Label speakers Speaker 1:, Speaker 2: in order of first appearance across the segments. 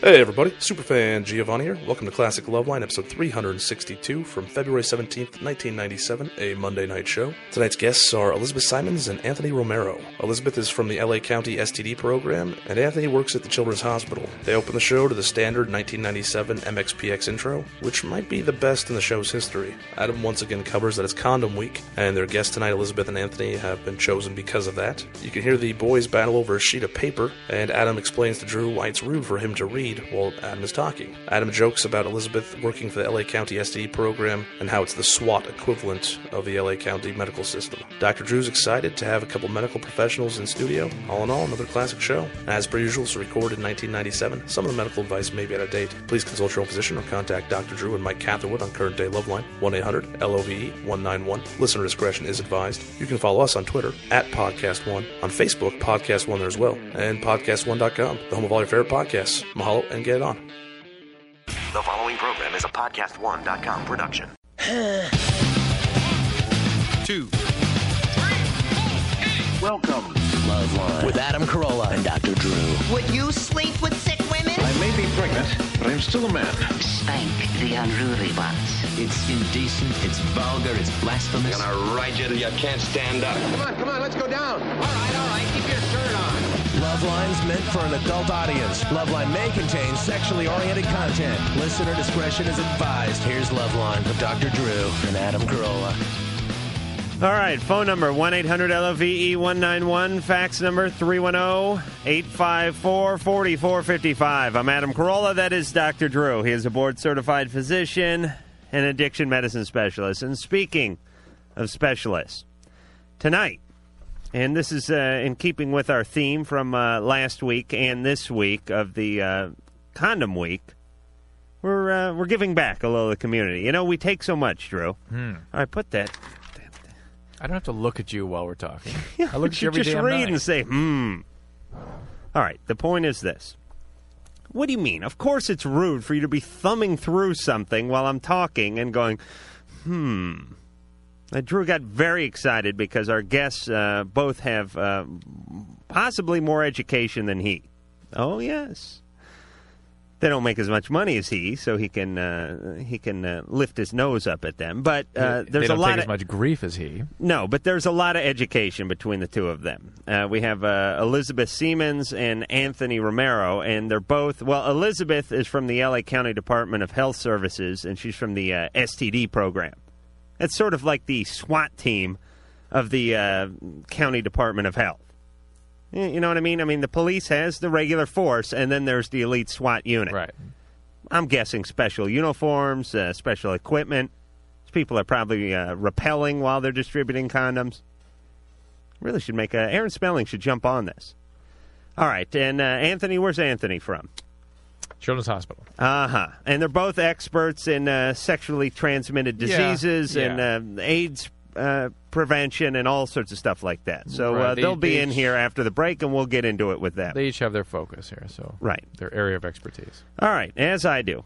Speaker 1: Hey everybody, Superfan Giovanni here. Welcome to Classic Loveline, episode 362 from February 17th, 1997, a Monday night show. Tonight's guests are Elizabeth Simons and Anthony Romero. Elizabeth is from the LA County STD program, and Anthony works at the Children's Hospital. They open the show to the standard 1997 MXPX intro, which might be the best in the show's history. Adam once again covers that it's Condom Week, and their guests tonight, Elizabeth and Anthony, have been chosen because of that. You can hear the boys battle over a sheet of paper, and Adam explains to Drew why it's rude for him to read while Adam is talking. Adam jokes about Elizabeth working for the LA County STD program and how it's the SWAT equivalent of the LA County medical system. Dr. Drew's excited to have a couple medical professionals in studio. All in all, another classic show. As per usual, it's recorded in 1997. Some of the medical advice may be out of date. Please consult your own physician or contact Dr. Drew and Mike Catherwood on current day Loveline 1 800 LOVE 191. Listener discretion is advised. You can follow us on Twitter at Podcast One, on Facebook, Podcast One there as well, and PodcastOne.com, the home of all your favorite podcasts. Mahalo and get it on.
Speaker 2: The following program is a podcast1.com production.
Speaker 3: two.
Speaker 4: Welcome to Loveline with Adam Carolla and Dr. Drew.
Speaker 5: Would you sleep with sick women?
Speaker 4: I may be pregnant, but I'm still a man.
Speaker 6: Spank the unruly ones.
Speaker 7: It's indecent, it's vulgar, it's blasphemous.
Speaker 8: I'm gonna ride you till you can't stand up.
Speaker 9: Come on, come on, let's go down.
Speaker 10: All right, all right, keep your shirt on.
Speaker 11: Loveline's meant for an adult audience. Loveline may contain sexually oriented content. Listener discretion is advised. Here's Loveline with Dr. Drew and Adam Carolla.
Speaker 12: All right, phone number 1 800 LOVE 191, fax number 310 854 4455. I'm Adam Carolla. That is Dr. Drew. He is a board certified physician and addiction medicine specialist. And speaking of specialists, tonight, and this is uh, in keeping with our theme from uh, last week and this week of the uh, condom week, we're, uh, we're giving back a little to the community. You know, we take so much, Drew.
Speaker 13: Hmm.
Speaker 12: All right, put that.
Speaker 13: I don't have to look at you while we're talking. I
Speaker 12: Would
Speaker 13: look at you every
Speaker 12: just
Speaker 13: damn
Speaker 12: read
Speaker 13: night.
Speaker 12: and say, hmm. All right, the point is this. What do you mean? Of course it's rude for you to be thumbing through something while I'm talking and going, hmm. Now, Drew got very excited because our guests uh, both have uh, possibly more education than he. Oh, yes. They don't make as much money as he, so he can uh, he can uh, lift his nose up at them. But uh,
Speaker 13: They-
Speaker 12: there's
Speaker 13: they don't
Speaker 12: a lot
Speaker 13: take
Speaker 12: of
Speaker 13: as much grief as he.
Speaker 12: no, but there's a lot of education between the two of them. Uh, we have uh, Elizabeth Siemens and Anthony Romero, and they're both. Well, Elizabeth is from the LA County Department of Health Services, and she's from the uh, STD program. That's sort of like the SWAT team of the uh, County Department of Health. Y- You know what I mean? I mean, the police has the regular force, and then there's the elite SWAT unit. Right. I'm guessing special uniforms, uh, special equipment. These people are probably uh, repelling while they're distributing condoms. Really should make a. Aaron Spelling should jump on this. All right, and uh, Anthony, where's Anthony from?
Speaker 13: Children's Hospital.
Speaker 12: Uh huh. And they're both experts in uh, sexually transmitted
Speaker 13: Yeah,
Speaker 12: diseases
Speaker 13: yeah.
Speaker 12: and uh, AIDS uh, prevention and all sorts of stuff like that. So
Speaker 13: Right,
Speaker 12: uh,
Speaker 13: they-
Speaker 12: they'll be
Speaker 13: they
Speaker 12: in
Speaker 13: each-
Speaker 12: here after the break, and we'll get into it with them.
Speaker 13: They each have their focus here, so
Speaker 12: right,
Speaker 13: their area of expertise.
Speaker 12: All right, as I do,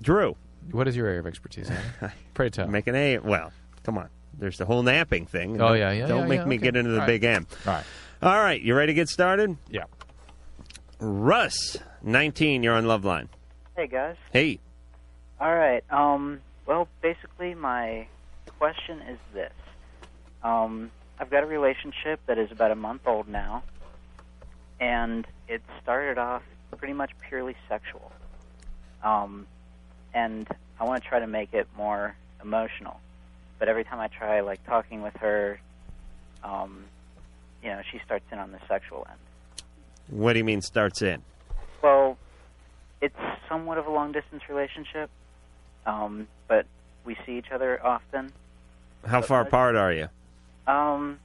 Speaker 12: Drew.
Speaker 13: What is your area of expertise? Adam? Pray tell.
Speaker 12: Make an A. Well, come on. There's the whole napping thing.
Speaker 13: Oh,
Speaker 12: Don't-
Speaker 13: yeah, yeah,
Speaker 12: Don't
Speaker 13: yeah,
Speaker 12: make
Speaker 13: yeah,
Speaker 12: me
Speaker 13: okay.
Speaker 12: get into the
Speaker 13: All right.
Speaker 12: big M.
Speaker 13: All right.
Speaker 12: All right, you ready to get started?
Speaker 13: Yeah.
Speaker 12: Russ, 19, you're on Loveline.
Speaker 14: Hey guys.
Speaker 12: Hey.
Speaker 14: All right. Um. Well, basically, my question is this. Um. I've got a relationship that is about a month old now, and it started off pretty much purely sexual. Um, and I want to try to make it more emotional, but every time I try, like talking with her, um, you know, she starts in on the sexual end.
Speaker 12: What do you mean starts in?
Speaker 14: Well, it's somewhat of a long distance relationship, um, but we see each other often.
Speaker 12: How far apart are you?
Speaker 14: Um,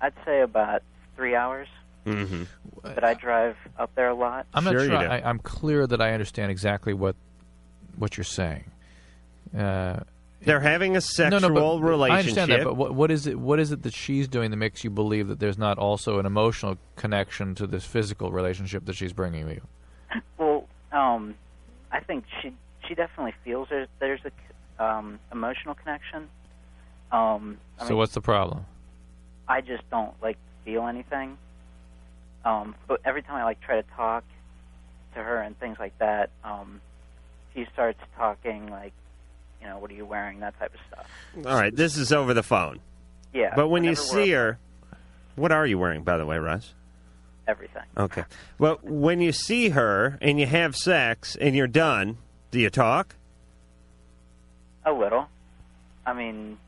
Speaker 14: I'd say about three hours,
Speaker 12: Mm-hmm.
Speaker 14: but I drive up there a lot.
Speaker 13: I'm not sure. I, I'm clear that I understand exactly what what you're saying. Uh,
Speaker 12: They're having a sexual
Speaker 13: no, no, but I understand that,
Speaker 12: relationship.
Speaker 13: but what, what is it? What is it that she's doing that makes you believe that there's not also an emotional connection to this physical relationship that she's bringing you?
Speaker 14: Well, um, I think she she definitely feels there's there's a c- um, emotional connection. Um, I
Speaker 13: so
Speaker 14: mean,
Speaker 13: what's the problem?
Speaker 14: I just don't like feel anything. Um, but every time I like try to talk,
Speaker 10: to her and things like that, um, he starts talking like, you know, what are you wearing? That type of stuff.
Speaker 12: All right, this is over the phone.
Speaker 10: Yeah.
Speaker 12: But when you
Speaker 10: whenever
Speaker 12: see
Speaker 10: we're-
Speaker 12: her, what are you wearing, by the way, Russ?
Speaker 10: everything.
Speaker 12: Okay. Well, when you see her and you have sex and you're done, do you talk?
Speaker 10: A little. I mean,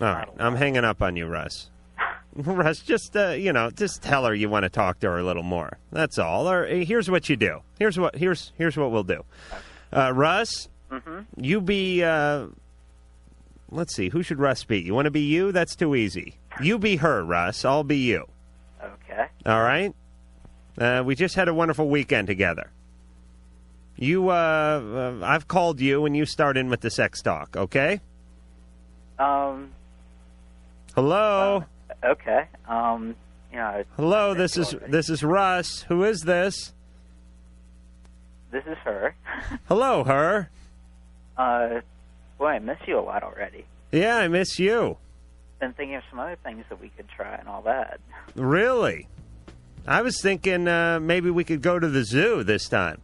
Speaker 12: All right. I'm hanging up on you, Russ. Russ, just uh, you know, just tell her you want to talk to her a little more. That's all. Or uh, here's what you do. Here's what here's here's what we'll do. Uh, Russ, you be. Uh, let's see. Who should Russ be? You want to be you? That's too easy. You be her, Russ. I'll be you.
Speaker 10: Okay.
Speaker 12: All right. Uh, we just had a wonderful weekend together. You, uh, uh, I've called you, and you start in with the sex talk. Okay.
Speaker 10: um,
Speaker 12: Hello.
Speaker 10: okay. Um, you know, I-
Speaker 12: Hello, this is this is Russ. Who is this?
Speaker 10: this is her.
Speaker 12: Hello, her.
Speaker 10: Uh, boy, I miss you a lot already.
Speaker 12: Yeah, I miss you.
Speaker 10: Been thinking of some other things that we could try and all that.
Speaker 12: Really? I was thinking uh, maybe we could go to the zoo this time.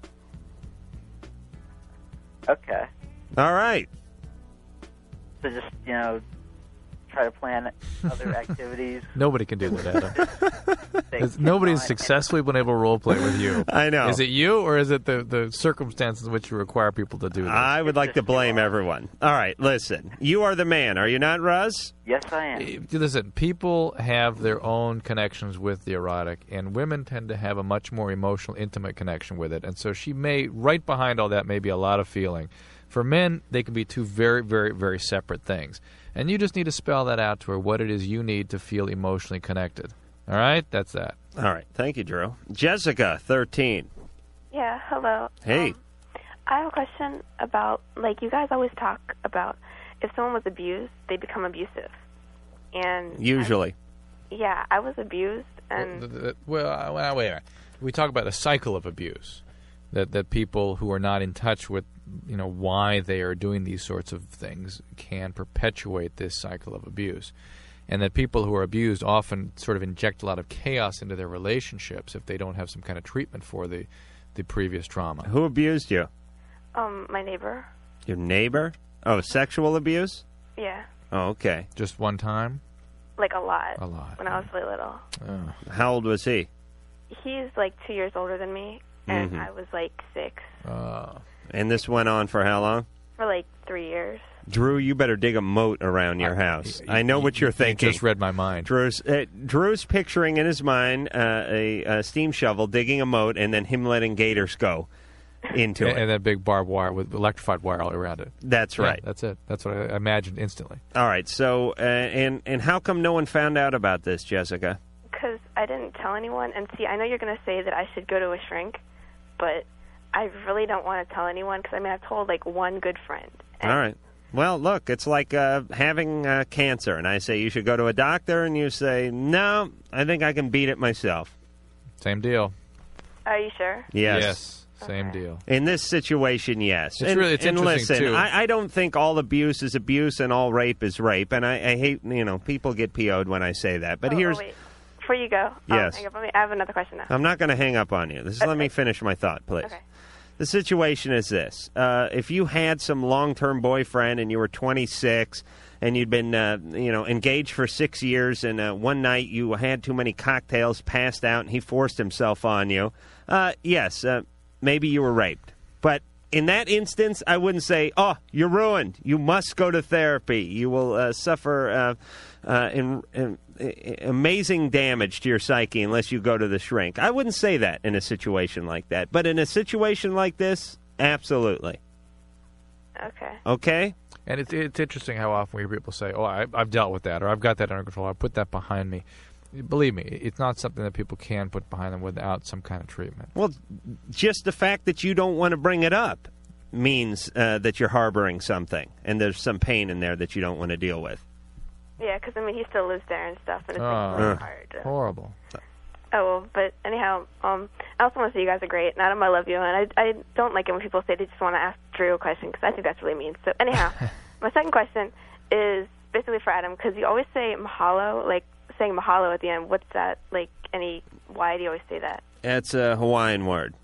Speaker 10: Okay.
Speaker 12: All right.
Speaker 10: So just you know, try to plan other activities.
Speaker 13: Nobody can do that, Adam. There's- Nobody's successfully been able to role play with you.
Speaker 12: I know.
Speaker 13: Is it you or is it the, the circumstances in which you require people to do this?
Speaker 12: I would like to blame everyone. All right, listen. You are the man, are you not, Russ?
Speaker 10: Yes, I am.
Speaker 13: Listen, people have their own connections with the erotic, and women tend to have a much more emotional, intimate connection with it. And so she may, right behind all that, may be a lot of feeling. For men, they can be two very, very, very separate things. And you just need to spell that out to her what it is you need to feel emotionally connected. All right? That's that.
Speaker 12: All right. Thank you, Drew. Jessica, 13.
Speaker 15: Yeah, hello.
Speaker 12: Hey.
Speaker 15: I have a question about like you guys always talk about if someone was abused, they become abusive. And
Speaker 12: Usually.
Speaker 15: yeah, I was abused and
Speaker 13: Th- th- Well, I- well, wait a minute. We talk about a cycle of abuse. That, that people who are not in touch with, you know, why they are doing these sorts of things can perpetuate this cycle of abuse, and that people who are abused often sort of inject a lot of chaos into their relationships if they don't have some kind of treatment for the, the previous trauma.
Speaker 12: Who abused you?
Speaker 15: um my neighbor.
Speaker 12: Your neighbor? Oh, sexual abuse?
Speaker 15: Yeah.
Speaker 12: Oh, okay.
Speaker 13: Just one time?
Speaker 15: Like a lot.
Speaker 12: A lot,
Speaker 15: When I was really little.
Speaker 13: Ah.
Speaker 12: How old was he?
Speaker 15: He's like two years older than me and
Speaker 12: Mhm.
Speaker 15: I was like six
Speaker 13: Ah.
Speaker 12: and this went on for how long?
Speaker 15: for like three years.
Speaker 12: Drew, you better dig a moat around your house. I know what you're thinking.
Speaker 13: just read my mind.
Speaker 12: Drew's, uh, Drew's picturing in his mind uh, a, a steam shovel digging a moat and then him letting gators go into
Speaker 13: and,
Speaker 12: it.
Speaker 13: and that big barbed wire with electrified wire all around it.
Speaker 12: That's
Speaker 13: Yeah,
Speaker 12: right.
Speaker 13: that's it. That's what I imagined instantly.
Speaker 12: All right. So, uh, and and how come no one found out about this, Jessica?
Speaker 15: Because I didn't tell anyone. And see, I know you're going to say that I should go to a shrink, but I really don't want to tell anyone because I mean, I've told like one good friend.
Speaker 12: All right. Well, look, it's like uh, having uh, cancer, and I say you should go to a doctor, and you say no, I think I can beat it myself.
Speaker 13: Same deal.
Speaker 15: Are you sure?
Speaker 12: Yes.
Speaker 13: Yes. Same deal.
Speaker 12: In this situation, yes.
Speaker 13: It's
Speaker 12: and,
Speaker 13: really- it's
Speaker 12: and
Speaker 13: interesting,
Speaker 12: listen,
Speaker 13: too.
Speaker 12: I, I don't think all abuse is abuse and all rape is rape, and I, I hate you know people get PO'd when I say that. But
Speaker 15: Oh, oh,
Speaker 12: here's
Speaker 15: wait. Before you go,
Speaker 12: Yes. Um,
Speaker 15: oh, hang up on me. I have another question now.
Speaker 12: I'm not going to hang up on you. This let me finish my thought, please.
Speaker 15: Okay.
Speaker 12: The situation is this: uh, if you had some long-term boyfriend and you were 26 and you'd been, uh, you know, engaged for six years, and uh, one night you had too many cocktails, passed out, and he forced himself on you, uh, yes, uh, maybe you were raped. But in that instance, I wouldn't say, "Oh, you're ruined. You must go to therapy. You will uh, suffer uh, uh, in, in, i- amazing damage to your psyche unless you go to the shrink." I wouldn't say that in a situation like that. But in a situation like this, absolutely.
Speaker 15: Okay.
Speaker 12: Okay.
Speaker 13: And it's it's interesting how often we hear people say, "Oh, I, I've dealt with that," or "I've got that under control," or "I put that behind me." Believe me, it's not something that people can put behind them without some kind of treatment.
Speaker 12: Well, just the fact that you don't want to bring it up means uh, that you're harboring something, and there's some pain in there that you don't want to deal with.
Speaker 15: Yeah, because I mean, he still lives there and stuff, and it's like,
Speaker 12: Ah.
Speaker 15: really hard.
Speaker 13: Horrible.
Speaker 15: Oh, well, but anyhow, um, I also want to say you guys are great, and Adam, I love you, and I, I don't like it when people say they just want to ask Drew a question because I think that's really mean. So anyhow, my second question is basically for Adam because you always say mahalo, like saying mahalo at the end. What's that? Like any? Why do you always say that?
Speaker 12: That's a Hawaiian word.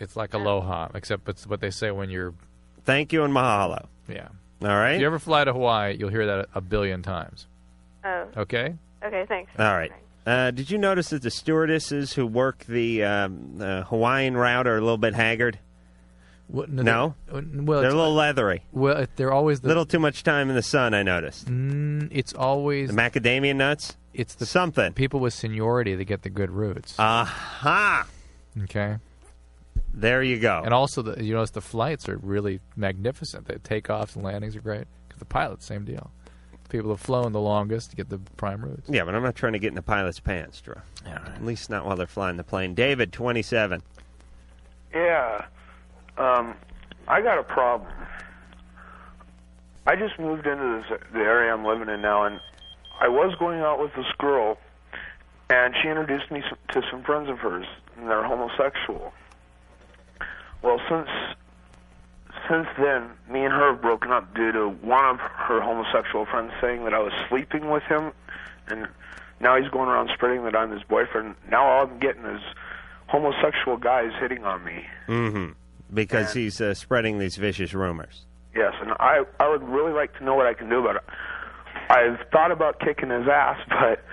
Speaker 13: It's like aloha, except it's what they say when you're.
Speaker 12: Thank you and mahalo.
Speaker 13: Yeah.
Speaker 12: All right.
Speaker 13: If you ever fly to Hawaii, you'll hear that a billion times.
Speaker 15: Oh.
Speaker 13: Okay.
Speaker 15: Okay. Thanks.
Speaker 12: All right. Uh, did you notice that the stewardesses who work the um, uh, Hawaiian route are a little bit haggard?
Speaker 13: What, uh,
Speaker 12: no,
Speaker 13: Well,
Speaker 12: they're
Speaker 13: it's-
Speaker 12: a little leathery.
Speaker 13: Well, it- they're always
Speaker 12: a
Speaker 13: the
Speaker 12: little too much time in the sun. I noticed.
Speaker 13: Mm, it's always
Speaker 12: the macadamia nuts.
Speaker 13: It's the
Speaker 12: something Ah.
Speaker 13: people with seniority that get the good roots.
Speaker 12: Aha!
Speaker 13: Okay.
Speaker 12: There you go.
Speaker 13: And also, the, you notice the flights are really magnificent. The takeoffs and landings are great. 'Cause the pilots, same deal. People have flown the longest to get the prime roots.
Speaker 12: Yeah, but I'm not trying to get in the pilot's pants, Drew. At least not while they're flying the plane. David, 27.
Speaker 16: Yeah. Um, I got a problem. I just moved into this, the area I'm living in now, and I was going out with this girl, and she introduced me s- to some friends of hers, and they're homosexual. Well, since since then, me and her have broken up due to one of her homosexual friends saying that I was sleeping with him, and now he's going around spreading that I'm his boyfriend. Now all I'm getting is homosexual guys hitting on me.
Speaker 12: Mm-hmm. Because he's uh, spreading these vicious rumors.
Speaker 16: Yes, and I I would really like to know what I can do about it. I've thought about kicking his ass, but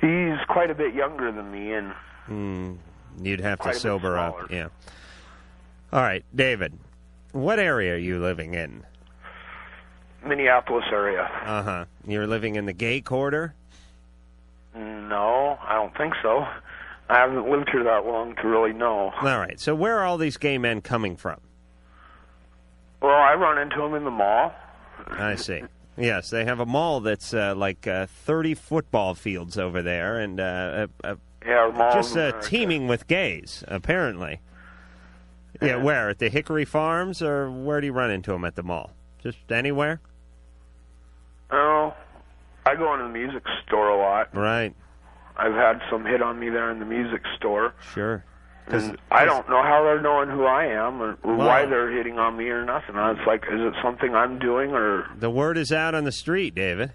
Speaker 16: he's quite a bit younger than me, and
Speaker 12: Mm, you'd have
Speaker 16: Quite a
Speaker 12: to
Speaker 16: bit
Speaker 12: sober up. Yeah. All right, David. What area are you living in?
Speaker 16: Minneapolis area.
Speaker 12: Uh huh. You're living in the gay quarter.
Speaker 16: No, I don't think so. I haven't lived here that long to really know.
Speaker 12: All right. So where are all these gay men coming from?
Speaker 16: Well, I run into him in the mall.
Speaker 12: I see. Yes, they have a mall that's uh, like uh, 30 football fields over there, and uh, uh,
Speaker 16: Yeah, Mall of
Speaker 12: just uh,
Speaker 16: America.
Speaker 12: teeming with gays, apparently. Yeah, where at the Hickory Farms, or where do you run into them at the mall? Just anywhere,
Speaker 16: Oh, I go into the music store a lot.
Speaker 12: right?
Speaker 16: I've had some hit on me there in the music store.
Speaker 12: Sure.
Speaker 16: And Mm, I don't know how they're knowing who I am or, or
Speaker 12: Well-
Speaker 16: why they're hitting on me or nothing. I was like, is it something I'm doing or
Speaker 12: The word is out on the street, David.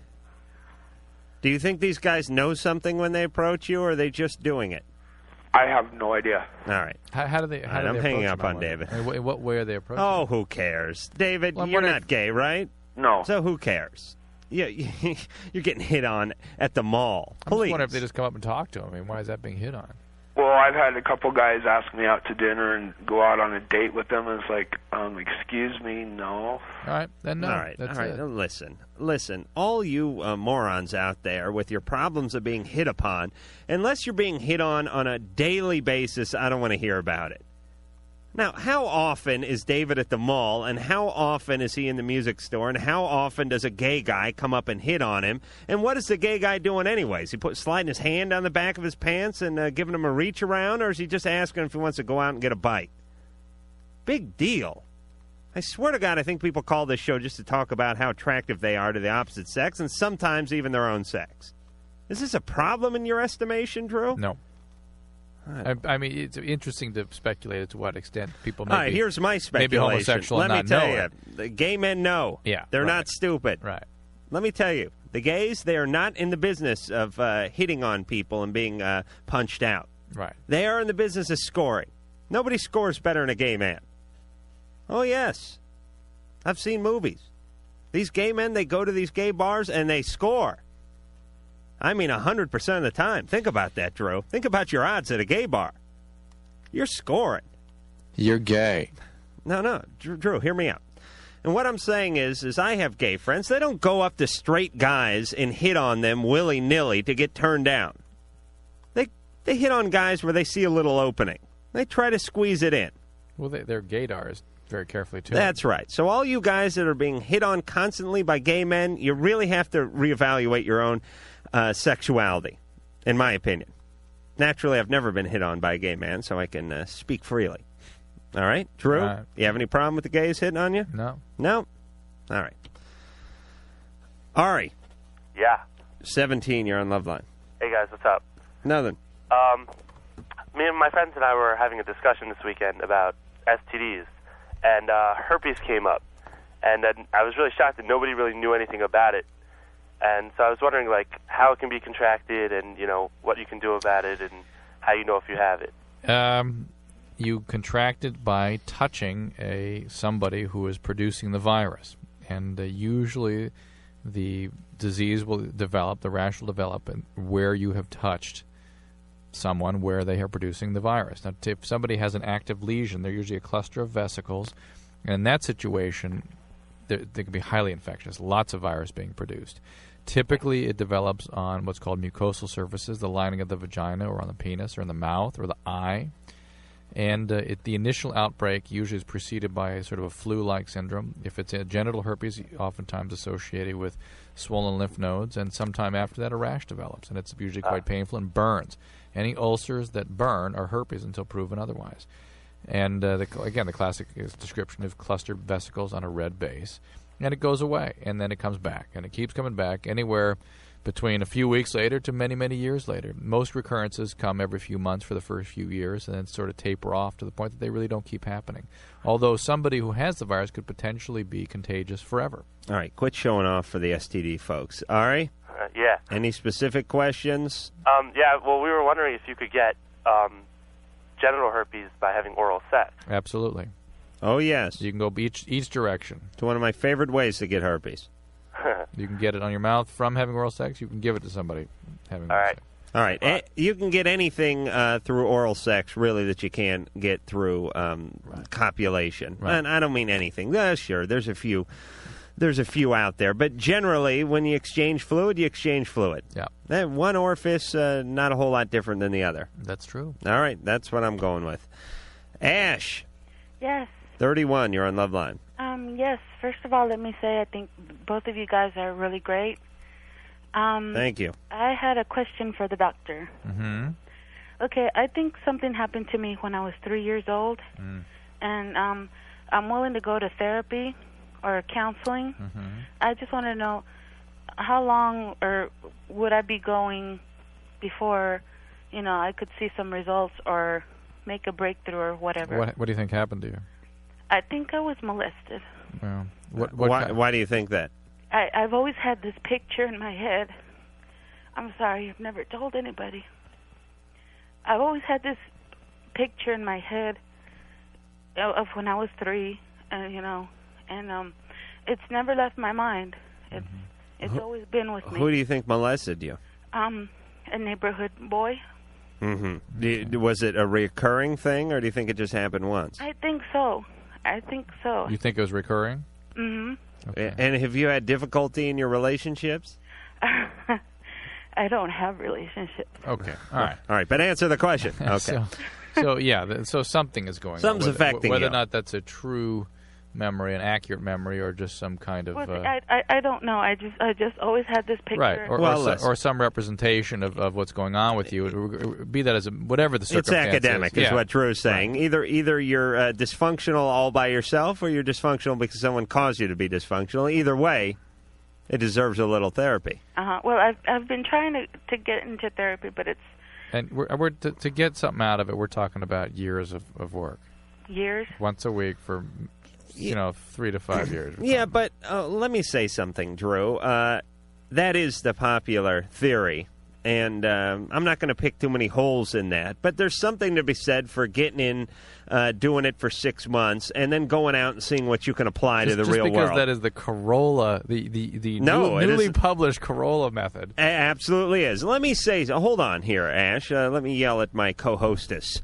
Speaker 12: Do you think these guys know something when they approach you, or are they just doing it?
Speaker 16: I have no idea.
Speaker 12: All right.
Speaker 13: How, how do they? How
Speaker 12: All right,
Speaker 13: do
Speaker 12: I'm
Speaker 13: they
Speaker 12: hanging
Speaker 13: approach
Speaker 12: up on
Speaker 13: them?
Speaker 12: David.
Speaker 13: I mean, wh- In what way are they approaching?
Speaker 12: Oh, who cares, David? you're not gay, right?
Speaker 16: No.
Speaker 12: So who cares? Yeah, you're getting hit on at the mall.
Speaker 13: I'm just
Speaker 12: Please.
Speaker 13: wondering if they just come up and talk to him. I mean, why is that being hit on?
Speaker 16: Well, I've had a couple guys ask me out to dinner and go out on a date with them, and it's like, um, excuse me, no.
Speaker 13: All right, then no.
Speaker 12: all right,
Speaker 13: that's
Speaker 12: all right.
Speaker 13: it.
Speaker 12: now Listen, listen, all you uh, morons out there with your problems of being hit upon, unless you're being hit on on a daily basis, I don't want to hear about it. Now, how often is David at the mall, and how often is he in the music store, and how often does a gay guy come up and hit on him? And what is the gay guy doing, anyways? He put sliding his hand on the back of his pants and uh, giving him a reach around, or is he just asking if he wants to go out and get a bite? Big deal. I swear to God, I think people call this show just to talk about how attractive they are to the opposite sex and sometimes even their own sex. Is this a problem in your estimation, Drew?
Speaker 13: No. I, I mean, it's interesting to speculate to what extent people. Maybe,
Speaker 12: All right, here's my speculation.
Speaker 13: Maybe homosexual.
Speaker 12: Let
Speaker 13: and
Speaker 12: me
Speaker 13: not
Speaker 12: tell
Speaker 13: know
Speaker 12: you,
Speaker 13: it.
Speaker 12: the gay men know.
Speaker 13: Yeah,
Speaker 12: they're
Speaker 13: right.
Speaker 12: not stupid.
Speaker 13: Right.
Speaker 12: Let me tell you, the gays they are not in the business of uh, hitting on people and being uh, punched out.
Speaker 13: Right.
Speaker 12: They are in the business of scoring. Nobody scores better than a gay man. Oh yes, I've seen movies. These gay men they go to these gay bars and they score. I mean, hundred percent of the time. Think about that, Drew. Think about your odds at a gay bar. You're scoring.
Speaker 13: You're gay.
Speaker 12: No, no, Drew, Drew, hear me out. And what I'm saying is, is I have gay friends. They don't go up to straight guys and hit on them willy nilly to get turned down. They they hit on guys where they see a little opening. They try to squeeze it in.
Speaker 13: Well, they, their gaydar is very carefully tuned.
Speaker 12: That's right. So all you guys that are being hit on constantly by gay men, you really have to reevaluate your own uh, sexuality, in my opinion. Naturally, I've never been hit on by a gay man, so I can uh, speak freely. All right, Drew.
Speaker 13: All right.
Speaker 12: You have any problem with the gays hitting on you?
Speaker 13: No.
Speaker 12: No. All right. Ari,
Speaker 17: Yeah.
Speaker 12: seventeen. You're on Love Line.
Speaker 17: Hey guys, what's up?
Speaker 12: Nothing.
Speaker 17: Um, me and my friends and I were having a discussion this weekend about STDs, and uh, herpes came up, and then I was really shocked that nobody really knew anything about it, and so I was wondering like how it can be contracted, and you know what you can do about it, and how you know if you have it.
Speaker 13: Um, you contract it by touching a somebody who is producing the virus, and uh, usually the disease will develop, the rash will develop, and where you have touched someone where they are producing the virus. Now, if somebody has an active lesion, they're usually a cluster of vesicles, and in that situation, they're- they can be highly infectious. Lots of virus being produced. Typically, it develops on what's called mucosal surfaces, the lining of the vagina, or on the penis, or in the mouth, or the eye. And uh, it, the initial outbreak usually is preceded by a sort of a flu-like syndrome. If it's a genital herpes, oftentimes associated with swollen lymph nodes, and sometime after that, a rash develops, and it's usually quite painful and burns. Any ulcers that burn are herpes until proven otherwise. And uh, the, cl- again, the classic is description of clustered vesicles on a red base, and it goes away, and then it comes back, and it keeps coming back anywhere between a few weeks later to many, many years later. Most recurrences come every few months for the first few years, and then sort of taper off to the point that they really don't keep happening. Although somebody who has the virus could potentially be contagious forever.
Speaker 12: All right, quit showing off for the STD folks. Ari?
Speaker 17: Uh, yeah.
Speaker 12: Any specific questions?
Speaker 17: Um, yeah, well, we were wondering if you could get um, genital herpes by having oral sex.
Speaker 13: Absolutely.
Speaker 12: Oh, yes.
Speaker 13: You can go each, each direction.
Speaker 12: It's one of my favorite ways to get herpes.
Speaker 13: you can get it on your mouth from having oral sex. You can give it to somebody having oral sex.
Speaker 12: All right. Eh, you can get anything uh, through oral sex, really, that you can't get through um, copulation. And I don't mean anything. Uh, sure, there's a few. There's a few out there, but generally, when you exchange fluid, you exchange fluid.
Speaker 13: Yeah.
Speaker 12: one orifice, uh, not a whole lot different than the other.
Speaker 13: That's true.
Speaker 12: All right, that's what I'm going with. Ash,
Speaker 18: Yes.
Speaker 12: 31, you're on Love Line.
Speaker 18: Um, yes. First of all, let me say I think both of you guys are really great. Um,
Speaker 12: Thank you.
Speaker 18: I had a question for the doctor.
Speaker 13: Mm-hmm.
Speaker 18: Okay, I think something happened to me when I was three years old, and um, I'm willing to go to therapy or counseling.
Speaker 12: Mm-hmm.
Speaker 19: Mm-hmm.
Speaker 18: I just want to know how long or would I be going before, you know, I could see some results or make a breakthrough or whatever.
Speaker 13: What, what do you think happened to you?
Speaker 18: I think I was molested.
Speaker 13: Well,
Speaker 12: Uh, why, why do you think that?
Speaker 18: I, I've always had this picture in my head. I'm sorry, I've never told anybody. I've always had this picture in my head of, of when I was three, uh, you know, and um, it's never left my mind. It's
Speaker 13: Mm-hmm.
Speaker 18: it's
Speaker 12: Who-
Speaker 18: always been with me.
Speaker 12: Who do you think molested you?
Speaker 18: Um, a neighborhood boy.
Speaker 12: hmm was it a recurring thing, or do you think it just happened once?
Speaker 18: I think so. I think so.
Speaker 13: You think it was recurring?
Speaker 18: hmm
Speaker 12: And have you had difficulty in your relationships?
Speaker 18: I don't have relationships.
Speaker 13: Okay. All right.
Speaker 12: All right, but answer the question. Okay.
Speaker 13: So, so, yeah, th- so something is going
Speaker 12: Something's
Speaker 13: on. Whether-
Speaker 12: affecting
Speaker 13: Whether
Speaker 12: you.
Speaker 13: or not that's a true memory, an accurate memory, or just some kind of.
Speaker 18: Well,
Speaker 13: uh,
Speaker 18: I, I I don't know. I just I just always had this picture.
Speaker 13: Right, or,
Speaker 12: Well,
Speaker 13: or, so,
Speaker 12: listen.
Speaker 13: or some representation of, of what's going on with you, be that as a, whatever the
Speaker 12: It's
Speaker 13: circumstance
Speaker 12: academic, is
Speaker 13: yeah.
Speaker 12: what Drew's saying. Either either you're uh, dysfunctional all by yourself, or you're dysfunctional because someone caused you to be dysfunctional. Either way, it deserves a little therapy.
Speaker 18: Uh-huh. Well, I've I've been trying to to get into therapy, but it's
Speaker 13: And we're, we're to, to get something out of it, we're talking about years of, of work,
Speaker 18: years.
Speaker 13: once a week for, you know, three to five years.
Speaker 12: Yeah, but uh, let me say something, Drew. Uh, that is the popular theory, and um, I'm not going to pick too many holes in that. But there's something to be said for getting in, uh, doing it for six months, and then going out and seeing what you can apply
Speaker 13: Just,
Speaker 12: to the
Speaker 13: just
Speaker 12: real
Speaker 13: because
Speaker 12: world.
Speaker 13: that is the Corolla, the the the
Speaker 12: No,
Speaker 13: new-
Speaker 12: it
Speaker 13: newly
Speaker 12: isn't.
Speaker 13: published Corolla method.
Speaker 12: A- absolutely is. Let me say, hold on here, Ash. Uh, let me yell at my co-hostess.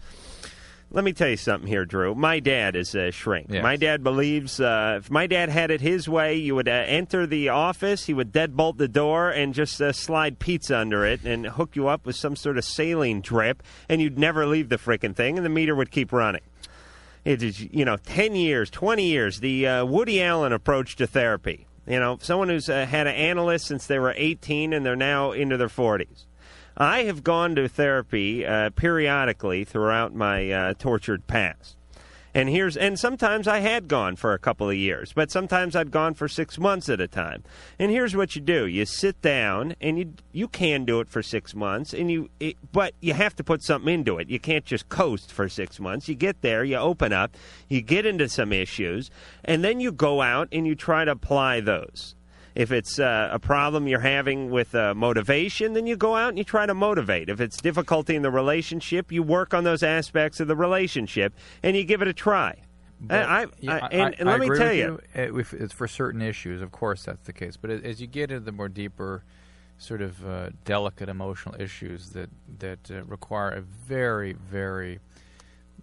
Speaker 12: Let me tell you something here, Drew. My dad is a shrink. My dad believes uh, if my dad had it his way, you would uh, enter the office, he would deadbolt the door and just uh, slide pizza under it and hook you up with some sort of saline drip, and you'd never leave the frickin' thing, and the meter would keep running. It is, you know, 10 years, 20 years, the uh, Woody Allen approach to therapy. You know, someone who's uh, had an analyst since they were 18 and they're now into their 40s. I have gone to therapy uh, periodically throughout my uh, tortured past. And here's and sometimes I had gone for a couple of years, but sometimes I'd gone for 6 months at a time. And here's what you do. You sit down and you you can do it for 6 months and you it, but you have to put something into it. You can't just coast for 6 months. You get there, you open up, you get into some issues, and then you go out and you try to apply those. If it's uh, a problem you're having with uh, motivation, then you go out and you try to motivate. If it's difficulty in the relationship, you work on those aspects of the relationship and you give it a try. I, I,
Speaker 13: Yeah,
Speaker 12: I- and, and
Speaker 13: I
Speaker 12: let me
Speaker 13: agree
Speaker 12: tell
Speaker 13: with
Speaker 12: you,
Speaker 13: you, uh, if it's for certain issues, of course that's the case. But a- as you get into the more deeper, sort of uh, delicate emotional issues that that uh, require a very, very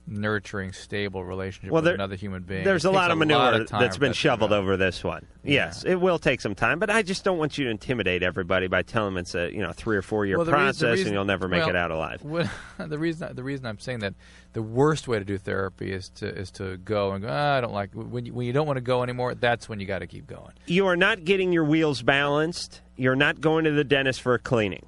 Speaker 13: nurturing, stable relationship
Speaker 12: Well,
Speaker 13: with
Speaker 12: there-
Speaker 13: another human being,
Speaker 12: There's
Speaker 13: it
Speaker 12: a
Speaker 13: takes
Speaker 12: lot of manure
Speaker 13: lot of time
Speaker 12: that's
Speaker 13: for
Speaker 12: been
Speaker 13: that to
Speaker 12: shoveled over this one. Yes, it will take some time, but I just don't want you to intimidate everybody by telling them it's a you know three or four year
Speaker 13: Well, the reas- the
Speaker 12: process
Speaker 13: reason-
Speaker 12: and you'll never make
Speaker 13: well,
Speaker 12: it out alive.
Speaker 13: well, the reason the reason I'm saying that the worst way to do therapy is to is to go and go. "Ah, I don't like when you, when you don't want to go anymore. That's when you got to keep going.
Speaker 12: You are not getting your wheels balanced. You're not going to the dentist for a cleaning.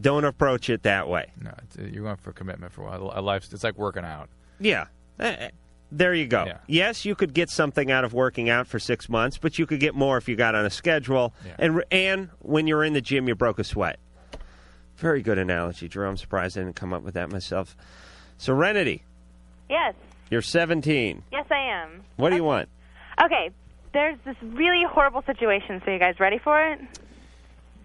Speaker 12: Don't approach it that way.
Speaker 13: No, it's- uh, you're going for commitment for a while. A life it's like working out.
Speaker 12: Yeah. Eh, eh, There you go. Yes, you could get something out of working out for six months, but you could get more if you got on a schedule. And and when you're in the gym, you broke a sweat. Very good analogy, Drew. I'm surprised I didn't come up with that myself. Serenity,
Speaker 20: Yes,
Speaker 12: you're 17.
Speaker 20: yes, I am.
Speaker 12: What do you want?
Speaker 20: Okay, there's this really horrible situation. So you guys ready for it?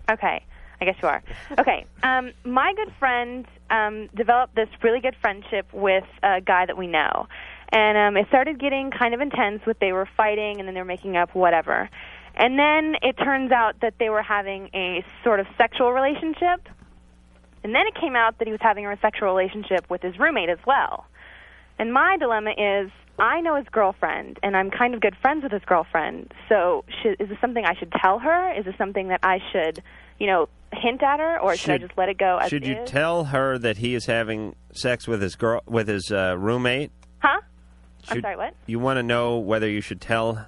Speaker 20: Okay, I guess you are. Okay, um, my good friend um, developed this really good friendship with a guy that we know, and um, it started getting kind of intense. With they were fighting, and then they were making up, whatever. And then it turns out that they were having a sort of sexual relationship. And then it came out that he was having a sexual relationship with his roommate as well. And my dilemma is I know his girlfriend, and I'm kind of good friends with his girlfriend. So should, is this something I should tell her? Is this something that I should, you know, hint at her, or should, I
Speaker 12: Should-
Speaker 20: just let it go as
Speaker 12: Should you
Speaker 20: is?
Speaker 12: tell her that he is having sex with his girl with his uh, roommate?
Speaker 20: huh? I'm
Speaker 12: Should-
Speaker 20: sorry, what?
Speaker 12: You want to know whether you should tell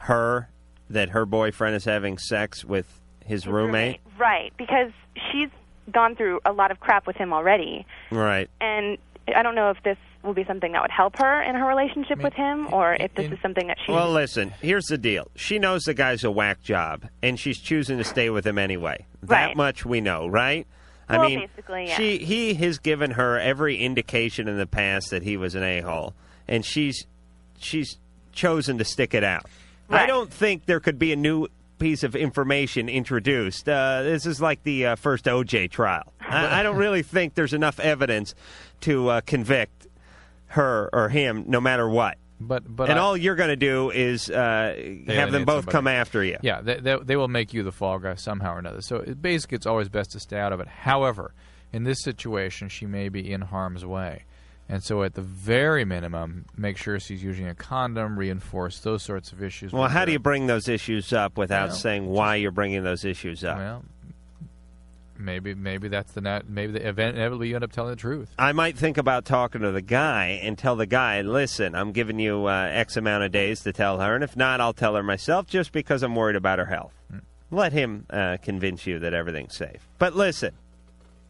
Speaker 12: her that her boyfriend is having sex with his roommate?
Speaker 20: Right, because she's gone through a lot of crap with him already,
Speaker 12: Right.
Speaker 20: and I don't know if this will be something that would help her in her relationship with him, or if this is something that she.
Speaker 12: Well, listen, here's the deal. She knows the guy's a whack job, and she's choosing to stay with him anyway. That
Speaker 20: Right.
Speaker 12: much we know, right? I
Speaker 20: Well,
Speaker 12: mean,
Speaker 20: basically, yeah.
Speaker 12: she he has given her every indication in the past that he was an a hole, and she's she's chosen to stick it out. I don't think there could be a new piece of information introduced. Uh, this is like the uh, first OJ trial. I, I don't really think there's enough evidence to uh, convict her or him, no matter what.
Speaker 13: But but
Speaker 12: and
Speaker 13: I-
Speaker 12: all you're going to do is uh, have them
Speaker 13: alienate
Speaker 12: both
Speaker 13: somebody.
Speaker 12: come after you.
Speaker 13: Yeah, they, they, they will make you the fall guy somehow or another. So it, basically, it's always best to stay out of it. However, in this situation, she may be in harm's way. And so, at the very minimum, make sure she's using a condom, reinforce those sorts of issues.
Speaker 12: Well, how do you bring those issues up without
Speaker 13: Well,
Speaker 12: saying why you're bringing those issues up?
Speaker 13: Well, maybe maybe that's the nat- maybe the event inevitably you end up telling the truth.
Speaker 12: I might think about talking to the guy and tell the guy, listen, I'm giving you uh, X amount of days to tell her, and if not, I'll tell her myself just because I'm worried about her health.
Speaker 13: Hmm.
Speaker 12: Let him uh, convince you that everything's safe. But listen.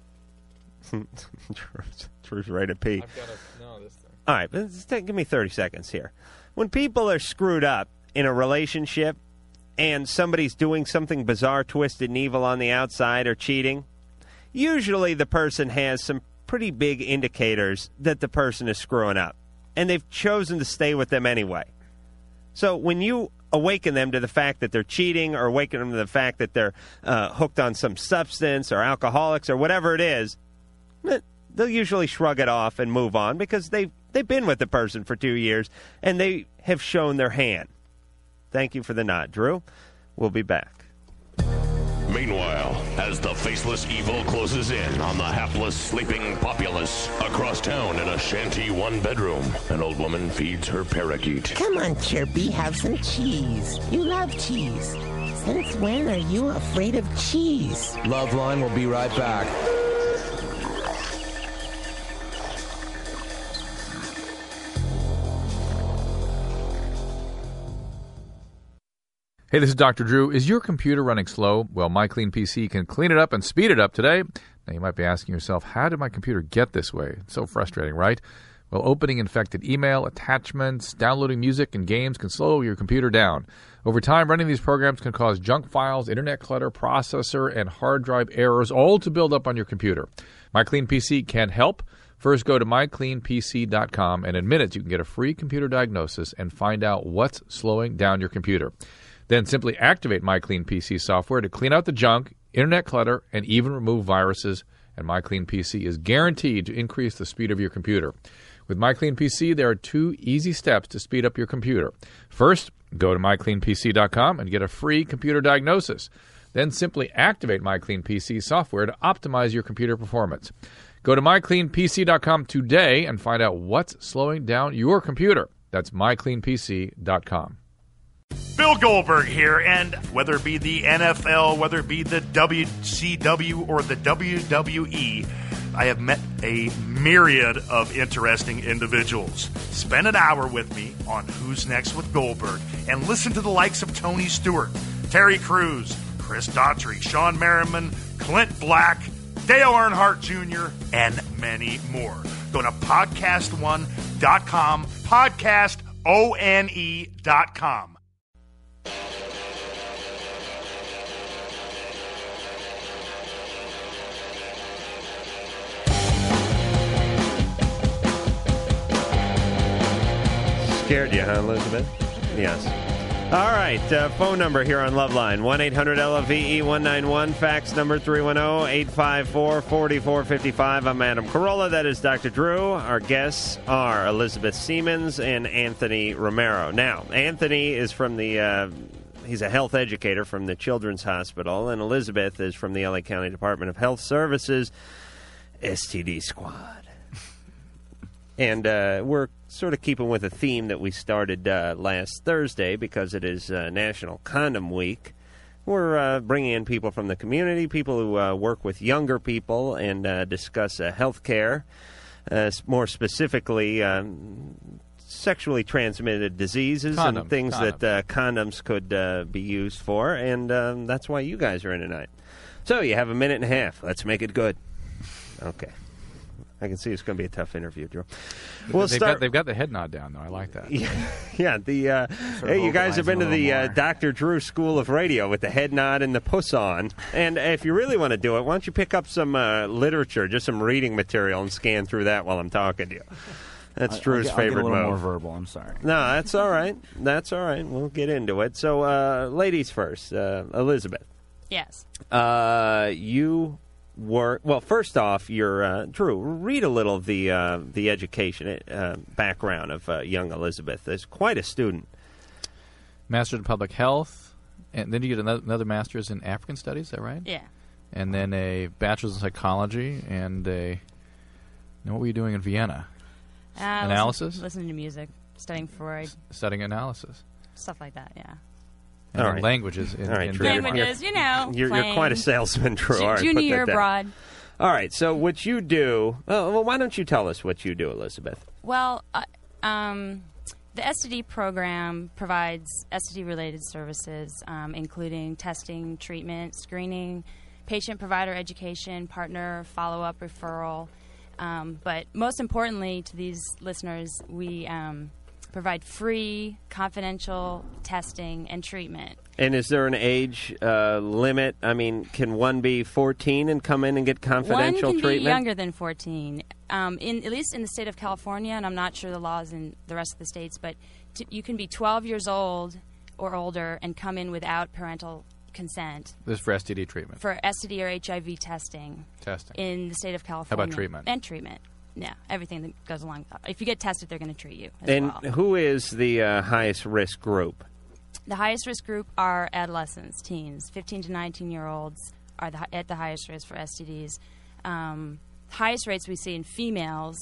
Speaker 12: Drew's, Drew's right at P.
Speaker 13: I've got a- no, this thing.
Speaker 12: All right, but just take, give me 30 seconds here. When people are screwed up in a relationship and somebody's doing something bizarre, twisted, and evil on the outside or cheating, usually the person has some pretty big indicators that the person is screwing up. And they've chosen to stay with them anyway. So when you awaken them to the fact that they're cheating or awaken them to the fact that they're uh, hooked on some substance or alcoholics or whatever it is, eh, they'll usually shrug it off and move on because they've, they've been with the person for two years and they have shown their hand. Thank you for the nod, Drew. We'll be back.
Speaker 8: Meanwhile, as the faceless evil closes in on the hapless sleeping populace, across town in a shanty one bedroom, an old woman feeds her parakeet.
Speaker 18: Come on, Chirpy, have some cheese. You love cheese. Since when are you afraid of cheese?
Speaker 11: Loveline will be right back.
Speaker 13: Hey, this is Dr. Drew. Is your computer running slow? Well, MyClean PC can clean it up and speed it up today. Now, you might be asking yourself, how did my computer get this way? It's so frustrating, right? Well, opening infected email, attachments, downloading music, and games can slow your computer down. Over time, running these programs can cause junk files, internet clutter, processor, and hard drive errors, all to build up on your computer. MyClean PC can help. First, go to mycleanpc.com, and in minutes, you can get a free computer diagnosis and find out what's slowing down your computer. Then simply activate MyCleanPC software to clean out the junk, internet clutter, and even remove viruses. And MyCleanPC is guaranteed to increase the speed of your computer. With MyCleanPC, there are two easy steps to speed up your computer. First, go to mycleanpc.com and get a free computer diagnosis. Then simply activate MyCleanPC software to optimize your computer performance. Go to mycleanpc.com today and find out what's slowing down your computer. That's mycleanpc.com.
Speaker 21: Bill Goldberg here, and whether it be the NFL, whether it be the WCW, or the WWE, I have met a myriad of interesting individuals. Spend an hour with me on Who's Next with Goldberg and listen to the likes of Tony Stewart, Terry Crews, Chris Daughtry, Sean Merriman, Clint Black, Dale Earnhardt Jr., and many more. Go to podcast1.com, E podcastone.com.
Speaker 12: Scared you, huh, Elizabeth? Yes. All right, uh, phone number here on Loveline 1 800 LOVE 191, fax number 310 854 4455. I'm Adam Carolla. That is Dr. Drew. Our guests are Elizabeth Siemens and Anthony Romero. Now, Anthony is from the. Uh, He's a health educator from the Children's Hospital, and Elizabeth is from the LA County Department of Health Services STD Squad. And uh, we're sort of keeping with a theme that we started uh, last Thursday because it is uh, National Condom Week. We're uh, bringing in people from the community, people who uh, work with younger people, and uh, discuss uh, health care, uh, s- more specifically, um, sexually transmitted diseases
Speaker 13: Condom,
Speaker 12: and things
Speaker 13: condom.
Speaker 12: that uh, condoms could uh, be used for. And um, that's why you guys are in tonight. So you have a minute and a half. Let's make it good. Okay. I can see it's going to be a tough interview, Drew. We'll
Speaker 13: they've,
Speaker 12: start.
Speaker 13: got, they've got the head nod down, though. I like that.
Speaker 12: Yeah, yeah. The uh,
Speaker 13: of
Speaker 12: hey, you guys have
Speaker 13: vocalizing
Speaker 12: been to
Speaker 13: a
Speaker 12: the
Speaker 13: little
Speaker 12: uh, Dr. Drew School of Radio with the head nod and the puss on. And if you really want to do it, why don't you pick up some uh, literature, just some reading material, and scan through that while I'm talking to you. That's
Speaker 22: I- I'll
Speaker 12: Drew's
Speaker 22: get- I'll get
Speaker 12: favorite
Speaker 22: a little
Speaker 12: move.
Speaker 22: more verbal. I'm sorry.
Speaker 12: No, that's all right. That's all right. We'll get into it. So, uh, ladies first. Uh, Elizabeth,
Speaker 23: Yes.
Speaker 12: uh, you were well. First off, you're uh, Drew. Read a little of the uh, the education uh, background of uh, young Elizabeth. Is quite a student.
Speaker 13: Master's in public health, and then you get another, another master's in African studies. Is that right?
Speaker 23: Yeah.
Speaker 13: And then a bachelor's in psychology, and a. Now, what were you doing in Vienna?
Speaker 23: Uh,
Speaker 13: analysis,
Speaker 23: Listen, listening to music, studying Freud,
Speaker 13: studying analysis,
Speaker 23: stuff like that. Yeah.
Speaker 13: and
Speaker 12: All
Speaker 13: then
Speaker 12: right.
Speaker 13: languages. In,
Speaker 12: All right,
Speaker 13: in
Speaker 12: Drew, you're-
Speaker 23: Languages,
Speaker 12: you're-
Speaker 23: you know,
Speaker 12: You're, you're
Speaker 23: playing.
Speaker 12: quite a salesman, Drew.
Speaker 23: Ju-
Speaker 12: All right, put
Speaker 23: junior
Speaker 12: that
Speaker 23: year
Speaker 12: down.
Speaker 23: abroad.
Speaker 12: All right, so what you do? Oh, well, why don't you tell us what you do, Elizabeth?
Speaker 23: Well, uh, um, the STD program provides STD related services, um, including testing, treatment, screening, patient provider education, partner follow up referral. Um, but most importantly to these listeners, we um, provide free, confidential testing and treatment.
Speaker 12: And is there an age uh, limit? I mean, can one be 14 and come in and get confidential
Speaker 23: One can
Speaker 12: treatment?
Speaker 23: be younger than 14. Um, in at least in the state of California, and I'm not sure the laws in the rest of the states, but t- you can be 12 years old or older and come in without parental consent
Speaker 13: This is for STD treatment.
Speaker 23: for STD or HIV testing.
Speaker 13: Testing.
Speaker 23: in the state of
Speaker 13: about
Speaker 23: California.
Speaker 13: treatment?
Speaker 23: And treatment. Yeah, everything that goes along. If you get tested, they're going to treat you. As
Speaker 12: And
Speaker 23: well.
Speaker 12: who is the uh, highest risk group?
Speaker 23: The highest risk group are adolescents, teens. 15 to 19 year olds are the, hi- at the highest risk for STDs. Um, highest rates we see in females.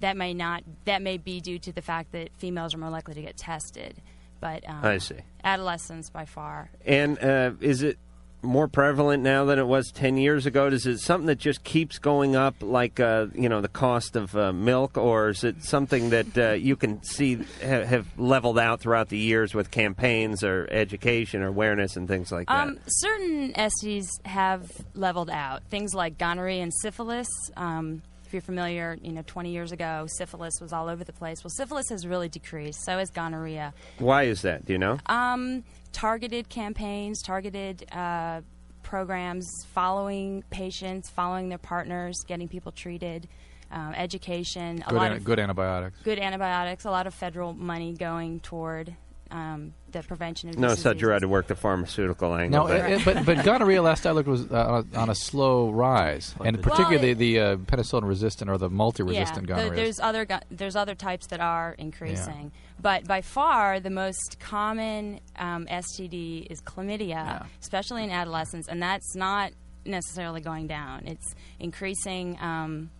Speaker 23: That may not. That may be due to the fact that females are more likely to get tested, but um,
Speaker 12: I see.
Speaker 23: adolescents by far.
Speaker 12: And uh, is it more prevalent now than it was 10 years ago? Is it something that just keeps going up, like, uh, you know, the cost of uh, milk, or is it something that uh, you can see ha- have leveled out throughout the years with campaigns or education or awareness and things like that?
Speaker 23: Um, certain STDs have leveled out. Things like gonorrhea and syphilis. Um, if you're familiar, you know, 20 years ago, syphilis was all over the place. Well, syphilis has really decreased. So has gonorrhea.
Speaker 12: Why is that? Do you know?
Speaker 23: Um, targeted campaigns, targeted uh, programs, following patients, following their partners, getting people treated, um, education, a
Speaker 13: Good,
Speaker 23: lot
Speaker 13: an-
Speaker 23: of
Speaker 13: good antibiotics.
Speaker 23: good antibiotics, a lot of federal money going toward um, the prevention of
Speaker 12: No, it's not
Speaker 23: diseases.
Speaker 12: you had to work the pharmaceutical angle.
Speaker 22: No, it, it- but but gonorrhea last I looked was uh, on, a, on a slow rise, and
Speaker 23: Well,
Speaker 22: particularly the uh, penicillin resistant or the multi resistant
Speaker 23: yeah,
Speaker 22: gonorrhea.
Speaker 23: th- there's other go- there's other types that are increasing, but by far the most common um, STD is chlamydia, especially in adolescents, and that's not necessarily going down. It's increasing, um,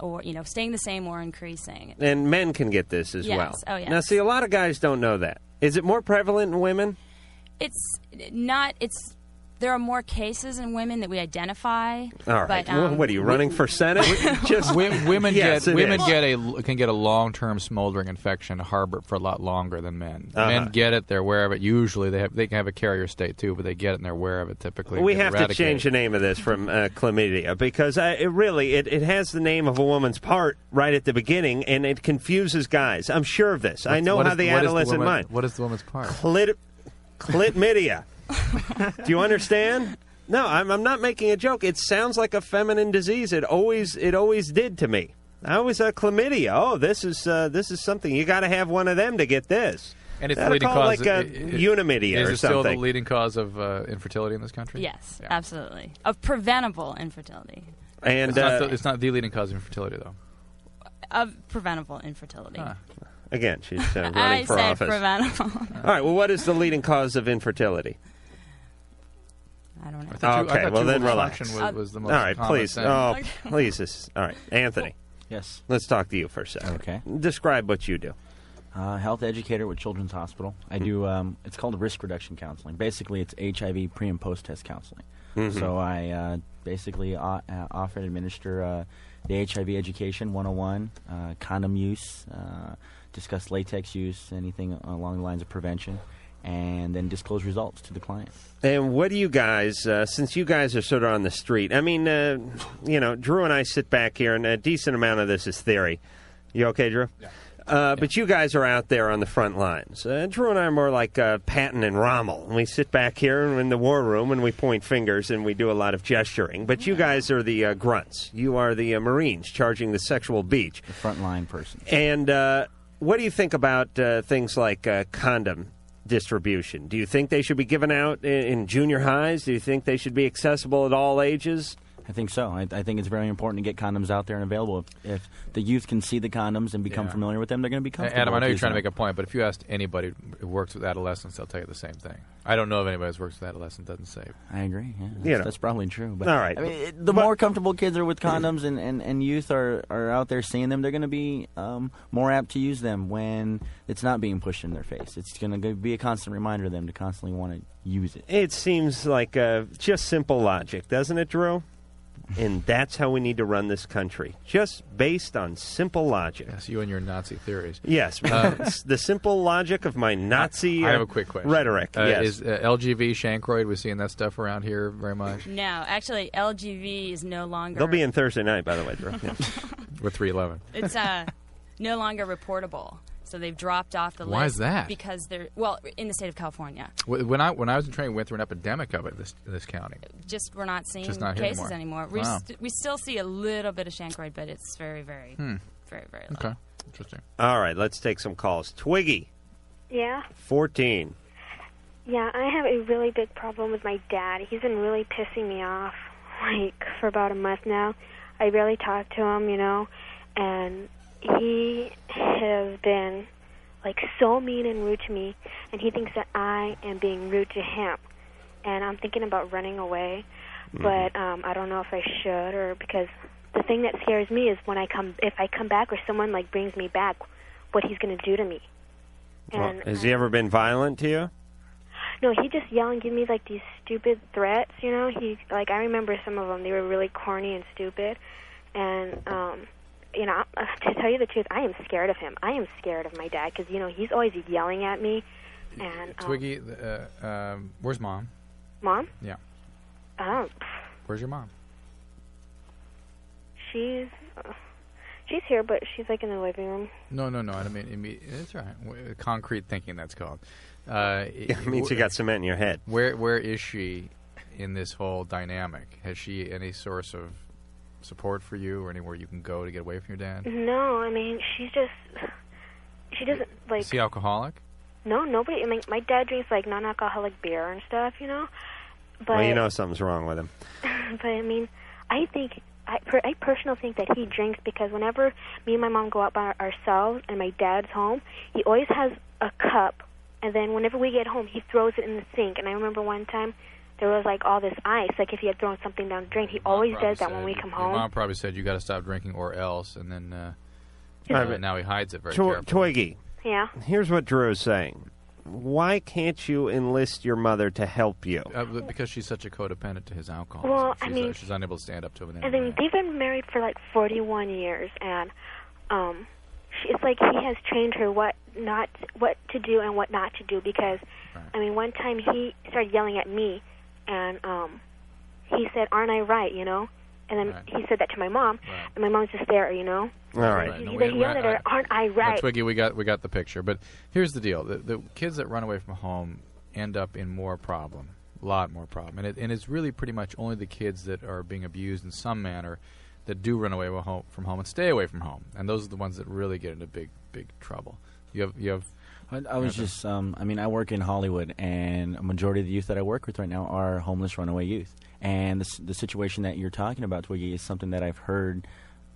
Speaker 23: or you know, staying the same or increasing.
Speaker 12: and men can get this as
Speaker 23: Yes.
Speaker 12: well.
Speaker 23: Oh,
Speaker 12: Now,
Speaker 23: yes.
Speaker 12: see, a lot of guys don't know that. Is it more prevalent in women?
Speaker 23: It's not. It's there are more cases in women that we identify.
Speaker 12: All right.
Speaker 23: But, um,
Speaker 12: Well, what are you running for Senate? Just
Speaker 22: Wo- women
Speaker 12: Yes,
Speaker 22: get
Speaker 12: it
Speaker 22: women
Speaker 12: is.
Speaker 22: get a l- can get a long term smoldering infection harbor it for a lot longer than men.
Speaker 12: Uh-huh.
Speaker 22: Men get it, they're aware of it. Usually they have they can have a carrier state too, but they get it and they're aware of it typically.
Speaker 12: we
Speaker 22: Get
Speaker 12: have to
Speaker 22: eradicated.
Speaker 12: change the name of this from uh, chlamydia because I, it really it, it has the name of a woman's part right at the beginning and it confuses guys. I'm sure of this. I
Speaker 22: What-
Speaker 12: know
Speaker 22: what
Speaker 12: how
Speaker 22: is-
Speaker 12: the
Speaker 22: what is
Speaker 12: adolescent
Speaker 22: woman-
Speaker 12: mind.
Speaker 22: What is the woman's part?
Speaker 12: Clit, clitmidia. Do you understand? No, I'm, I'm not making a joke. It sounds like a feminine disease. It always it always did to me. I was a chlamydia. Oh, this is uh, this is something you got to have one of them to get this.
Speaker 13: And it's the
Speaker 12: That'd
Speaker 13: leading
Speaker 12: call
Speaker 13: cause
Speaker 12: like a
Speaker 13: it- it-
Speaker 12: unimedia
Speaker 13: is
Speaker 12: or
Speaker 13: it still the
Speaker 12: something.
Speaker 13: leading cause of uh, infertility in this country?
Speaker 23: Yes, absolutely. Of preventable infertility.
Speaker 12: And
Speaker 13: it's, not
Speaker 12: uh,
Speaker 13: the, it's not the leading cause of infertility, though.
Speaker 23: Of preventable infertility.
Speaker 12: Again, she's uh, running
Speaker 23: I
Speaker 12: for
Speaker 23: said
Speaker 12: office.
Speaker 23: preventable.
Speaker 12: All right. Well, what is the leading cause of infertility?
Speaker 23: I don't know. Uh,
Speaker 12: Okay.
Speaker 23: I thought you- I thought
Speaker 12: well, then
Speaker 22: juvenile
Speaker 12: relax.
Speaker 22: function was- was the most
Speaker 12: all right.
Speaker 22: common
Speaker 12: Please.
Speaker 22: thing.
Speaker 12: Oh,
Speaker 22: Okay.
Speaker 12: please. This is, all right, Anthony.
Speaker 24: Yes.
Speaker 12: Let's talk to you for a second.
Speaker 24: Okay.
Speaker 12: Describe what you do. Hmm.
Speaker 24: Uh, health educator with Children's Hospital. I do. Um, it's called risk reduction counseling. Basically, it's HIV pre and post test counseling.
Speaker 12: Mm-hmm.
Speaker 25: Mhm.
Speaker 24: So I uh, basically o- uh, offer and administer uh, the HIV education 101, uh, condom use, uh, discuss latex use, anything along the lines of prevention, and then disclose results to the client.
Speaker 12: And what do you guys, uh, since you guys are sort of on the street, I mean, uh, you know, Drew and I sit back here, and a decent amount of this is theory. You okay, Drew? Yeah. Uh, But you guys are out there on the front lines. Uh, Drew and I are more like uh, Patton and Rommel. And we sit back here in the war room and we point fingers and we do a lot of gesturing. But you guys are the uh, grunts. You are the uh, Marines charging the sexual beach. The
Speaker 24: frontline person.
Speaker 12: And uh, what do you think about uh, things like uh, condom distribution? Do you think they should be given out in, in junior highs? Do you think they should be accessible at all ages?
Speaker 24: I think so. I, I think it's very important to get condoms out there and available. If, if the youth can see the condoms and become
Speaker 13: Yeah.
Speaker 24: familiar with them, they're going to be comfortable.
Speaker 13: Adam, I know
Speaker 24: with
Speaker 13: you're trying to
Speaker 24: using
Speaker 13: make a point, but if you asked anybody who works with adolescents, they'll tell you the same thing. I don't know if anybody who's works with adolescents doesn't say.
Speaker 24: I agree. Yeah, that's,
Speaker 13: You know.
Speaker 24: that's probably true. But
Speaker 13: All right.
Speaker 24: I mean, it- the more comfortable kids are with condoms and, and, and youth are, are out there seeing them, they're going to be um, more apt to use them when it's not being pushed in their face. It's going to be a constant reminder to them to constantly want to use it.
Speaker 12: It seems like uh, just simple logic, doesn't it, Drew? And that's how we need to run this country, just based on simple logic.
Speaker 13: Yes, you and your Nazi theories.
Speaker 12: Yes,
Speaker 13: Uh,
Speaker 12: it's the simple logic of my Nazi
Speaker 13: I have
Speaker 12: uh,
Speaker 13: a quick question.
Speaker 12: rhetoric.
Speaker 13: Uh,
Speaker 12: yes.
Speaker 13: Is uh, LGV shankroid? We're seeing that stuff around here very much.
Speaker 23: No, actually, LGV is no longer.
Speaker 12: They'll be in Thursday night, by the way, Drew. With
Speaker 13: 311.
Speaker 23: It's uh, no longer reportable. So they've dropped off the list.
Speaker 13: Why is that?
Speaker 23: Because they're well in the state of California.
Speaker 13: Wh- When I when I was in training, we went through an epidemic of it in this in this county.
Speaker 23: Just we're not seeing
Speaker 13: Just not here
Speaker 23: cases
Speaker 13: anymore.
Speaker 23: anymore. We,
Speaker 13: Wow.
Speaker 23: st- we still see a little bit of shankroid, but it's very, very,
Speaker 12: Hmm.
Speaker 23: very, very low.
Speaker 13: Okay. Interesting.
Speaker 12: All right, let's take some calls. Twiggy,
Speaker 26: Yeah,
Speaker 12: 14.
Speaker 26: yeah. I have a really big problem with my dad. He's been really pissing me off, like for about a month now. I barely talk to him, you know, and he has been like so mean and rude to me, and he thinks that I am being rude to him. And I'm thinking about running away, but um, I don't know if I should or because the thing that scares me is when I come, if I come back or someone like brings me back, what he's gonna do to me. And
Speaker 12: Has he ever been violent to you?
Speaker 26: No, he just yelled and gave me like these stupid threats. You know, he like I remember some of them. They were really corny and stupid. And um, you know, to tell you the truth, I am scared of him. I am scared of my dad because you know he's always yelling at me. And um,
Speaker 13: Twiggy, uh, um, where's mom?
Speaker 26: mom,
Speaker 13: Yeah,
Speaker 26: um,
Speaker 13: where's your mom?
Speaker 26: she's uh, she's here, but she's like in the living room.
Speaker 13: No, no, no. I mean, I mean it's all right. W- Concrete thinking, that's called. Uh,
Speaker 12: It means you got cement in your head.
Speaker 13: Where Where is she in this whole dynamic? Has she any source of support for you, or anywhere you can go to get away from your dad?
Speaker 26: No, I mean she's just she doesn't like
Speaker 13: Is he alcoholic?
Speaker 26: No, nobody. I mean, my dad drinks like non-alcoholic beer and stuff, you know. But
Speaker 12: well, you know something's wrong with him.
Speaker 26: but I mean, I think I per, I personally think that he drinks because whenever me and my mom go out by ourselves and my dad's home, he always has a cup, and then whenever we get home, he throws it in the sink. And I remember one time there was like all this ice, like if he had thrown something down the drain. He always
Speaker 13: probably
Speaker 26: does that when
Speaker 13: said-
Speaker 26: we come
Speaker 13: your
Speaker 26: home.
Speaker 13: mom probably said you got to stop drinking or else, and then uh,
Speaker 12: Yeah.
Speaker 13: uh, now he hides it very
Speaker 12: Tw-
Speaker 13: carefully.
Speaker 12: Twiggy.
Speaker 26: Yeah.
Speaker 12: Here's what Drew is saying. Why can't you enlist your mother to help you?
Speaker 13: Uh, b- because she's such a codependent to his alcohol.
Speaker 26: Well,
Speaker 13: she's,
Speaker 26: I mean-
Speaker 13: uh, she's unable to stand up to him.
Speaker 26: And then they've been married for like 41 years, and um, she, it's like he has trained her what not what to do and what not to do because, I mean, one time he started yelling at me, and um, he said, "Aren't I right?" You know, and then he said that to my mom, and my mom's just there, you know.
Speaker 13: All right. Right,
Speaker 26: He,
Speaker 13: no,
Speaker 26: he
Speaker 13: we-
Speaker 26: yelled
Speaker 13: we-
Speaker 26: at
Speaker 13: I-
Speaker 26: her, "Aren't I
Speaker 13: Well,
Speaker 26: right?"
Speaker 13: Twiggy, we got we got the picture. But here's the deal: the, the kids that run away from home end up in more problem, a lot more problem, and it, and it's really pretty much only the kids that are being abused in some manner that do run away wa- ho- from home and stay away from home, and those are the ones that really get into big big trouble. You have you have.
Speaker 24: I, I was
Speaker 13: Yeah.
Speaker 24: just, um, I mean, I work in Hollywood, and a majority of the youth that I work with right now are homeless runaway youth. And the, s- the situation that you're talking about, Twiggy, is something that I've heard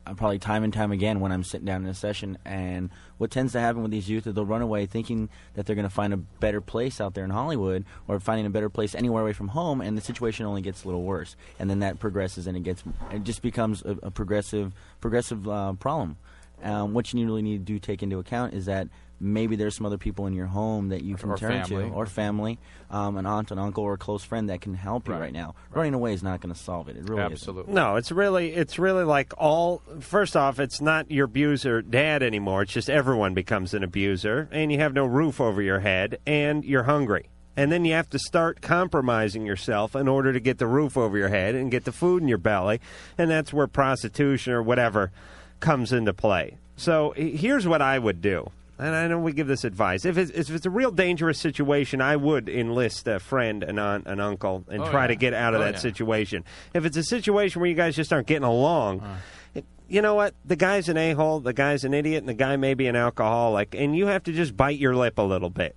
Speaker 24: uh, probably time and time again when I'm sitting down in a session. And what tends to happen with these youth is they'll run away thinking that they're going to find a better place out there in Hollywood or finding a better place anywhere away from home, and the situation only gets a little worse. And then that progresses, and it gets, it just becomes a, a progressive, progressive uh, problem um, what you really need to do take into account is that maybe there's some other people in your home that you can
Speaker 13: or
Speaker 24: turn
Speaker 13: family.
Speaker 24: to, or family, um, an aunt, an uncle, or a close friend that can help you right, now. Running away is not going to solve it. It really
Speaker 13: absolutely.
Speaker 12: No, it's really it's really like all first off, it's not your abuser dad anymore. It's just everyone becomes an abuser and you have no roof over your head and you're hungry. And then you have to start compromising yourself in order to get the roof over your head and get the food in your belly. And that's where prostitution or whatever comes into play. So he- here's what I would do. And I know we give this advice. If it's, if it's a real dangerous situation, I would enlist a friend, an aunt, an uncle, and
Speaker 13: Oh,
Speaker 12: try to
Speaker 13: yeah.
Speaker 12: get out of
Speaker 13: Oh,
Speaker 12: that
Speaker 13: yeah.
Speaker 12: situation. If it's a situation where you guys just aren't getting along,
Speaker 13: Uh.
Speaker 12: it, you know what? The guy's an a hole, the guy's an idiot, and the guy may be an alcoholic, and you have to just bite your lip a little bit.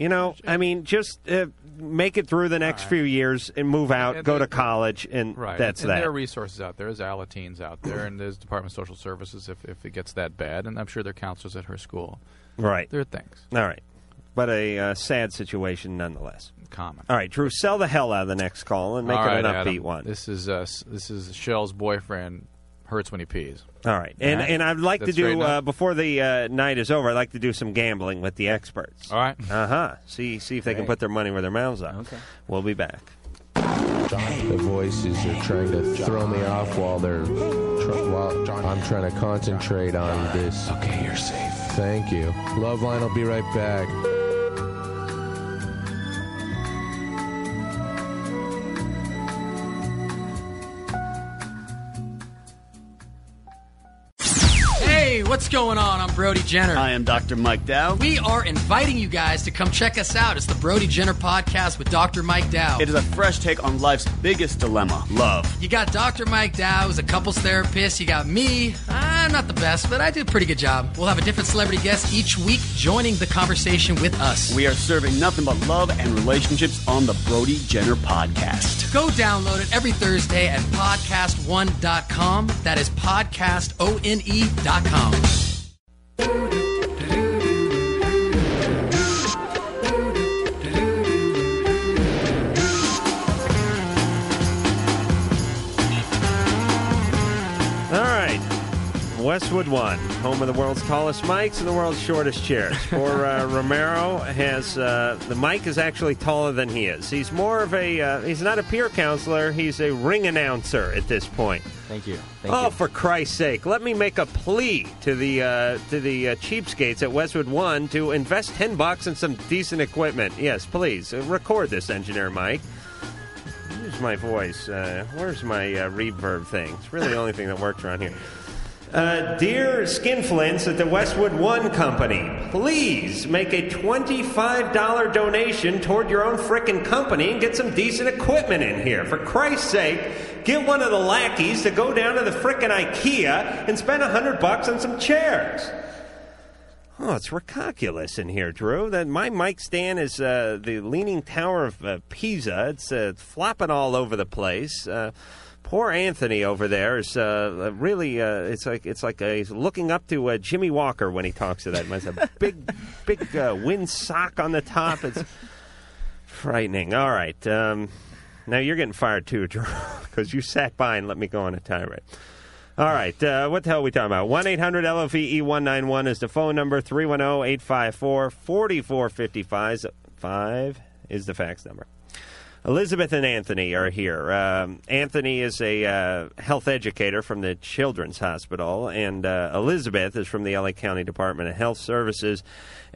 Speaker 12: You know, I mean, just uh, make it through the next few years and move out,
Speaker 13: And
Speaker 12: go to
Speaker 13: they-
Speaker 12: college, and
Speaker 13: Right.
Speaker 12: that's
Speaker 13: and,
Speaker 12: that.
Speaker 13: And there are resources out there. There's Alateens out there, and there's Department of Social Services if, if it gets that bad, and I'm sure there are counselors at her school.
Speaker 12: Right.
Speaker 13: There are things.
Speaker 12: All right. But a uh, sad situation nonetheless.
Speaker 13: Common.
Speaker 12: All right, Drew, sell the hell out of the next call and make
Speaker 13: All
Speaker 12: it
Speaker 13: right,
Speaker 12: an upbeat
Speaker 13: Adam.
Speaker 12: one.
Speaker 13: This is uh, s- this is Shell's boyfriend. Hurts when he pees.
Speaker 12: All right, and and I'd like
Speaker 13: That's
Speaker 12: to
Speaker 13: great
Speaker 12: do
Speaker 13: enough.
Speaker 12: uh, before the uh, night is over. I'd like to do some gambling with the experts.
Speaker 13: All right.
Speaker 12: Uh huh. See see if they can
Speaker 13: Great.
Speaker 12: put their money where their mouths are. Okay. We'll be back.
Speaker 1: The voices are trying to throw me off while they're tr- while I'm trying to concentrate on this. Okay, you're safe. Thank you. Loveline will be right back.
Speaker 27: Hey, what's going on? I'm Brody Jenner. I am Dr. Mike Dow. We are inviting you guys to come check us out. It's the Brody Jenner Podcast with Dr. Mike Dow.
Speaker 19: It is a fresh take on life's biggest dilemma love.
Speaker 27: You got Dr. Mike Dow, who's a couples therapist. You got me. I'm not the best, but I do a pretty good job. We'll have a different celebrity guest each week joining the conversation with us.
Speaker 19: We are serving nothing but love and relationships on the Brody Jenner podcast.
Speaker 27: Go download it every Thursday at podcast1.com. That is E podcastone.com.
Speaker 12: All right, Westwood One, home of the world's tallest mics and the world's shortest chairs. For uh, Romero has uh, the mic is actually taller than he is. He's more of a uh, he's not a peer counselor. He's a ring announcer at this point.
Speaker 24: Thank you. Thank
Speaker 12: oh,
Speaker 24: you.
Speaker 12: for Christ's sake! Let me make a plea to the uh, to the uh, cheapskates at Westwood One to invest ten bucks in some decent equipment. Yes, please uh, record this, engineer Mike. Where's my voice? Uh, where's my uh, reverb thing? It's really the only thing that works around here. Uh, dear Skinflints at the Westwood One Company, please make a $25 donation toward your own frickin' company and get some decent equipment in here. For Christ's sake, get one of the lackeys to go down to the frickin' IKEA and spend a 100 bucks on some chairs. Oh, it's ridiculous in here, Drew. That my mic stand is uh, the leaning tower of uh, Pisa. It's uh, flopping all over the place. Uh, poor Anthony over there is uh, really. Uh, it's like it's like uh, he's looking up to uh, Jimmy Walker when he talks to that. It's a big, big uh, wind sock on the top. It's frightening. All right. Um, now you're getting fired too, Drew, because you sat by and let me go on a tirade. All right. Uh, what the hell are we talking about? 1 800 LOVE 191 is the phone number. 310 854 4455 is the fax number. Elizabeth and Anthony are here. Um, Anthony is a uh, health educator from the Children's Hospital, and uh, Elizabeth is from the LA County Department of Health Services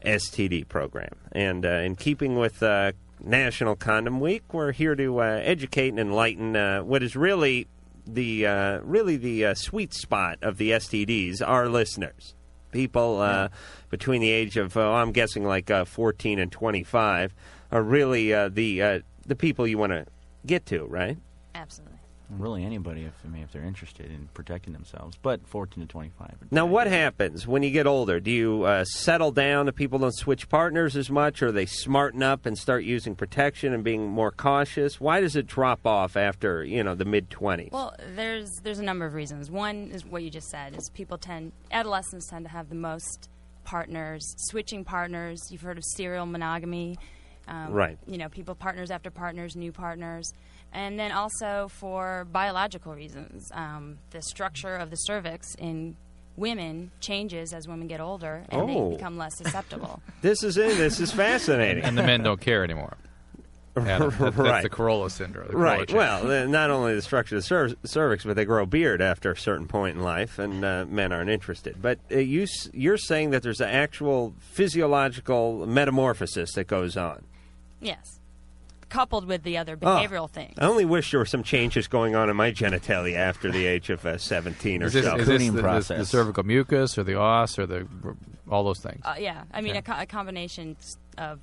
Speaker 12: STD program. And uh, in keeping with uh, National Condom Week, we're here to uh, educate and enlighten uh, what is really the uh, really the uh, sweet spot of the STDs. Our listeners, people uh, between the age of oh, I'm guessing like uh, 14 and 25, are really uh, the uh, the people you want to get to, right?
Speaker 23: Absolutely.
Speaker 24: Really, anybody, if I mean, if they're interested in protecting themselves, but 14 to 25.
Speaker 12: Now, what happens when you get older? Do you uh, settle down? Do people don't switch partners as much, or they smarten up and start using protection and being more cautious? Why does it drop off after you know the mid twenties?
Speaker 23: Well, there's there's a number of reasons. One is what you just said is people tend adolescents tend to have the most partners, switching partners. You've heard of serial monogamy, um,
Speaker 12: Right.
Speaker 23: You know, people partners after partners, new partners, and then also for biological reasons, um, the structure of the cervix in women changes as women get older and
Speaker 12: Oh.
Speaker 23: they become less susceptible.
Speaker 12: This is it. This is fascinating.
Speaker 13: and the men don't care anymore. Adam, that- that's
Speaker 12: Right.
Speaker 13: the Corolla syndrome. the Corolla
Speaker 12: Right.
Speaker 13: change.
Speaker 12: Well, uh, not only the structure of the cer- cervix, but they grow a beard after a certain point in life, and uh, men aren't interested. But uh, you, s- you're saying that there's an actual physiological metamorphosis that goes on.
Speaker 23: yes, coupled with the
Speaker 12: Ah.
Speaker 23: other behavioral thing.
Speaker 12: I only wish there were some changes going on in my genitalia after the age of uh, 17 or
Speaker 13: Is this,
Speaker 12: so.
Speaker 13: is this the, the, the cervical mucus or the os or the all those things?
Speaker 23: Uh, yeah, I mean a, co- a combination s- of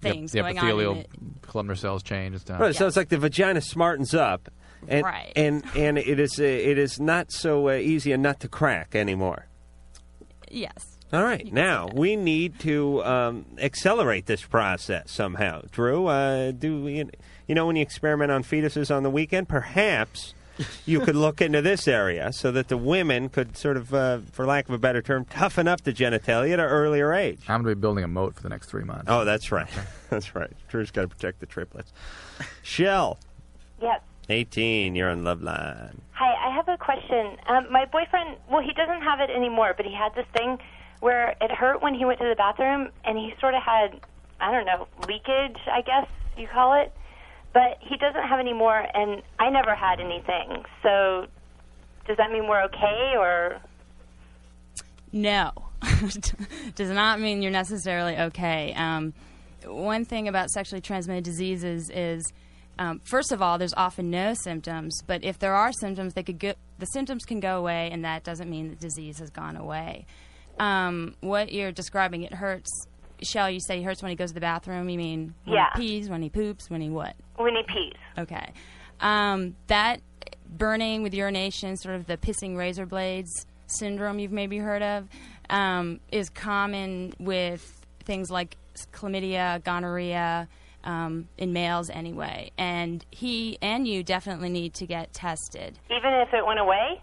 Speaker 13: The-
Speaker 23: things
Speaker 13: the
Speaker 23: going
Speaker 13: epithelial
Speaker 23: on. in it.
Speaker 13: columnar cells change and stuff.
Speaker 12: Right, so it's like the vagina smartens up, and
Speaker 23: Right.
Speaker 12: and and it is uh, it is not so uh, easy a nut to crack anymore.
Speaker 23: Yes.
Speaker 12: All right, now we need to um, accelerate this process somehow. Drew, uh, do we, you know when you experiment on fetuses on the weekend? Perhaps you could look into this area so that the women could sort of, uh, for lack of a better term, toughen up the genitalia at an earlier age.
Speaker 13: I'm going to be building a moat for the next three months.
Speaker 12: Oh, that's right, that's right. Drew's got to protect the triplets. Shell,
Speaker 28: Yes.
Speaker 12: eighteen, you're on love line.
Speaker 28: Hi, I have a question. Um, my boyfriend, well, he doesn't have it anymore, but he had this thing where it hurt when he went to the bathroom, and he sort of had, I don't know, leakage, I guess you call it. But he doesn't have any more, and I never had anything. So does that mean we're okay, or
Speaker 23: No, does not mean you're necessarily okay. Um, one thing about sexually transmitted diseases is, um, first of all, there's often no symptoms, but if there are symptoms, they could go, the symptoms can go away, and that doesn't mean the disease has gone away. Um, what you're describing, it hurts. Shall you say it hurts when he goes to the bathroom? You mean when
Speaker 28: Yeah.
Speaker 23: he pees, when he poops, when he what?
Speaker 28: when he pees?
Speaker 23: Okay. Um, that burning with urination, sort of the pissing razor blades syndrome you've maybe heard of, um, is common with things like s- chlamydia, gonorrhea, um, in males anyway. And he and you definitely need to get tested
Speaker 28: Even if it went away?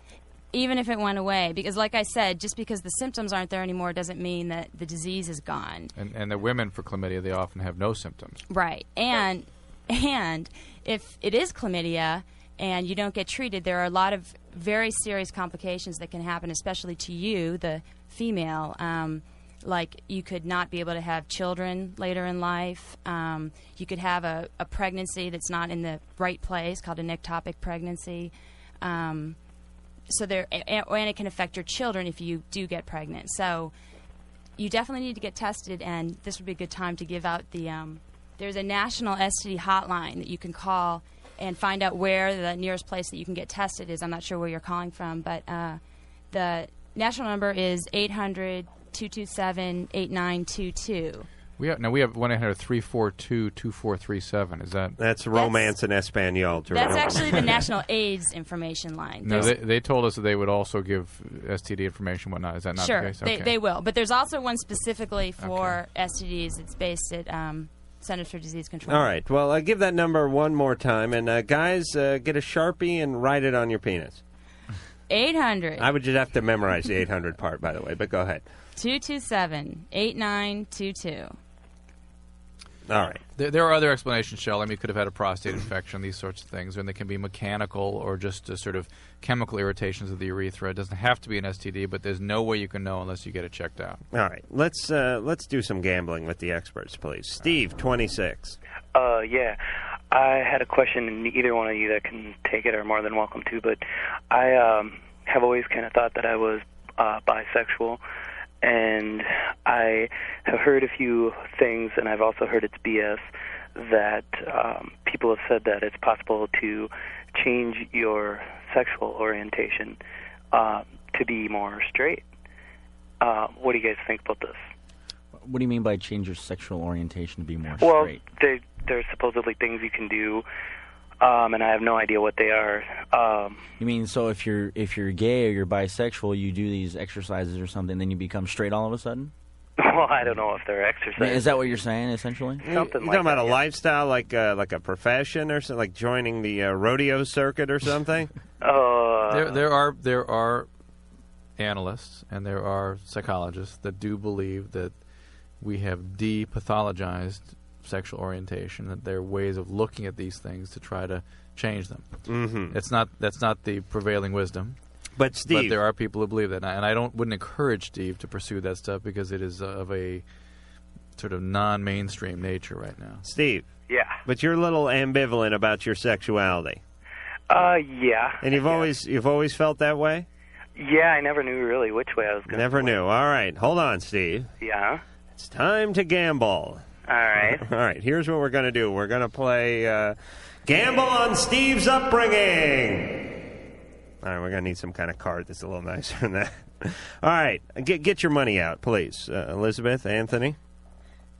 Speaker 23: even if it went away because like i said just because the symptoms aren't there anymore doesn't mean that the disease is gone
Speaker 13: And, and the women for chlamydia, they often have no symptoms.
Speaker 23: Right. And and if it is chlamydia and you don't get treated, there are a lot of very serious complications that can happen, especially to you, the female. Um, like you could not be able to have children later in life. Um, you could have a, a pregnancy that's not in the right place, called an ectopic pregnancy. Um, so there, a- a- and it can affect your children if you do get pregnant. So you definitely need to get tested, and this would be a good time to give out the. Um, there's a national STD hotline that you can call and find out where the nearest place that you can get tested is. I'm not sure where you're calling from, but uh, the national number is 800 227 8922.
Speaker 13: We have now we have one 342 2437 Is that
Speaker 12: That's romance in Espanol. to
Speaker 23: That's
Speaker 12: remember.
Speaker 23: actually the National AIDS Information Line.
Speaker 13: No, they,
Speaker 23: There's-
Speaker 13: they told us that they would also give STD information, whatnot. Is that not
Speaker 23: sure,
Speaker 13: the case?
Speaker 23: they, they will. But there's also one specifically for STDs. It's based at um, Centers for Disease Control.
Speaker 12: All right. Well, uh, give that number one more time, and uh, guys, uh, get a sharpie and write it on your penis.
Speaker 23: 800
Speaker 12: I would just have to memorize the 800 part, by the way. But go ahead.
Speaker 23: 227 8922.
Speaker 12: All right.
Speaker 13: There, there are other explanations, Shell. I mean, you could have had a prostate infection, these sorts of things, and they can be mechanical or just a sort of chemical irritations of the urethra. It doesn't have to be an STD, but there's no way you can know unless you get it checked out.
Speaker 12: All right. Let's uh, let's do some gambling with the experts, please. Steve, 26.
Speaker 29: Uh, yeah. I had a question, and either one of you that can take it are more than welcome to. But I um, have always kind of thought that I was uh, bisexual, and I have heard a few things, and I've also heard it's BS that um, people have said that it's possible to change your sexual orientation uh, to be more straight. Uh, what do you guys think about this?
Speaker 24: What do you mean by change your sexual orientation to be more
Speaker 29: Well,
Speaker 24: straight?
Speaker 29: they, there's supposedly things you can do, um, and I have no idea what they are. Um,
Speaker 24: You mean so if you're if you're gay or you're bisexual, you do these exercises or something, then you become straight all of a sudden?
Speaker 29: well, I don't know if they're
Speaker 24: I mean,
Speaker 29: exercises.
Speaker 24: is that what you're saying essentially?
Speaker 12: You- you talking about a lifestyle, like uh, like a profession, or something, like joining the uh, rodeo circuit or something?
Speaker 29: Uh,
Speaker 13: there, there are there are analysts and there are psychologists that do believe that we have de-pathologized sexual orientation. That there are ways of looking at these things to try to change them.
Speaker 12: Mhm.
Speaker 13: It's not that's not the prevailing wisdom.
Speaker 12: But Steve-
Speaker 13: there are people who believe that, and I- and I don't wouldn't encourage Steve to pursue that stuff because it is of a sort of non-mainstream nature right now.
Speaker 12: Steve.
Speaker 29: Yeah.
Speaker 12: But you're a little ambivalent about your sexuality,
Speaker 29: Uh, yeah,
Speaker 12: and you've always you've always felt that way.
Speaker 29: yeah. I never knew really which way I was going.
Speaker 12: Never knew. All right, hold on, Steve.
Speaker 29: Yeah.
Speaker 12: It's time to gamble.
Speaker 29: All right.
Speaker 12: All right. Here's what we're gonna do. We're gonna play uh, gamble on Steve's upbringing. All right, we're gonna need some kind of card that's a little nicer than that. All right, get get your money out, please, uh, Elizabeth, Anthony.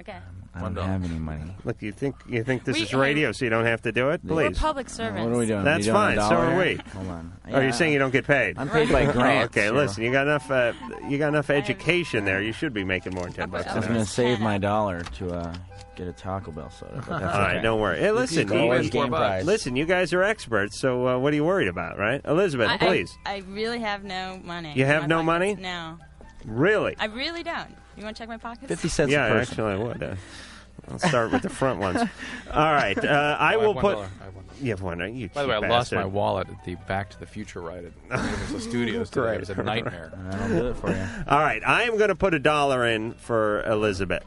Speaker 23: Okay.
Speaker 24: I don't have any money.
Speaker 12: Look, you think you think this
Speaker 23: We-
Speaker 12: is radio, so you don't have to do it,
Speaker 23: We're
Speaker 12: please.
Speaker 23: public servants.
Speaker 24: What are we doing?
Speaker 12: That's
Speaker 24: We doing a
Speaker 12: fine. So are
Speaker 24: dollar?
Speaker 12: we.
Speaker 24: Hold on.
Speaker 12: Are
Speaker 24: Yeah.
Speaker 12: you saying you don't get paid?
Speaker 24: I'm paid by grants,
Speaker 12: okay,
Speaker 24: you
Speaker 12: listen, you got enough. Uh, you got enough education there. You should be making more than ten bucks.
Speaker 24: I was
Speaker 12: an hour.
Speaker 24: going to save my dollar to uh, get a Taco Bell soda. But
Speaker 12: All
Speaker 24: that's
Speaker 12: right,
Speaker 24: okay.
Speaker 12: don't worry. Hey,
Speaker 24: You
Speaker 12: listen,
Speaker 24: can always
Speaker 12: you,
Speaker 24: game prize.
Speaker 12: listen, you guys are experts, so uh, what are you worried about, right? Elizabeth,
Speaker 23: I, I-
Speaker 12: please.
Speaker 23: I, really have no money.
Speaker 12: You
Speaker 23: in
Speaker 12: have
Speaker 23: my
Speaker 12: no
Speaker 23: pockets.
Speaker 12: money?
Speaker 23: No.
Speaker 12: Really?
Speaker 23: I really don't. You want to check my pockets?
Speaker 12: yeah, actually, I would. Uh, I'll start with the front ones. All right, uh, I
Speaker 13: Oh, I
Speaker 12: will
Speaker 13: have one
Speaker 12: put.
Speaker 13: dollar. I have one
Speaker 12: You have one. right? You
Speaker 13: By the way, I
Speaker 12: cheap
Speaker 13: lost my
Speaker 12: bastard.
Speaker 13: wallet at the Back to the Future ride at Universal Studios today. It was a
Speaker 12: Great.
Speaker 13: nightmare.
Speaker 24: I'll do it for you.
Speaker 12: All right, I am going to put a dollar in for Elizabeth,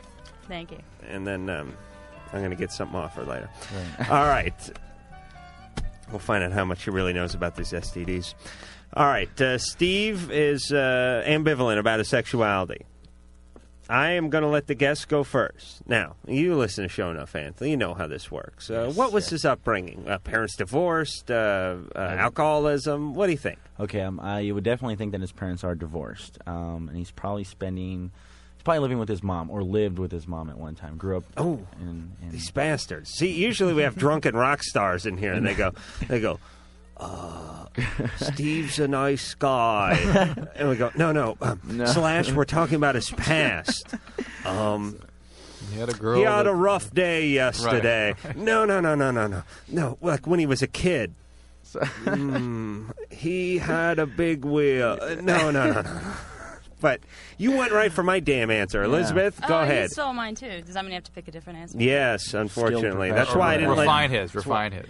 Speaker 23: Thank you.
Speaker 12: and then um, I'm going to get something off her later. All right, we'll find out how much she really knows about these STDs. All right, uh, Steve is uh, ambivalent about his sexuality. I am going to let the guests go first. Now, you listen to Show Enough, Anthony. You know how this works. Uh, what was his upbringing? Uh, parents divorced? Uh, uh, alcoholism? What do you think?
Speaker 24: Okay, um, I would definitely think that his parents are divorced, um, and he's probably spending, he's probably living with his mom or lived with his mom at one time. Grew up.
Speaker 12: Oh,
Speaker 24: in, in,
Speaker 12: These bastards. See, usually we have drunken rock stars in here, and they go, they go, uh, Steve's a nice guy, and we go, no, no, um,
Speaker 11: No.
Speaker 12: Slash, we're talking about his past. Um,
Speaker 13: He had a girl.
Speaker 12: he had
Speaker 13: that-
Speaker 12: a rough day yesterday.
Speaker 13: Right, right.
Speaker 12: No, no, no, no, no, no, no. Like when he was a kid. Mm, he had a big wheel. Uh, No, no, no, no. But you went right for my damn answer, Elizabeth. Go
Speaker 23: oh, You
Speaker 12: ahead.
Speaker 23: stole mine too. Does that mean I have to pick a different answer?
Speaker 12: Yes, unfortunately. That's
Speaker 13: professional.
Speaker 12: why I didn't
Speaker 13: Refine
Speaker 12: let,
Speaker 13: his, refine his.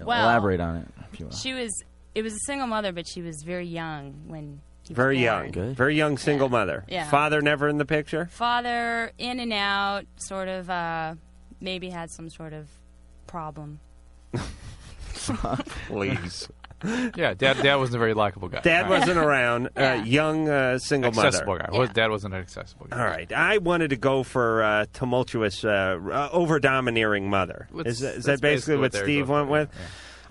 Speaker 23: Well,
Speaker 24: elaborate on it if you will.
Speaker 23: She was. It was a single mother, but she was very young when he was
Speaker 12: Very
Speaker 23: born.
Speaker 12: young. Very young single mother.
Speaker 23: Yeah.
Speaker 12: Father never in the picture?
Speaker 23: Father in and out, sort of. Uh, maybe had some sort of problem.
Speaker 12: Please.
Speaker 13: yeah, dad. Dad wasn't a very likable guy.
Speaker 12: Dad
Speaker 13: Right.
Speaker 12: wasn't around. Uh, young uh, single
Speaker 13: accessible
Speaker 12: mother.
Speaker 13: guy. Was- Dad wasn't an accessible guy.
Speaker 12: All right. I wanted to go for uh, tumultuous, uh, uh, over domineering mother.
Speaker 13: What's-
Speaker 12: is that- is that
Speaker 13: that's
Speaker 12: basically
Speaker 13: basically
Speaker 12: what
Speaker 13: what they're
Speaker 12: Steve
Speaker 13: going
Speaker 12: went with?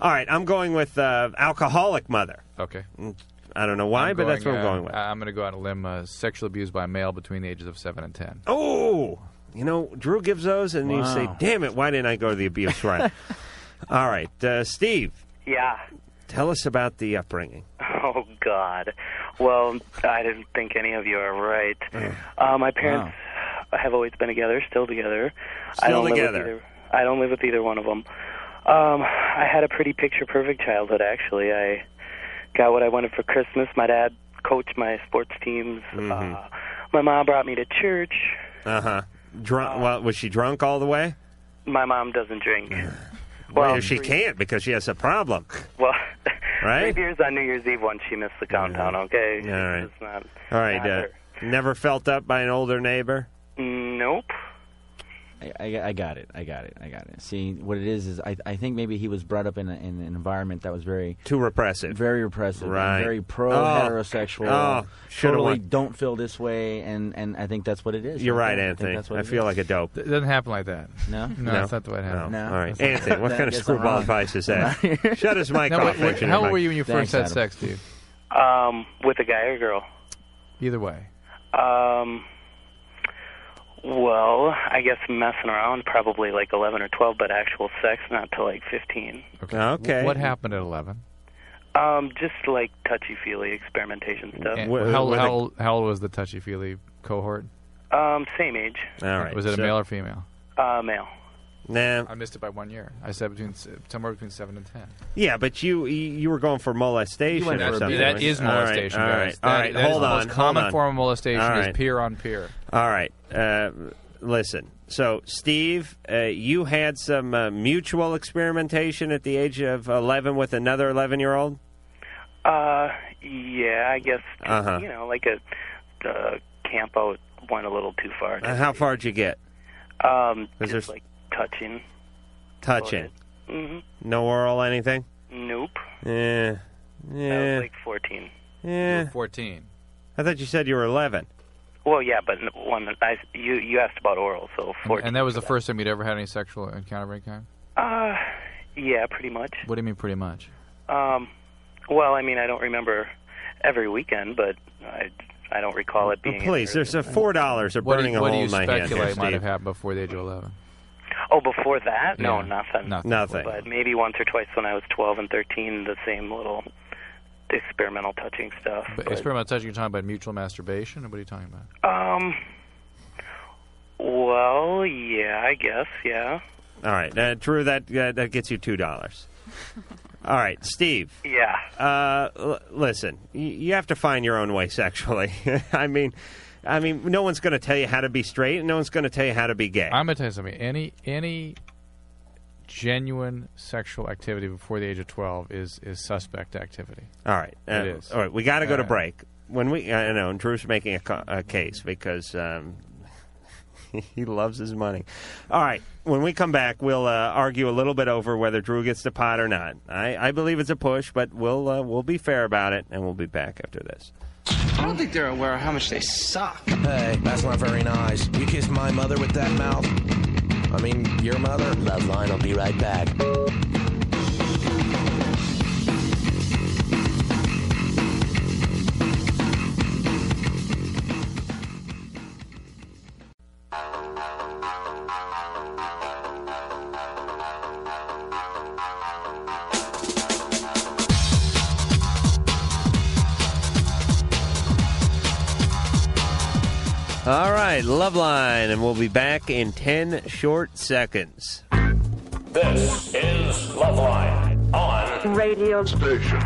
Speaker 12: All right. I'm going with uh, alcoholic mother.
Speaker 13: Okay.
Speaker 12: Mm, I don't know why,
Speaker 13: I'm
Speaker 12: but that's
Speaker 13: going,
Speaker 12: what I'm
Speaker 13: uh,
Speaker 12: going with.
Speaker 13: I- I'm going to go out on a limb. Uh, sexual abuse by a male between the ages of seven and ten.
Speaker 12: Oh, You know, Drew gives those, and you say,
Speaker 30: Wow.
Speaker 12: "Damn it! Why didn't I go to the abuse route?" All right, uh, Steve,
Speaker 29: Yeah.
Speaker 12: tell us about the upbringing.
Speaker 29: Oh God. Well, I didn't think any of you are right. Uh, my parents have always been together, still together. I
Speaker 12: Still
Speaker 29: don't live with
Speaker 12: together.
Speaker 29: either- I don't live with either one of them. Um, I had a pretty picture perfect childhood. Actually, I got what I wanted for Christmas. My dad coached my sports teams.
Speaker 12: Mm-hmm.
Speaker 29: Uh, my mom brought me to church.
Speaker 12: Uh huh. Drunk? Well, was she drunk all the way?
Speaker 29: My mom doesn't drink.
Speaker 12: Well, she can't because she has a problem.
Speaker 29: Well,
Speaker 12: Right?
Speaker 29: three beers on New Year's Eve once she missed the countdown. Okay,
Speaker 12: All right.
Speaker 29: it's not.
Speaker 12: All right.
Speaker 29: not
Speaker 12: Uh,
Speaker 29: her.
Speaker 12: never felt up by an older neighbor.
Speaker 29: Nope.
Speaker 24: I, I, I got it. I got it. I got it. See, what it is is I, I think maybe he was brought up in, a, in an environment that was very
Speaker 12: too repressive,
Speaker 24: very repressive, and
Speaker 12: Right.
Speaker 24: very pro heterosexual.
Speaker 12: Oh, shoulda
Speaker 24: totally
Speaker 12: won.
Speaker 24: don't feel this way, and and I think that's what it is.
Speaker 12: You're
Speaker 24: I
Speaker 12: right,
Speaker 24: think- I think
Speaker 12: Anthony.
Speaker 24: that's what
Speaker 12: I
Speaker 24: it
Speaker 12: feel
Speaker 24: is.
Speaker 12: like a dope.
Speaker 13: It doesn't happen like that.
Speaker 24: No?
Speaker 13: no, that's not the way it happened.
Speaker 24: No.
Speaker 12: All right,
Speaker 24: That's not-
Speaker 12: Anthony, what
Speaker 24: Then I
Speaker 12: kind of
Speaker 24: guess I'm
Speaker 12: screwball
Speaker 24: wrong.
Speaker 12: advice is that? Shut his mic
Speaker 13: No,
Speaker 12: off.
Speaker 13: wait, wait,
Speaker 12: Anthony,
Speaker 13: how
Speaker 12: your
Speaker 13: old
Speaker 12: mic.
Speaker 13: were you when you first had sex, Steve?
Speaker 29: Um, with a guy or girl?
Speaker 13: Either way.
Speaker 29: Um, well, I guess messing around probably like 11 or 12, but actual sex not till like 15.
Speaker 12: Okay. Okay.
Speaker 13: What happened at 11?
Speaker 29: Um, just like touchy feely experimentation stuff.
Speaker 13: And how, how, old, how old was the touchy feely cohort?
Speaker 29: Um, same age.
Speaker 13: Was it a male or female?
Speaker 29: Uh, male.
Speaker 12: Nah.
Speaker 13: I missed it by one year. I said between s- somewhere between seven and ten.
Speaker 12: Yeah, but you you were going for molestation
Speaker 13: You went
Speaker 12: or
Speaker 13: for
Speaker 12: something.
Speaker 13: abuse. That is
Speaker 12: All right,
Speaker 13: molestation,
Speaker 12: All
Speaker 13: guys.
Speaker 12: right,
Speaker 13: That-
Speaker 12: all right.
Speaker 13: that is
Speaker 12: hold
Speaker 13: the
Speaker 12: on.
Speaker 13: most
Speaker 12: hold
Speaker 13: common
Speaker 12: on.
Speaker 13: form of molestation
Speaker 12: All
Speaker 13: is
Speaker 12: right.
Speaker 13: peer on peer.
Speaker 12: All right. Uh, listen. So, Steve, uh, you had some uh, mutual experimentation at the age of 11 with another 11 year old?
Speaker 29: Uh, yeah, I guess,
Speaker 12: Uh-huh.
Speaker 29: you know, like a uh, camp out went a little too far.
Speaker 12: Uh, how far did you get?
Speaker 29: Um,
Speaker 12: Was Uh-huh. there
Speaker 29: just like touching.
Speaker 12: touching?
Speaker 29: hmm
Speaker 12: No oral, anything? Eh.
Speaker 29: Nope.
Speaker 12: Yeah.
Speaker 29: I
Speaker 12: Yeah.
Speaker 29: was like 14.
Speaker 12: yeah.
Speaker 13: 14.
Speaker 12: Eh. I thought you said you were 11.
Speaker 29: Well, yeah, but one I, you you asked about oral, so 14.
Speaker 13: And, and that was the first time you'd ever had any sexual encounter of any kind?
Speaker 29: Uh, yeah, pretty much.
Speaker 13: What do you mean, pretty much?
Speaker 29: Um, well, I mean, I don't remember every weekend, but I I don't recall it being.
Speaker 12: Please, there's a four dollars are
Speaker 13: What do
Speaker 12: burning
Speaker 13: you-
Speaker 12: a
Speaker 13: what do
Speaker 12: hole
Speaker 13: you
Speaker 12: in my hand.
Speaker 13: speculate
Speaker 12: here,
Speaker 13: might have
Speaker 12: Steve.
Speaker 13: happened before the age of 11?
Speaker 29: Oh, before that? No,
Speaker 13: Yeah.
Speaker 29: nothing.
Speaker 13: Nothing.
Speaker 12: Nothing.
Speaker 29: But maybe once or twice when I was 12 and 13, the same little experimental touching stuff.
Speaker 13: But experimental touching, you're talking about mutual masturbation? Or what are you talking about?
Speaker 29: Um. Well, yeah, I guess, yeah.
Speaker 12: All right, uh, Drew, that uh, that gets you two dollars. All right, Steve.
Speaker 29: Yeah.
Speaker 12: Uh, l- listen, y- you have to find your own way sexually. I mean, I mean, no one's going to tell you how to be straight, and no one's going to tell you how to be gay.
Speaker 13: I'm going to tell you something. Any any genuine sexual activity before the age of 12 is, is suspect activity.
Speaker 12: All right, uh,
Speaker 13: It is.
Speaker 12: All right, we got to go to
Speaker 13: Uh,
Speaker 12: break. When we, uh, I know, and Drew's making a, co- a case because um, he loves his money. All right, when we come back, we'll uh, argue a little bit over whether Drew gets the pot or not. I, I believe it's a push, but we'll uh, we'll be fair about it, and we'll be back after this.
Speaker 11: I don't think they're aware of how much they suck.
Speaker 1: Hey, that's not very nice. You kissed my mother with that mouth. I mean, your mother. Loveline will be right back.
Speaker 12: All right, love line, and we'll be back in ten short seconds.
Speaker 8: This is Loveline on radio station.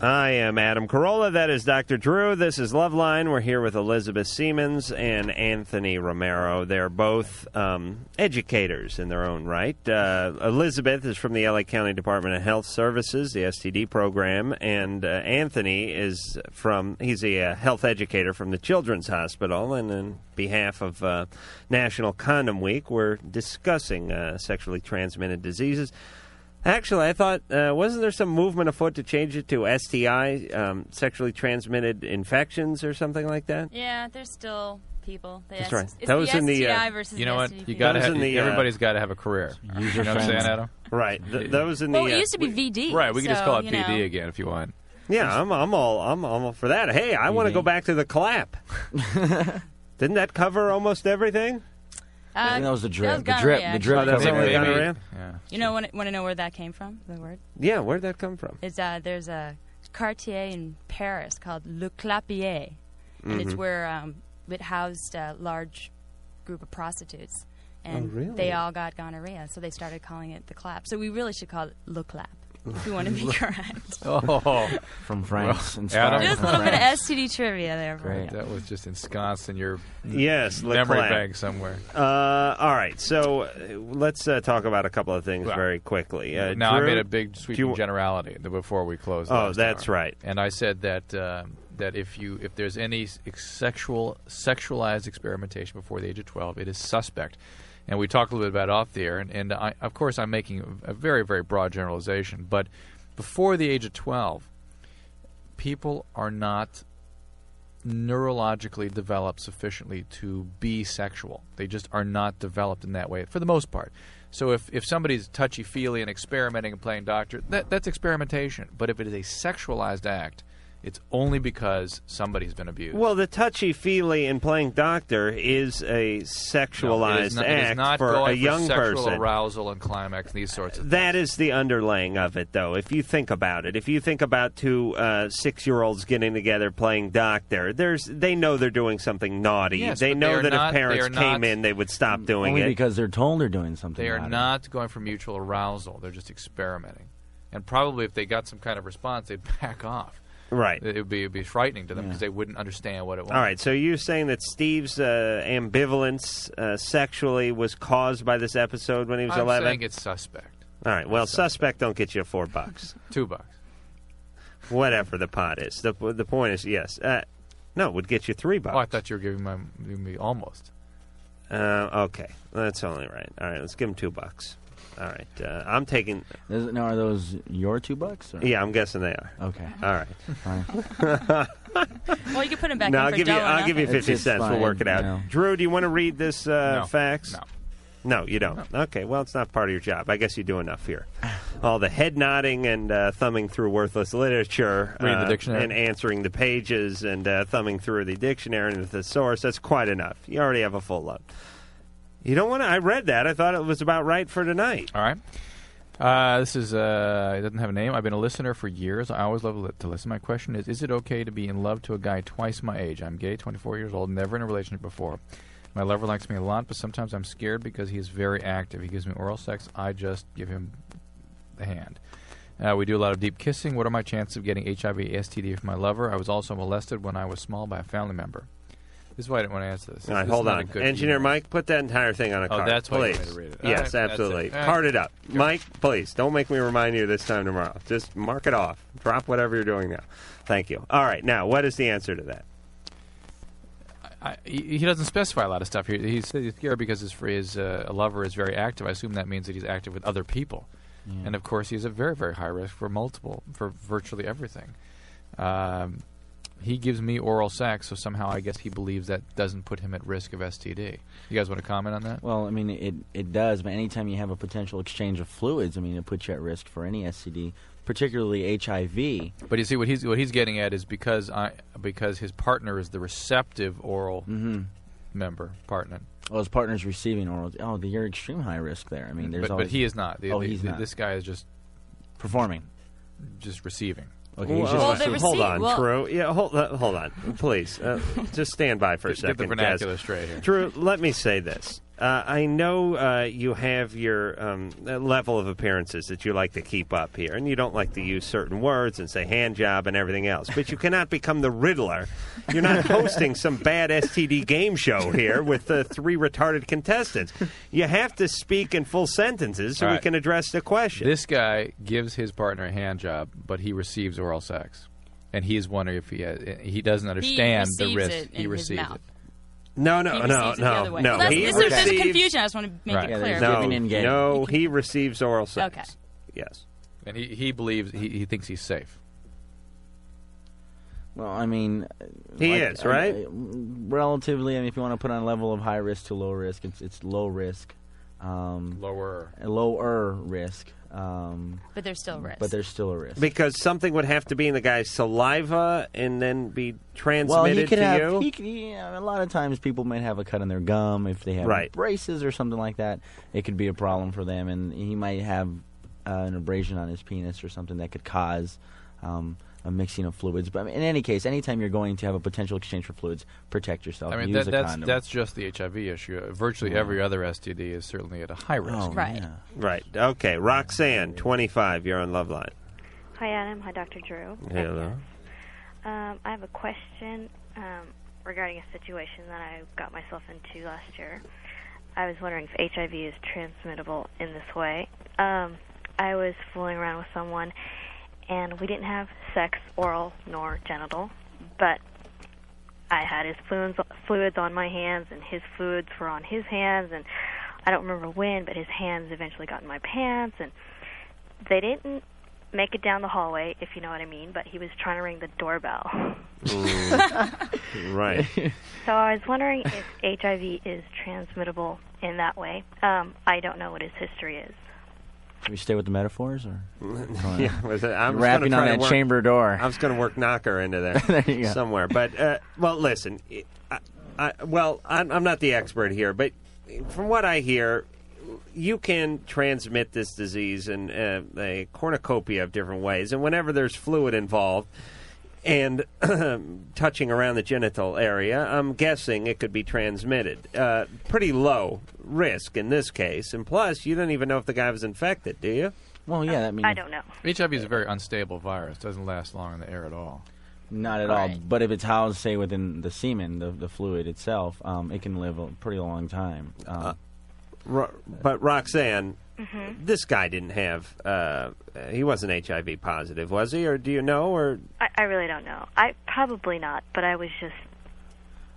Speaker 12: I am Adam Carolla. That is Dr. Drew. This is Loveline. We're here with Elizabeth Siemens and Anthony Romero. They're both um, educators in their own right. Uh, Elizabeth is from the LA County Department of Health Services, the STD program, and uh, Anthony is from, he's a uh, health educator from the Children's Hospital. And in behalf of uh, National Condom Week, we're discussing uh, sexually transmitted diseases. Actually, I thought uh, wasn't there some movement afoot to change it to STI, um, sexually transmitted infections, or something like that?
Speaker 23: Yeah, there's still people. The
Speaker 12: That's
Speaker 23: S-
Speaker 12: right.
Speaker 23: It's
Speaker 12: That was
Speaker 23: the
Speaker 12: in the, uh,
Speaker 23: STI versus
Speaker 13: you know
Speaker 23: the
Speaker 13: what?
Speaker 23: STD
Speaker 13: You
Speaker 23: people.
Speaker 13: got to.
Speaker 12: Those in the, uh,
Speaker 13: Everybody's got to have a career.
Speaker 24: User
Speaker 13: you know what I'm saying,
Speaker 24: friends.
Speaker 13: Adam?
Speaker 12: Right. Th- that was in the.
Speaker 23: Well,
Speaker 12: uh,
Speaker 23: it used to be VD.
Speaker 13: Right. We can just call
Speaker 23: so,
Speaker 13: it
Speaker 23: you
Speaker 13: PD
Speaker 23: know.
Speaker 13: again if you want.
Speaker 12: Yeah, I'm, I'm all I'm, I'm all for that. Hey, I want to go back to the clap. Didn't that cover almost everything?
Speaker 23: Uh, gonorrhea, actually.
Speaker 12: Oh, that was only gonorrhea?
Speaker 23: You know, want to know where that came from? The word.
Speaker 12: Yeah, where'd that come from?
Speaker 23: It's uh, there's a Cartier in Paris called Le Clapier, and it's
Speaker 12: Mhm.
Speaker 23: where um, it housed a large group of prostitutes,
Speaker 12: Oh,
Speaker 23: and
Speaker 12: really?
Speaker 23: they all got gonorrhea, so they started calling it the clap. So we really should call it Le Clap if we want to be
Speaker 24: Le-
Speaker 23: correct.
Speaker 13: Oh,
Speaker 24: from France.
Speaker 13: Well,
Speaker 24: inspired
Speaker 13: Adam-
Speaker 24: from
Speaker 23: Just a little bit of
Speaker 24: France.
Speaker 23: STD trivia there. for you.
Speaker 13: That was just ensconced in your
Speaker 12: Yes, Le
Speaker 13: memory
Speaker 12: Clap.
Speaker 13: bank somewhere.
Speaker 12: Uh, all right, so uh, let's uh, talk about a couple of things very quickly. Uh,
Speaker 13: no, I
Speaker 12: Drew,
Speaker 13: made a big sweeping
Speaker 12: do you-
Speaker 13: generality th- before we closed.
Speaker 12: Oh,
Speaker 13: last
Speaker 12: that's
Speaker 13: hour.
Speaker 12: right.
Speaker 13: And I said that uh, that if you if there's any s- ex- sexual sexualized experimentation before the age of twelve, it is suspect. And we talked a little bit about it off the air, and, and I, of course I'm making a very very broad generalization, but before the age of twelve, people are not neurologically developed sufficiently to be sexual. They just are not developed in that way for the most part. So if, if somebody's touchy feely and experimenting and playing doctor, that, that's experimentation. But if it is a sexualized act, it's only because somebody's been abused.
Speaker 12: Well, the touchy feely and playing doctor is a
Speaker 13: No,
Speaker 12: sexualized
Speaker 13: it is not, it is
Speaker 12: act
Speaker 13: not
Speaker 12: for
Speaker 13: going
Speaker 12: a young
Speaker 13: for sexual
Speaker 12: person.
Speaker 13: arousal and climax, these sorts of
Speaker 12: That is the underlaying of it, though. If you think about it, if you think about two uh, six-year-olds getting together playing doctor, there's they know they're doing something naughty.
Speaker 13: Yes,
Speaker 12: they
Speaker 13: but
Speaker 12: know
Speaker 13: they are
Speaker 12: that
Speaker 13: not-
Speaker 12: if
Speaker 13: they are
Speaker 12: parents
Speaker 13: not- Mm,
Speaker 12: came in, they would stop doing
Speaker 24: Only
Speaker 12: it.
Speaker 24: because they're told they're doing something.
Speaker 13: They are
Speaker 24: about it.
Speaker 13: not going for mutual arousal. They're just experimenting, and probably if they got some kind of response, they'd back off.
Speaker 12: Right.
Speaker 13: It would be, it'd be frightening to them because they wouldn't understand what it was.
Speaker 12: All right, so you're saying that Steve's uh, ambivalence uh, sexually was caused by this episode when he was
Speaker 13: I'm
Speaker 12: 11?
Speaker 13: saying it's suspect.
Speaker 12: All right, well, suspect don't get you four bucks.
Speaker 13: Two bucks.
Speaker 12: Whatever the pot is. The, the point is, yes. Uh, no, it would get you three bucks.
Speaker 13: Oh, I thought you were giving my giving me almost.
Speaker 12: Uh, okay, that's only right. All right, let's give him two bucks. All right, uh, I'm taking.
Speaker 24: Is it- now, are those your two bucks? Or?
Speaker 12: Yeah, I'm guessing they are.
Speaker 24: Okay.
Speaker 12: All right.
Speaker 24: Fine.
Speaker 23: Well, you can put him back
Speaker 12: no,
Speaker 23: in
Speaker 12: I'll
Speaker 23: for
Speaker 12: give
Speaker 23: a
Speaker 12: you.
Speaker 23: dollar,
Speaker 12: I'll give you
Speaker 24: nothing. It's-
Speaker 12: fifty
Speaker 24: it's
Speaker 12: cents. We'll work it
Speaker 24: fine,
Speaker 12: out.
Speaker 24: no.
Speaker 12: Drew, do you want to read this uh,
Speaker 24: No.
Speaker 12: fax? No. No, you don't. Okay, well, it's not part of your job. I guess you do enough here. All the head nodding and uh, thumbing through worthless literature,
Speaker 13: Read the
Speaker 12: uh,
Speaker 13: dictionary.
Speaker 12: and answering the pages and uh, thumbing through the dictionary and the thesaurus. That's quite enough. You already have a full load. You don't want to. I read that. I thought it was about right for tonight.
Speaker 13: All right. Uh, this is uh, it doesn't have a name. I've been a listener for years. I always love li- to listen. My question is: Is it okay to be in love to a guy twice my age? I'm gay, 24 years old, never in a relationship before. My lover likes me a lot, but sometimes I'm scared because he is very active. He gives me oral sex. I just give him the hand. Uh, we do a lot of deep kissing. What are my chances of getting HIV STD from my lover? I was also molested when I was small by a family member. This is why I didn't want to answer this.
Speaker 12: All right,
Speaker 13: This is
Speaker 12: hold
Speaker 13: not a
Speaker 12: on.
Speaker 13: good
Speaker 12: Engineer
Speaker 13: email.
Speaker 12: Mike, put that entire thing on a
Speaker 13: Oh,
Speaker 12: card.
Speaker 13: that's why you
Speaker 12: please.
Speaker 13: want me to read it. All right,
Speaker 12: Yes,
Speaker 13: that's it.
Speaker 12: absolutely.
Speaker 13: All right.
Speaker 12: Card it up. Mike, please, don't make me remind you this time tomorrow. Just mark it off. Drop whatever you're doing now. Thank you. All right, now, what is the answer to that?
Speaker 13: I, he he doesn't specify a lot of stuff here. He says he's scared because his free his uh, lover is very active. I assume that means that he's active with other people,
Speaker 24: Yeah.
Speaker 13: and of course he's at very very high risk for multiple for virtually everything. Um, he gives me oral sex, so somehow I guess he believes that doesn't put him at risk of STD. You guys want to comment on that?
Speaker 24: Well, I mean, it it does, but anytime you have a potential exchange of fluids, I mean, it puts you at risk for any STD, particularly HIV.
Speaker 13: But you see, what he's what he's getting at is because I because his partner is the receptive oral member partner.
Speaker 24: Well, his partner's receiving oral. Oh, the- you're extreme high risk there. I mean, there's
Speaker 13: But, but
Speaker 24: always-
Speaker 13: he is not. The-
Speaker 24: oh,
Speaker 13: the-
Speaker 24: he's
Speaker 13: the-
Speaker 24: not
Speaker 13: This guy is just
Speaker 24: performing,
Speaker 13: just receiving.
Speaker 12: Oh,
Speaker 24: Okay, he's Well,
Speaker 13: uh,
Speaker 24: just
Speaker 12: hold on, Drew. Yeah, hold, uh, hold on, please. Uh, just stand by for a
Speaker 13: Get- get
Speaker 12: second.
Speaker 13: the vernacular
Speaker 12: guys.
Speaker 13: straight here.
Speaker 12: Drew, let me say this. Uh, I know uh, you have your um, uh, level of appearances that you like to keep up here, and you don't like to use certain words and say hand job and everything else, but you cannot become the Riddler. You're not hosting some bad STD game show here with uh, three retarded contestants. You have to speak in full sentences so
Speaker 13: All
Speaker 12: we
Speaker 13: right.
Speaker 12: can address the question.
Speaker 13: This guy gives his partner a hand job, but he receives oral sex, and he is wondering if he has, he doesn't understand the
Speaker 23: receives
Speaker 13: risk
Speaker 23: it
Speaker 13: he
Speaker 23: in his
Speaker 13: receives
Speaker 23: mouth.
Speaker 13: it.
Speaker 12: No, no, no,
Speaker 23: He receives it the
Speaker 12: no,
Speaker 23: other way.
Speaker 12: no.
Speaker 23: Well, that's-
Speaker 12: he
Speaker 23: this is- there's a
Speaker 12: receives-
Speaker 23: confusion. I just wanna make Right. it Yeah, there's clear.
Speaker 12: no,
Speaker 23: giving and getting.
Speaker 12: no, he receives oral sex.
Speaker 23: Okay.
Speaker 12: Yes.
Speaker 13: And he, he believes he, he thinks he's safe.
Speaker 24: Well, I mean,
Speaker 12: He is, right?
Speaker 24: I- uh, relatively, I mean, if you want to put on a level of high risk to low risk, it's it's low risk. Um,
Speaker 13: lower.
Speaker 24: Lower risk. Um,
Speaker 23: But there's still risk.
Speaker 24: But there's still a risk.
Speaker 12: Because something would have to be in the guy's saliva and then be transmitted
Speaker 24: well, he could
Speaker 12: to
Speaker 24: have.
Speaker 12: you.
Speaker 24: He could, yeah, a lot of times, people might have a cut in their gum if they have
Speaker 12: Right.
Speaker 24: braces or something like that. It could be a problem for them, and he might have uh, an abrasion on his penis or something that could cause um, a mixing of fluids. But I mean, in any case, anytime you're going to have a potential exchange for fluids, protect yourself.
Speaker 13: I mean,
Speaker 24: Use
Speaker 13: that,
Speaker 24: a
Speaker 13: that's
Speaker 24: condom.
Speaker 13: that's just the HIV issue. Uh, Virtually
Speaker 24: Yeah.
Speaker 13: every other STD is certainly at a high risk.
Speaker 24: Oh, Right. yeah.
Speaker 12: Right. Okay. Roxanne, 25. You're on Love Line.
Speaker 30: Hi, Adam. Hi, Dr. Drew.
Speaker 12: Hello.
Speaker 30: Um, I have a question um, regarding a situation that I got myself into last year. I was wondering if HIV is transmittable in this way. Um, I was fooling around with someone, and we didn't have sex, oral nor genital, but I had his fluids, fluids on my hands, and his fluids were on his hands, and I don't remember when, but his hands eventually got in my pants, and they didn't make it down the hallway, if you know what I mean, but he was trying to ring the doorbell.
Speaker 17: Mm.
Speaker 12: right.
Speaker 30: So I was wondering if HIV is transmittable in that way. Um, I don't know what his history is.
Speaker 24: Should we stay with the metaphors, or
Speaker 12: Yeah, was it- I'm just gonna
Speaker 24: rapping
Speaker 12: try
Speaker 24: on
Speaker 12: to
Speaker 24: that
Speaker 12: work-
Speaker 24: chamber door?
Speaker 12: I was going to work knocker into there,
Speaker 24: you go.
Speaker 12: somewhere. But uh, well, listen. I, I, well, I'm, I'm not the expert here, but from what I hear, you can transmit this disease in uh, a cornucopia of different ways, and whenever there's fluid involved. And touching around the genital area, I'm guessing it could be transmitted. Uh, pretty low risk in this case, and plus, you don't even know if the guy was infected, do you?
Speaker 24: Well, yeah, I mean,
Speaker 30: I don't know.
Speaker 13: HIV is a very unstable virus. Doesn't last long in the air at all.
Speaker 24: Not at all. But if it's housed, say, within the semen, the, the fluid itself, um, it can live a pretty long time. Um,
Speaker 12: Ro- but Roxanne,
Speaker 30: Mhm.
Speaker 12: this guy didn't have. Uh, he wasn't HIV positive, was he? Or do you know? Or
Speaker 30: I, I really don't know. I probably not, but I was just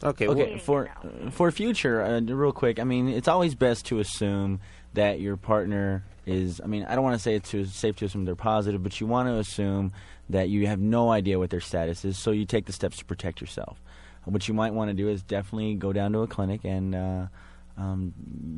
Speaker 12: okay,
Speaker 30: well-
Speaker 24: for for future, uh, real quick. I mean, it's always best to assume that your partner is. I mean, I don't want to say it's too safe to assume they're positive, but you want to assume that you have no idea what their status is, so you take the steps to protect yourself. What you might want to do is definitely go down to a clinic and uh, um,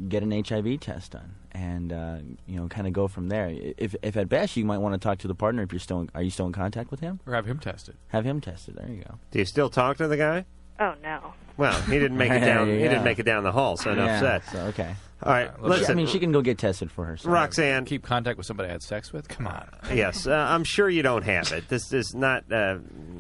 Speaker 24: get an HIV test done, and uh, you know, kind of go from there. If, if at best, you might want to talk to the partner if you're still. In, are you still in contact with him?
Speaker 13: Or have him tested.
Speaker 24: Have him tested. There you go.
Speaker 12: do you still talk to the guy?
Speaker 30: Oh no.
Speaker 12: Well, he didn't make it down. He
Speaker 24: Yeah.
Speaker 12: didn't make it down the hall, so enough
Speaker 24: Yeah,
Speaker 12: said.
Speaker 24: so, okay.
Speaker 12: All right, listen.
Speaker 24: I mean, she can go get tested for herself.
Speaker 12: Roxanne,
Speaker 13: keep contact with somebody I had sex with. Come on.
Speaker 12: yes, uh, I'm sure you don't have it. This is not, uh,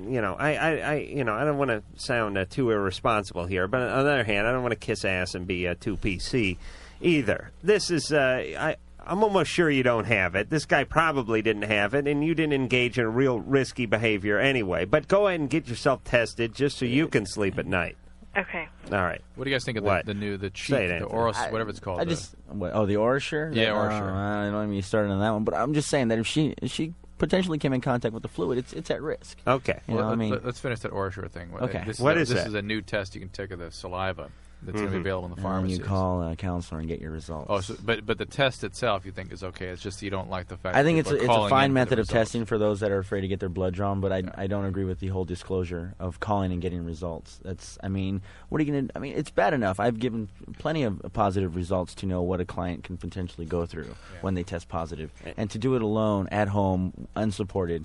Speaker 12: you know, I, I, I, you know, I don't want to sound uh, too irresponsible here, but on the other hand, I don't want to kiss ass and be uh, too PC either. This is, uh, I, I'm almost sure you don't have it. This guy probably didn't have it, and you didn't engage in real risky behavior anyway. But go ahead and get yourself tested just so you can sleep at night.
Speaker 30: Okay.
Speaker 12: All right.
Speaker 13: What do you guys think of
Speaker 12: What?
Speaker 13: the, the new the cheek,
Speaker 12: Say it,
Speaker 13: the
Speaker 12: Anthony.
Speaker 13: oral, whatever it's called?
Speaker 24: I
Speaker 13: the-
Speaker 24: just what, oh the OraSure.
Speaker 13: Yeah,
Speaker 24: That-
Speaker 13: OraSure.
Speaker 24: oh, I don't even get started on that one, but I'm just saying that if she if she potentially came in contact with the fluid, it's it's at risk.
Speaker 12: Okay.
Speaker 24: You know,
Speaker 13: Well,
Speaker 24: I
Speaker 13: let-
Speaker 24: mean,
Speaker 13: let- let's finish that OraSure thing. What-
Speaker 24: Okay.
Speaker 13: This
Speaker 24: What
Speaker 13: is, a-
Speaker 24: is
Speaker 13: this
Speaker 24: that?
Speaker 13: is a new test you can take of the saliva that's going to
Speaker 24: Mhm.
Speaker 12: Mm-hmm.
Speaker 13: be available in the
Speaker 24: and then
Speaker 13: pharmacy.
Speaker 24: you call a counselor and get your results.
Speaker 13: Oh, so, but but the test itself, you think is okay. It's just you don't like the fact.
Speaker 24: I think
Speaker 13: that
Speaker 24: it's a,
Speaker 13: people are
Speaker 24: it's a
Speaker 13: calling
Speaker 24: fine
Speaker 13: in for the
Speaker 24: method of
Speaker 13: results.
Speaker 24: testing for those that are afraid to get their blood drawn, but I, I don't agree with the whole disclosure of calling and getting results. That's I mean, what are you gonna? I mean, it's bad enough. I've given plenty of positive results to know what a client can potentially go through when they test positive, and to do it alone at home, unsupported.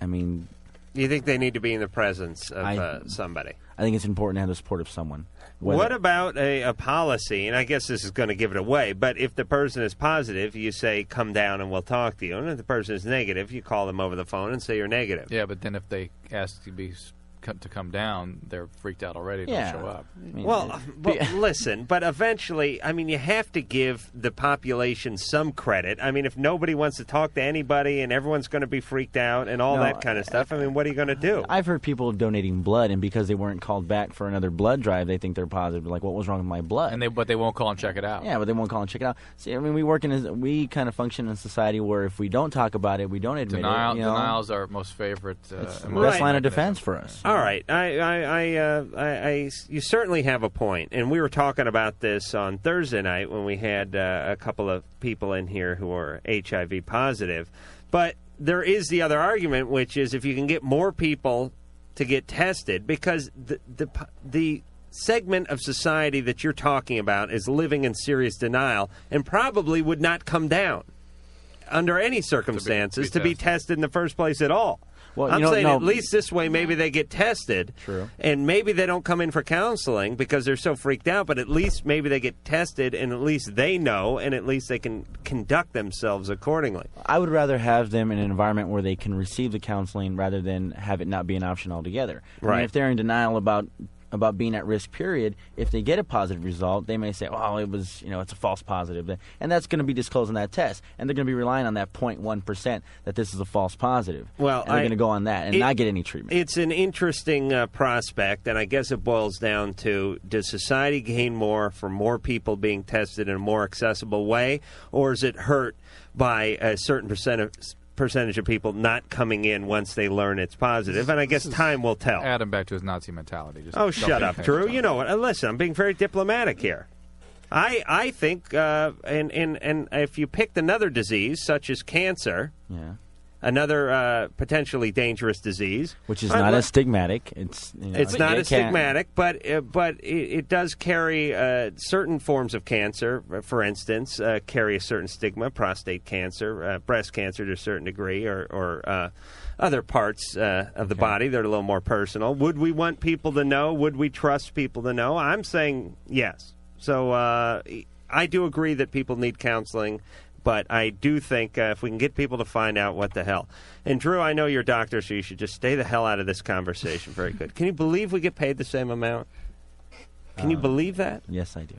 Speaker 24: I mean,
Speaker 12: You think they need to be in the presence of
Speaker 24: I-
Speaker 12: uh, somebody?
Speaker 24: I think it's important to have the support of someone. Whether-
Speaker 12: What about a, a policy? And I guess this is going to give it away, but if the person is positive, you say, come down and we'll talk to you. And if the person is negative, you call them over the phone and say you're negative.
Speaker 13: Yeah, but then if they ask to be s- co- to come down, they're freaked out already. to
Speaker 12: Yeah. uh,
Speaker 13: show up.
Speaker 12: well, but listen, but eventually, I mean, you have to give the population some credit. I mean, if nobody wants to talk to anybody and everyone's going to be freaked out and all
Speaker 24: No,
Speaker 12: that kind of stuff, I mean, what are you going to do?
Speaker 24: I've heard people donating blood, and because they weren't called back for another blood drive, they think they're positive. Like, what was wrong with my blood?
Speaker 13: and they but they won't call and check it out.
Speaker 24: Yeah, but they won't call and check it out. See, I mean, we work in a, we kind of function in a society where if we don't talk about it, we don't admit
Speaker 13: Denial,
Speaker 24: it. You know?
Speaker 13: denial's our most favorite. Uh,
Speaker 24: It's the
Speaker 13: emotion.
Speaker 24: best line of defense for us.
Speaker 12: All right, I, I, I, uh, I, I- you certainly have a point, and we were talking about this on Thursday night when we had uh, a couple of people in here who are HIV positive. But there is the other argument, which is if you can get more people to get tested because the the p- the segment of society that you're talking about is living in serious denial and probably would not come down under any circumstances to be, tested in the first place at all.
Speaker 24: Well,
Speaker 12: I'm
Speaker 24: you know,
Speaker 12: saying
Speaker 24: no.
Speaker 12: at least this way, maybe they get tested.
Speaker 24: True.
Speaker 12: And maybe they don't come in for counseling because they're so freaked out, but at least maybe they get tested and at least they know and at least they can conduct themselves accordingly.
Speaker 24: I would rather have them in an environment where they can receive the counseling rather than have it not be an option altogether. I mean,
Speaker 12: Right.
Speaker 24: if they're in denial about about being at risk, period, if they get a positive result, they may say, "Oh, it was you know it's a false positive," and that's going to be disclosed in that test, and they're going to be relying on that 0.1 percent that this is a false positive.
Speaker 12: Well,
Speaker 24: and they're
Speaker 12: I-
Speaker 24: going to go on that and
Speaker 12: it-
Speaker 24: not get any treatment.
Speaker 12: It's an interesting uh, prospect, and I guess it boils down to does society gain more from more people being tested in a more accessible way, or is it hurt by a certain percent of, percentage of people not coming in once they learn it's positive? And I guess time will tell.
Speaker 13: Add him back to his Nazi mentality. Just
Speaker 12: Oh,
Speaker 13: don't
Speaker 12: shut
Speaker 13: pay
Speaker 12: up,
Speaker 13: attention.
Speaker 12: Drew. You know what? Uh, Listen, I'm being very diplomatic here. I I think, uh, and and and if you picked another disease such as cancer,
Speaker 24: Yeah.
Speaker 12: another uh, potentially dangerous disease,
Speaker 24: Which is
Speaker 12: I'd
Speaker 24: not
Speaker 12: li-
Speaker 24: as stigmatic. It's you know,
Speaker 12: it's not
Speaker 24: it
Speaker 12: as
Speaker 24: can-
Speaker 12: stigmatic, but uh, but it, it does carry uh, certain forms of cancer. uh, For instance, uh, carry a certain stigma: prostate cancer, uh, breast cancer to a certain degree, or or uh, other parts uh, of the body that are a little more personal. Would we want people to know? Would we trust people to know? I'm saying yes. So uh, I do agree that people need counseling. But I do think uh, if we can get people to find out what the hell. And Drew, I know you're a doctor, so you should just stay the hell out of this conversation. Very good. Can you believe we get paid the same amount? Can you believe that?
Speaker 24: Yes, I do.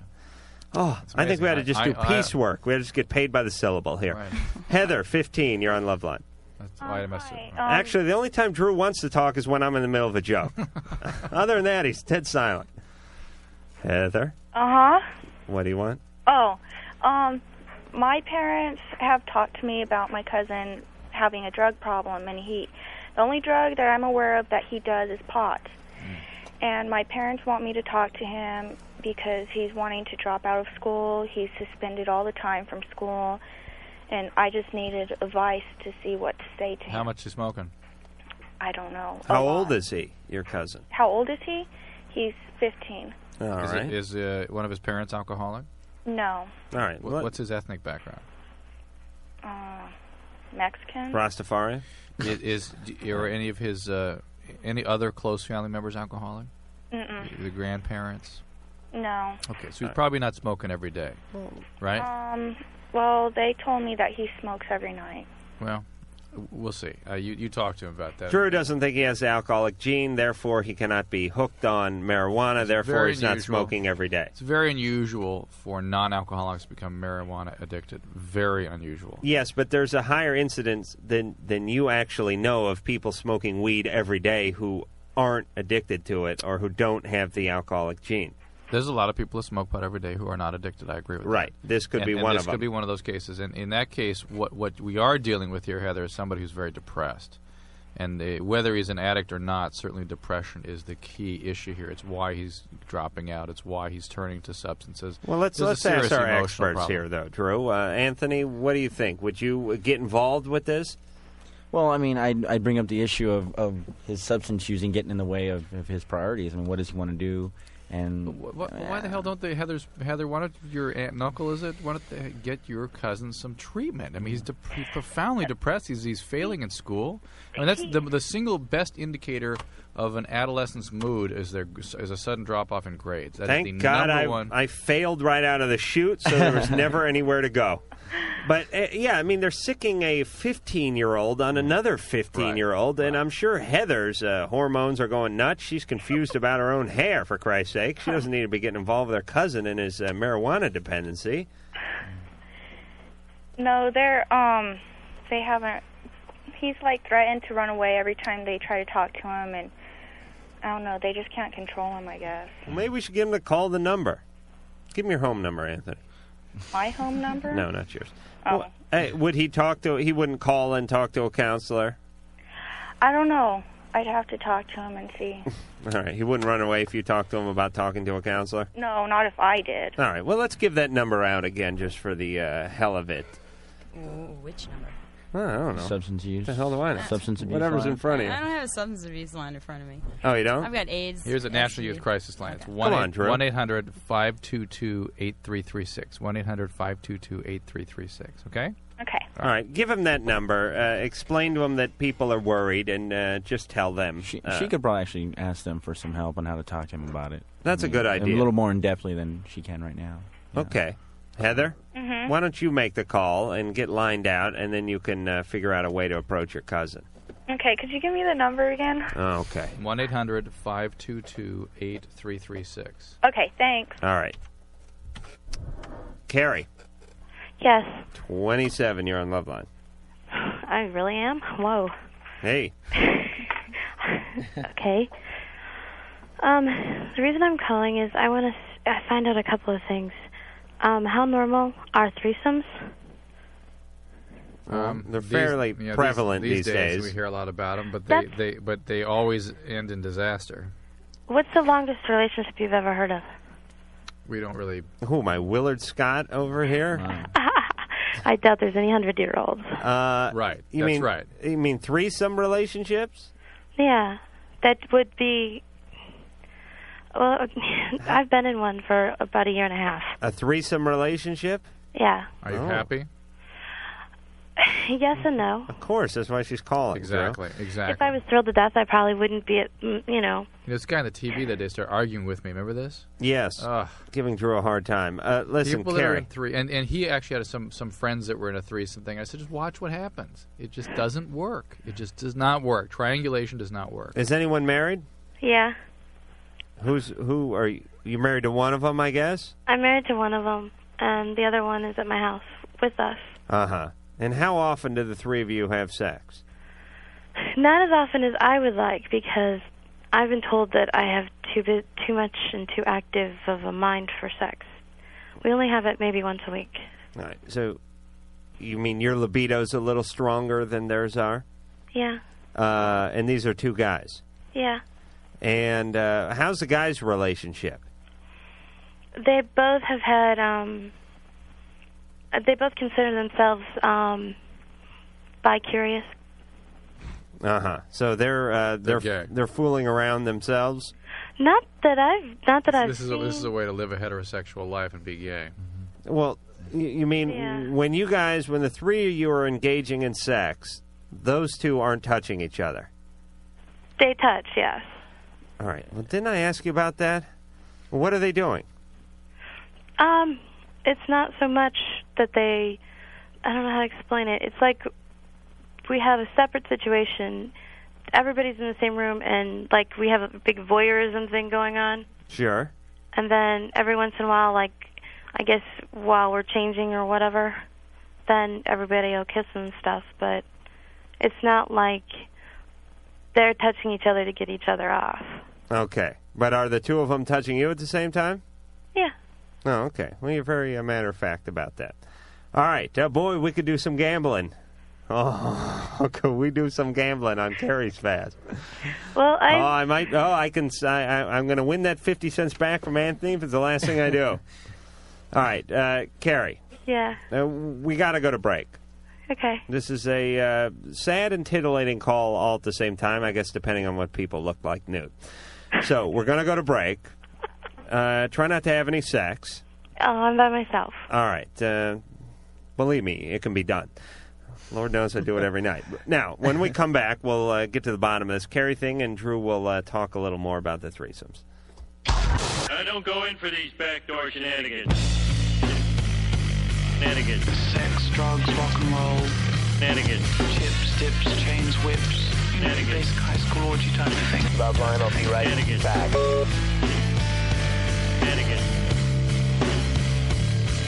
Speaker 12: Oh,
Speaker 24: Uh, It's
Speaker 12: I think
Speaker 24: amazing.
Speaker 12: we had to just
Speaker 24: I-
Speaker 12: do
Speaker 24: I- uh,
Speaker 12: piecework. We had to just get paid by the syllable here. Heather, 15, you're on Love Line.
Speaker 13: Why did I mess it?
Speaker 12: Um, Actually, the only time Drew wants to talk is when I'm in the middle of a joke. Other than that, he's dead silent. Heather,
Speaker 15: Uh huh.
Speaker 12: what do you want?
Speaker 15: Oh, um, my parents have talked to me about my cousin having a drug problem, and he, the only drug that I'm aware of that he does is pot.
Speaker 12: Mm.
Speaker 15: And my parents want me to talk to him because he's wanting to drop out of school. He's suspended all the time from school, and I just needed advice to see what to say to him.
Speaker 13: How much you smoking?
Speaker 15: I don't know.
Speaker 12: How old is he, your cousin?
Speaker 15: How old is he? He's 15.
Speaker 12: All right.
Speaker 13: is it- is, uh, one of his parents alcoholic?
Speaker 15: No,
Speaker 12: All right.
Speaker 13: Wh- What's his ethnic background?
Speaker 15: uh, Mexican.
Speaker 12: Rastafari.
Speaker 13: Is, is d- are any of his uh, any other close family members alcoholic?
Speaker 15: Mm-mm.
Speaker 13: The grandparents.
Speaker 15: No.
Speaker 13: Okay, so he's probably not smoking every day, right?
Speaker 15: Um. Well, they told me that he smokes every night.
Speaker 13: Well, w- we'll see. Uh, you you talk to him about that.
Speaker 12: Drew doesn't think he has the alcoholic gene, therefore he cannot be hooked on marijuana, therefore
Speaker 13: very
Speaker 12: he's not
Speaker 13: unusual.
Speaker 12: smoking every day.
Speaker 13: It's very unusual for non-alcoholics to become marijuana addicted. Very unusual.
Speaker 12: Yes, but there's a higher incidence than than you actually know of people smoking weed every day who aren't addicted to it or who don't have the alcoholic gene.
Speaker 13: There's a lot of people who smoke pot every day who are not addicted. I agree with
Speaker 12: Right.
Speaker 13: that.
Speaker 12: This could
Speaker 13: And-
Speaker 12: be
Speaker 13: and
Speaker 12: one
Speaker 13: this
Speaker 12: of
Speaker 13: could
Speaker 12: them.
Speaker 13: be one of those cases. And in that case, what what we are dealing with here, Heather, is somebody who's very depressed. And they, whether he's an addict or not, certainly depression is the key issue here. It's why he's dropping out. It's why he's turning to substances.
Speaker 12: Well, let's
Speaker 13: This is a
Speaker 12: let's ask
Speaker 13: serious
Speaker 12: our
Speaker 13: emotional
Speaker 12: experts
Speaker 13: problem.
Speaker 12: here, though. Drew, uh, Anthony, what do you think? Would you uh, get involved with this?
Speaker 24: Well, I mean, I'd, I'd bring up the issue of, of his substance using getting in the way of, of his priorities. I mean, what does he want to do? And
Speaker 13: Wh- why the hell don't they, Heather's Heather? Why don't your aunt and uncle? Is it? Why don't they get your cousin some treatment? I mean, he's, de- he's profoundly depressed. He's he's failing in school. I mean, that's the, the single best indicator of an adolescent's mood is their is a sudden drop off in grades. That's
Speaker 12: Thank
Speaker 13: the
Speaker 12: God
Speaker 13: number
Speaker 12: I,
Speaker 13: one.
Speaker 12: I failed right out of the chute, so there was never anywhere to go. But uh, yeah, I mean, they're sicking a 15 year old
Speaker 13: Mm.
Speaker 12: on another 15 year old, and I'm sure Heather's uh, hormones are going nuts. She's confused about her own hair, for Christ's sake. She doesn't need to be getting involved with her cousin and his uh, marijuana dependency.
Speaker 15: No, they're um, they haven't. He's like threatened to run away every time they try to talk to him, and I don't know. They just can't control him, I guess.
Speaker 12: Well, maybe we should get him to call the number. Give me your home number, Anthony.
Speaker 15: My home number?
Speaker 12: No, not yours.
Speaker 15: Oh.
Speaker 12: Well, hey, would he talk to? He wouldn't call and talk to a counselor.
Speaker 15: I don't know. I'd have to talk to him and see.
Speaker 12: All right, he wouldn't run away if you talked to him about talking to a counselor.
Speaker 15: No, not if I did.
Speaker 12: All right. Well, let's give that number out again just for the uh, hell of it.
Speaker 23: Ooh, which number?
Speaker 12: Oh, I don't know.
Speaker 24: Substance use.
Speaker 12: The hell do I know?
Speaker 24: Substance abuse.
Speaker 12: Whatever's
Speaker 24: line.
Speaker 12: in front of you.
Speaker 23: I don't have a substance abuse line in front of me.
Speaker 12: Oh, you don't?
Speaker 23: I've got AIDS.
Speaker 13: Here's a
Speaker 23: and
Speaker 13: National
Speaker 23: STD.
Speaker 13: Youth Crisis Line. It's
Speaker 23: Okay.
Speaker 13: 1
Speaker 12: on, Drew.
Speaker 13: 800 522 8336. 1 800 522 8336. Okay?
Speaker 15: Okay.
Speaker 12: All right, give him that number. Uh, explain to him that people are worried, and uh, just tell them. Uh, She,
Speaker 24: she could probably actually ask them for some help on how to talk to him about it.
Speaker 12: That's a good idea.
Speaker 24: A little more in depthly than she can right now.
Speaker 12: Okay, Heather,
Speaker 24: Mhm.
Speaker 12: why don't you make the call and get lined out, and then you can uh, figure out a way to approach your cousin.
Speaker 15: Okay, could you give me the number again?
Speaker 12: Oh, okay.
Speaker 13: 1 800 522 8336.
Speaker 15: Okay, thanks.
Speaker 12: All right, Carrie,
Speaker 31: Yes,
Speaker 12: twenty-seven. You're on Loveline.
Speaker 31: I really am. Whoa.
Speaker 12: Hey,
Speaker 31: Okay. Um, the reason I'm calling is I want to find out a couple of things. Um, how normal are threesomes?
Speaker 13: Um,
Speaker 12: they're
Speaker 13: these-
Speaker 12: fairly
Speaker 13: yeah, these-
Speaker 12: prevalent
Speaker 13: these,
Speaker 12: these
Speaker 13: days.
Speaker 12: days.
Speaker 13: We hear a lot about them, but they, they, but they always end in disaster.
Speaker 31: What's the longest relationship you've ever heard of?
Speaker 13: We don't really.
Speaker 12: Who am I, Willard Scott over here?
Speaker 31: I doubt there's any hundred-year-olds.
Speaker 12: Uh, right. You
Speaker 13: That's
Speaker 12: mean,
Speaker 13: right.
Speaker 12: You mean threesome relationships?
Speaker 31: Yeah, that would be. Well, I've been in one for about a year and a half.
Speaker 12: A threesome relationship?
Speaker 31: Yeah.
Speaker 13: Are you
Speaker 12: Oh.
Speaker 13: happy?
Speaker 31: yes and no.
Speaker 12: Of course. That's why she's calling.
Speaker 13: Exactly. Exactly.
Speaker 31: If I was thrilled to death, I probably wouldn't be at, mm, you know.
Speaker 13: You know, this guy on the TV that day started arguing with me. Remember this?
Speaker 12: Yes. Giving Drew a hard time. Uh, listen,
Speaker 13: People that are
Speaker 12: Carrie.
Speaker 13: in three, and, and he actually had some some friends that were in a threesome thing. I said, just watch what happens. It just doesn't work. It just does not work. Triangulation does not work.
Speaker 12: Is anyone married?
Speaker 31: Yeah,
Speaker 12: Who's who are you? You married to one of them, I guess.
Speaker 31: I'm married to one of them, and the other one is at my house with us.
Speaker 12: Uh huh. And how often do the three of you have sex?
Speaker 31: Not as often as I would like because I've been told that I have too bu- too much and too active of a mind for sex. We only have it maybe once a week.
Speaker 12: All right. So, you mean your libido's a little stronger than theirs are?
Speaker 31: Yeah,
Speaker 12: Uh, and these are two guys.
Speaker 31: yeah.
Speaker 12: And uh, how's the guys' relationship?
Speaker 31: They both have had. um They both consider themselves um bi-curious.
Speaker 12: Uh huh. So they're uh, they're they're, fooling around themselves.
Speaker 31: Not that I've. Not that I've.
Speaker 13: This is a,
Speaker 31: seen.
Speaker 13: this is a way to live a heterosexual life and be gay.
Speaker 12: Well, y- you mean when you guys, when the three of you are engaging in sex, those two aren't touching each other.
Speaker 31: They touch, yes.
Speaker 12: All right. Well, didn't I ask you about that? What are they doing?
Speaker 31: Um, it's not so much that they. I don't know how to explain it. It's like we have a separate situation. Everybody's in the same room, and like we have a big voyeurism thing going on.
Speaker 12: Sure.
Speaker 31: And then every once in a while, like I guess while we're changing or whatever, then everybody will kiss and stuff. But it's not like they're touching each other to get each other off.
Speaker 12: Okay. But are the two of them touching you at the same time?
Speaker 31: Yeah.
Speaker 12: Oh, okay. Well, you're very uh, matter of fact about that. All right. Uh, boy, we could do some gambling. Oh, could we do some gambling on Carrie's fast?
Speaker 31: Well, I.
Speaker 12: Oh, I might. Oh, I can. s- I, am going to win that fifty cents back from Anthony if it's the last thing I do. All right, uh, Carrie.
Speaker 31: Yeah.
Speaker 12: Uh, we got to go to break.
Speaker 31: Okay.
Speaker 12: This is a uh, sad and titillating call all at the same time, I guess, depending on what people look like nude. So we're going to go to break. Uh, try not to have any sex.
Speaker 31: Oh, I'm by myself.
Speaker 12: All right. Uh, believe me, it can be done. Lord knows I do it every night. Now, when we come back, we'll uh, get to the bottom of this Carrie thing, and Drew will uh, talk a little more about the threesomes.
Speaker 17: I don't go in for these backdoor shenanigans. Shenanigans. Sex, drugs, rock and roll. Shenanigans. Chips, dips, chains, whips. Shenanigans. Basic high school orgy type of thing. Loveline, I'll be right shenanigans. back. Shenanigans.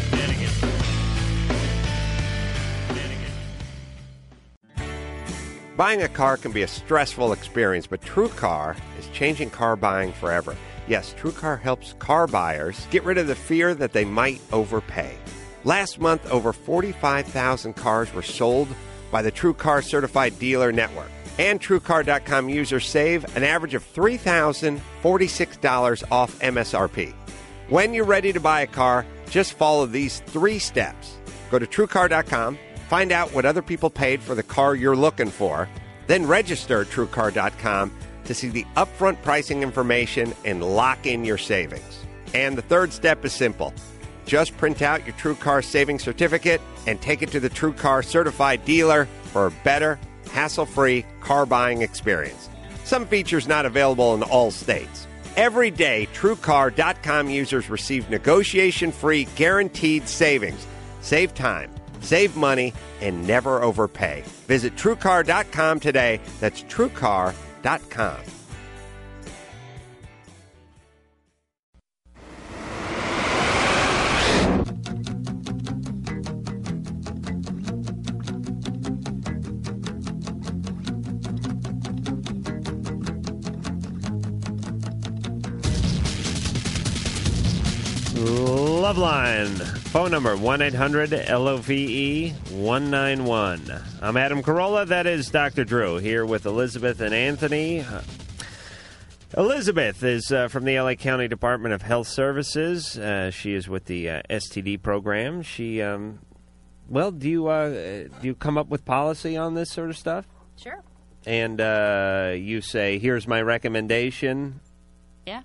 Speaker 17: Shenanigans.
Speaker 10: Buying a car can be a stressful experience, but TrueCar is changing car buying forever. Yes, TrueCar helps car buyers get rid of the fear that they might overpay. Last month, over 45,000 cars were sold by the TrueCar Certified Dealer Network. And TrueCar.com users save an average of $3,046 off MSRP. When you're ready to buy a car, just follow these three steps. Go to TrueCar.com, Find out what other people paid for the car you're looking for, then register at TrueCar.com to see the upfront pricing information and lock in your savings. And the third step is simple. Just print out your TrueCar savings certificate and take it to the TrueCar certified dealer for a better, hassle-free car buying experience. Some features not available in all states. Every day, TrueCar.com users receive negotiation-free guaranteed savings. Save time, save money, and never overpay. Visit TrueCar.com today. That's TrueCar.com.
Speaker 12: Loveline. Phone number 1 800 L O V E 191. I'm Adam Carolla. That is Dr. Drew here with Elizabeth and Anthony. Uh, Elizabeth is uh, from the LA County Department of Health Services. Uh, she is with the uh, STD program. She, um, well, do you, uh, uh, do you come up with policy on this sort of stuff?
Speaker 23: Sure.
Speaker 12: And uh, you say, here's my recommendation.
Speaker 23: Yeah.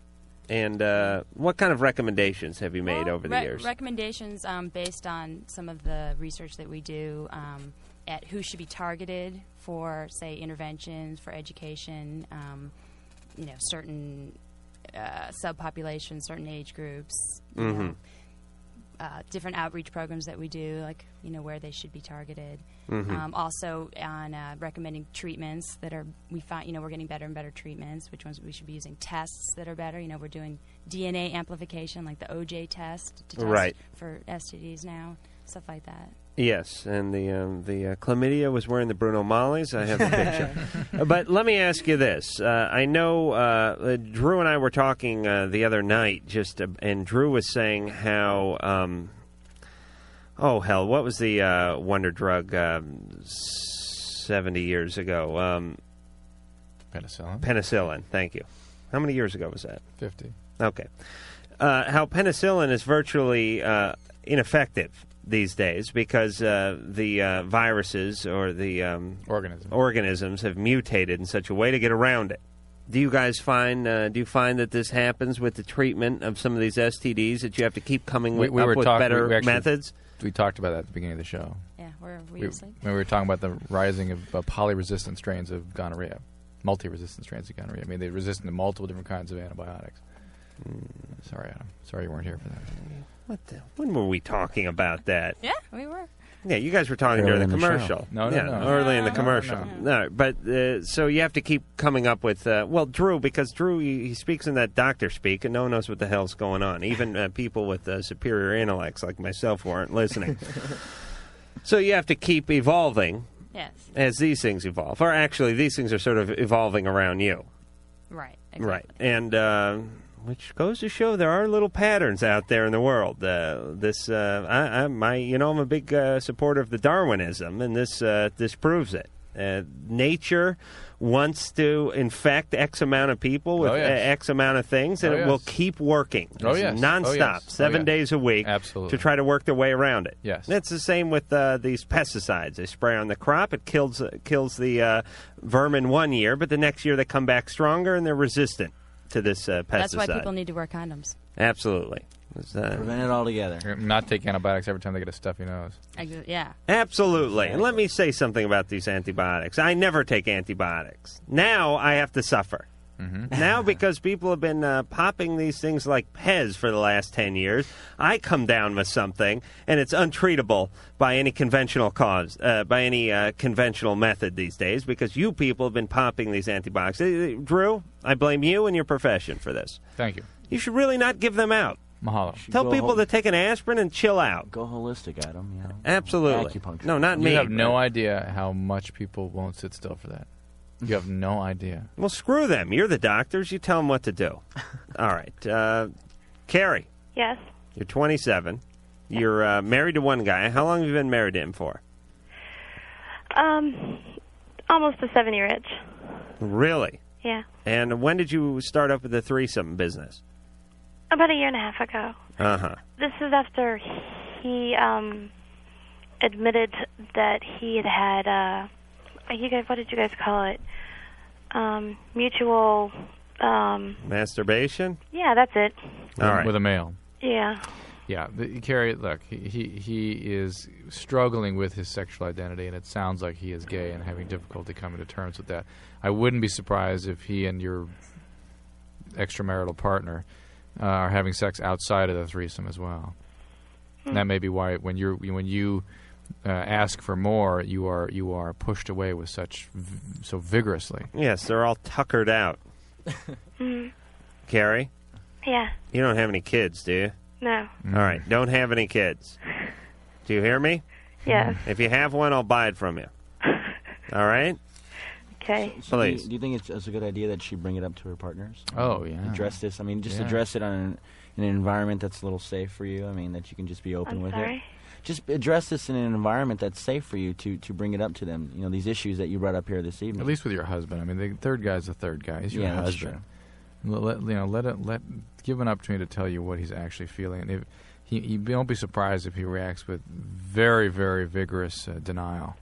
Speaker 12: And uh, what kind of recommendations have you made over the
Speaker 23: Re-
Speaker 12: years?
Speaker 23: Recommendations um, based on some of the research that we do um, at who should be targeted for, say, interventions, for education, um, you know, certain uh, subpopulations, certain age groups, you know,
Speaker 12: Mhm.
Speaker 23: uh, different outreach programs that we do, like, you know, where they should be targeted.
Speaker 12: Mm-hmm.
Speaker 32: Mhm.
Speaker 23: Um, also on uh, recommending treatments that are, we find, you know, we're getting better and better treatments, which ones we should be using tests that are better. You know, we're doing DNA amplification, like the OJ test, to test
Speaker 12: Right.
Speaker 23: for STDs now, stuff like that.
Speaker 12: Yes, and the um, the uh, chlamydia was wearing the Bruno Mollies. I have the picture. but let me ask you this: uh, I know uh, uh, Drew and I were talking uh, the other night, just uh, and Drew was saying how. Um, oh hell, what was the uh, wonder drug um, seventy years ago? Um,
Speaker 13: penicillin.
Speaker 12: Penicillin. Thank you. How many years ago was that?
Speaker 13: 50.
Speaker 12: Okay. Uh, how penicillin is virtually uh, ineffective these days because uh, the uh, viruses or the um,
Speaker 13: organisms
Speaker 12: organisms have mutated in such a way to get around it. Do you guys find? Uh, do you find that this happens with the treatment of some of these STDs that you have to keep coming
Speaker 13: We, we
Speaker 12: up
Speaker 13: were
Speaker 12: with
Speaker 13: talking
Speaker 12: better
Speaker 13: we actually-
Speaker 12: methods?
Speaker 13: We talked about that at the beginning of the show.
Speaker 23: Yeah, where we
Speaker 13: we,
Speaker 23: were saying-
Speaker 13: when we were talking about the rising of uh, poly-resistant strains of gonorrhea, multi-resistant strains of gonorrhea. I mean, they're resistant to multiple different kinds of antibiotics.
Speaker 12: Hmm.
Speaker 13: Sorry, Adam. Sorry you weren't here for that.
Speaker 12: What the? When were we talking about that?
Speaker 23: Yeah, we were.
Speaker 12: Yeah, you guys were talking
Speaker 13: Early
Speaker 12: during the
Speaker 13: in the show.
Speaker 12: commercial.
Speaker 13: No, no,
Speaker 12: yeah,
Speaker 13: no.
Speaker 12: Early in the
Speaker 13: No,
Speaker 12: commercial.
Speaker 13: no,
Speaker 12: No, but uh, so you have to keep coming up with uh, well, Drew, because Drew he, he speaks in that doctor speak, and no one knows what the hell's going on. Even uh, people with uh, superior intellects like myself who aren't listening. so you have to keep evolving
Speaker 23: Yes.
Speaker 12: as these things evolve, or actually, these things are sort of evolving around you.
Speaker 23: Right.
Speaker 12: Right, and uh, which goes to show there are little patterns out there in the world. Uh, this, uh, I, I, my, you know, I'm a big uh, supporter of the Darwinism, and this uh, this proves it. Uh, nature wants to infect X amount of people with
Speaker 13: Oh, yes.
Speaker 12: uh, X amount of things, and
Speaker 13: Oh,
Speaker 12: it will
Speaker 13: yes.
Speaker 12: keep working
Speaker 13: Oh,
Speaker 12: It's
Speaker 13: yes.
Speaker 12: nonstop,
Speaker 13: Oh, yes. Oh,
Speaker 12: seven
Speaker 13: yes.
Speaker 12: days a week, to
Speaker 13: Absolutely.
Speaker 12: try to work their way around it.
Speaker 13: Yes.
Speaker 12: That's the same with uh, these pesticides. They spray on the crop. It kills kills the uh, vermin one year, but the next year they come back stronger and they're resistant to this uh, pesticide.
Speaker 23: That's why people need to wear condoms.
Speaker 12: Absolutely. It's, uh,
Speaker 13: Prevent
Speaker 23: it altogether.
Speaker 13: Not take antibiotics every time they get a stuffy nose.
Speaker 23: Ex- Yeah.
Speaker 12: Absolutely. And let me say something about these antibiotics. I never take antibiotics. Now I have to suffer. Now, because people have been uh, popping these things like Pez for the last 10 years, I come down with something and it's untreatable by any conventional cause, uh, by any uh, conventional method these days because you people have been popping these antibiotics. Uh, uh, Drew, I blame you and your profession for this.
Speaker 13: Thank you.
Speaker 12: You should really not give them out.
Speaker 13: Mahalo.
Speaker 12: Tell
Speaker 13: go
Speaker 12: people
Speaker 13: home.
Speaker 12: to take an aspirin and chill out.
Speaker 24: Go holistic, Adam. You know.
Speaker 12: Absolutely.
Speaker 24: Acupuncture.
Speaker 12: No, not
Speaker 13: you
Speaker 12: me.
Speaker 13: You have no idea how much people won't sit still for that. You have no idea.
Speaker 12: Well, screw them. You're the doctors. You tell them what to do. All right. Uh, Carrie,
Speaker 32: Yes.
Speaker 12: you're 27. You're uh, married to one guy. How long have you been married to him for?
Speaker 31: Um, almost a seven-year itch.
Speaker 12: Really?
Speaker 31: Yeah,
Speaker 12: And when did you start up with the threesome business? Uh-huh.
Speaker 31: about a year and a half ago.
Speaker 12: Uh huh.
Speaker 31: This is after he um admitted that he had had uh, you guys. What did you guys call it? Um, mutual. Um,
Speaker 12: Masturbation?
Speaker 31: yeah, that's it.
Speaker 12: All right.
Speaker 13: With a male.
Speaker 31: Yeah.
Speaker 13: Yeah, the, Carrie. Look, he, he he is struggling with his sexual identity, and it sounds like he is gay and having difficulty coming to terms with that. I wouldn't be surprised if he and your extramarital partner uh, are having sex outside of the threesome as well.
Speaker 31: Hmm.
Speaker 13: That may be why when you're when you uh, ask for more, you are you are pushed away with such v- so vigorously.
Speaker 12: Yes, they're all tuckered out.
Speaker 31: Mhm.
Speaker 12: Carrie,
Speaker 31: Yeah.
Speaker 12: you don't have any kids, do you?
Speaker 31: No.
Speaker 12: All right, don't have any kids. Do you hear me?
Speaker 31: Yes.
Speaker 12: If you have one, I'll buy it from you. All right?
Speaker 31: Okay.
Speaker 24: So do you-
Speaker 12: Please.
Speaker 24: Do you, think it's, it's a good idea that she bring it up to her partners?
Speaker 13: Oh, yeah.
Speaker 24: Address this. I mean, just
Speaker 13: Yeah.
Speaker 24: address it on an, in an environment that's a little safe for you. I mean, that you can just be open
Speaker 31: I'm
Speaker 24: with it.
Speaker 31: sorry?
Speaker 24: Just address this in an environment that's safe for you to, to bring it up to them. You know, these issues that you brought up here this evening.
Speaker 13: At least with your husband. I mean, the third guy's the third guy. He's your
Speaker 24: Yeah, that's
Speaker 13: husband. Let, let- you know, let it, let give an opportunity to tell you what he's actually feeling. And if he, he don't be surprised if he reacts with very, very vigorous uh, denial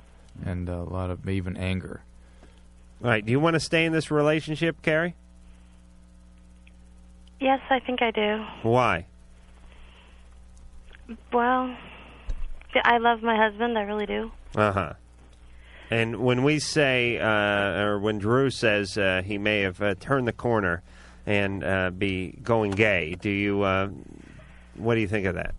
Speaker 13: and a lot of even anger.
Speaker 12: All right, do you want to stay in this relationship, Carrie?
Speaker 31: Yes, I think I do.
Speaker 12: Why?
Speaker 31: Well, yeah, I love my husband. I really do.
Speaker 12: Uh huh. And when we say, uh, or when Drew says uh, he may have uh, turned the corner and uh, be going gay, do you, uh, what do you think of that?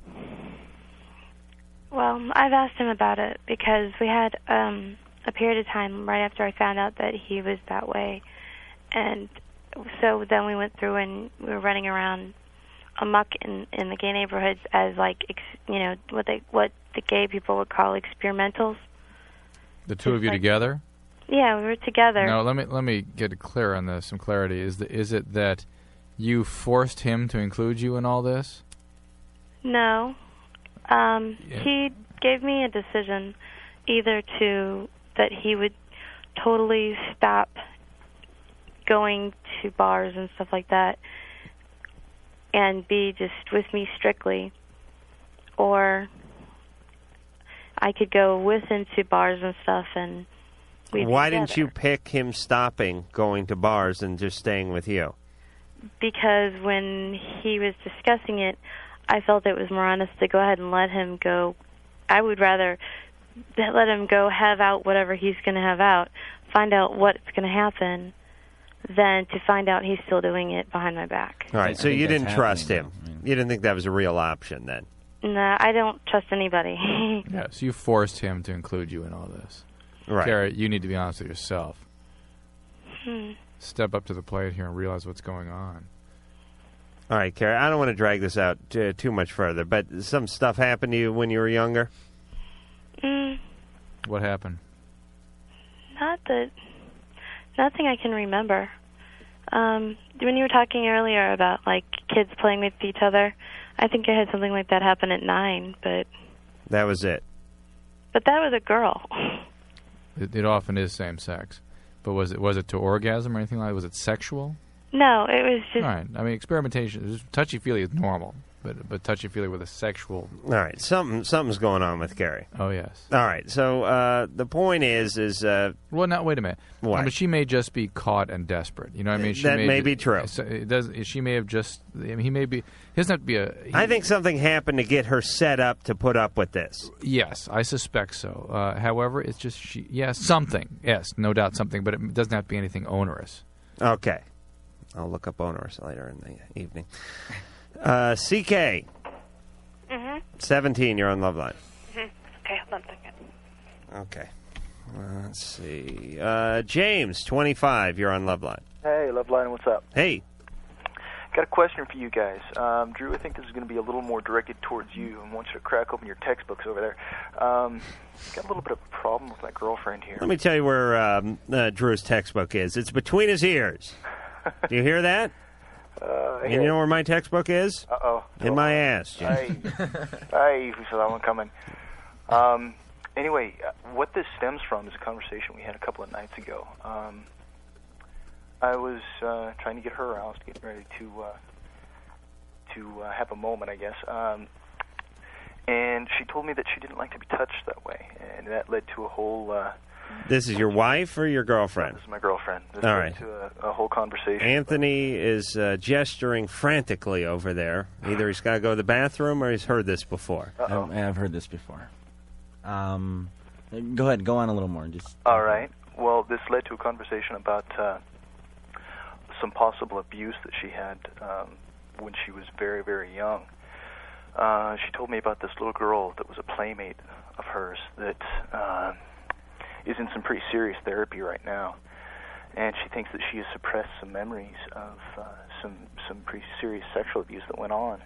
Speaker 31: Well, I've asked him about it because we had um, a period of time right after I found out that he was that way, and so then we went through and we were running around amok in in the gay neighborhoods as like ex, you know what they what the gay people would call experimentals.
Speaker 13: The two of you together.
Speaker 31: Yeah, we were together.
Speaker 13: No, let me let me get clear on this. Some clarity is the, is it that you forced him to include you in all this?
Speaker 31: No. Um,
Speaker 13: Yeah.
Speaker 31: He gave me a decision either to that he would totally stop going to bars and stuff like that and be just with me strictly, or I could go with him to bars and stuff and we'd be
Speaker 12: Why didn't
Speaker 31: together.
Speaker 12: you pick him stopping going to bars and just staying with you?
Speaker 31: because when he was discussing it, I felt it was more honest to go ahead and let him go. I would rather th- let him go have out whatever he's going to have out, find out what's going to happen, than to find out he's still doing it behind my back.
Speaker 12: All right,
Speaker 24: I
Speaker 12: so
Speaker 24: think
Speaker 12: you
Speaker 24: that's
Speaker 12: didn't trust him. You didn't think that was a real option then.
Speaker 31: No, I don't trust anybody.
Speaker 13: Yeah, so you forced him to include you in all this.
Speaker 12: Right.
Speaker 13: Carrie, you need to be honest with yourself.
Speaker 31: Hmm.
Speaker 13: Step up to the plate here and realize what's going on.
Speaker 12: All right, Carrie, I don't want to drag this out uh, too much further, but some stuff happened to you when you were younger?
Speaker 31: Mm,
Speaker 13: What happened?
Speaker 31: not that, nothing I can remember. Um, when you were talking earlier about like kids playing with each other, I think I had something like that happen at nine, but
Speaker 12: That was it.
Speaker 31: but that was a girl.
Speaker 13: It, it often is same sex, but was it was it to orgasm or anything like? that? Was it sexual?
Speaker 31: No, it was
Speaker 13: All
Speaker 31: just
Speaker 13: right. I mean, experimentation, touchy feely is normal, but but touchy feely with a sexual.
Speaker 12: All right, something something's going on with Carrie.
Speaker 13: Oh yes.
Speaker 12: All right, so uh, the point is is uh,
Speaker 13: well, now wait a minute.
Speaker 12: What?
Speaker 13: I mean, she may just be caught and desperate. You know, what I mean, she
Speaker 12: That may
Speaker 13: ju-
Speaker 12: be true.
Speaker 13: so It does. She may have just. I mean, he may be. He doesn't have to be a.
Speaker 12: I think something happened to get her set up to put up with this.
Speaker 13: Yes, I suspect so. Uh, however, it's just she. Yes, something. Yes, no doubt something, but it doesn't have to be anything onerous.
Speaker 12: Okay, I'll look up owners later in the evening. Uh, CK
Speaker 32: Mhm.
Speaker 12: seventeen, you're on love line.
Speaker 32: Mhm. Okay, hold on a second.
Speaker 12: Okay, let's see. Uh, James twenty five, you're on love line.
Speaker 33: Hey, Loveline, what's up?
Speaker 12: Hey,
Speaker 33: Got a question for you guys. Um, Drew, I think this is going to be a little more directed towards you. I want you to crack open your textbooks over there. Um, got a little bit of a problem with my girlfriend here.
Speaker 12: let me tell you where um, uh, Drew's textbook is. It's between his ears. Do you hear that?
Speaker 33: Uh,
Speaker 12: And you know where my textbook is?
Speaker 33: Uh oh.
Speaker 12: In my ass. Jim.
Speaker 33: Hey, hey, we saw that one coming. Um, anyway, uh, what this stems from is a conversation we had a couple of nights ago. Um, I was uh, trying to get her aroused, getting ready to uh, to uh, have a moment, I guess. Um, and she told me that she didn't like to be touched that way, and that led to a whole. Uh,
Speaker 12: This is your wife or your girlfriend?
Speaker 33: this is my girlfriend. This
Speaker 12: All
Speaker 33: led
Speaker 12: right.
Speaker 33: To a, a whole conversation.
Speaker 12: Anthony is uh, gesturing frantically over there. Either he's got to go to the bathroom or he's heard this before.
Speaker 33: Uh-oh.
Speaker 24: I've heard this before. Um, go ahead, go on a little more. Just
Speaker 33: All right. Well, this led to a conversation about uh, some possible abuse that she had um, when she was very, very young. Uh, she told me about this little girl that was a playmate of hers that uh, is in some pretty serious therapy right now, and she thinks that she has suppressed some memories of uh, some some pretty serious sexual abuse that went on,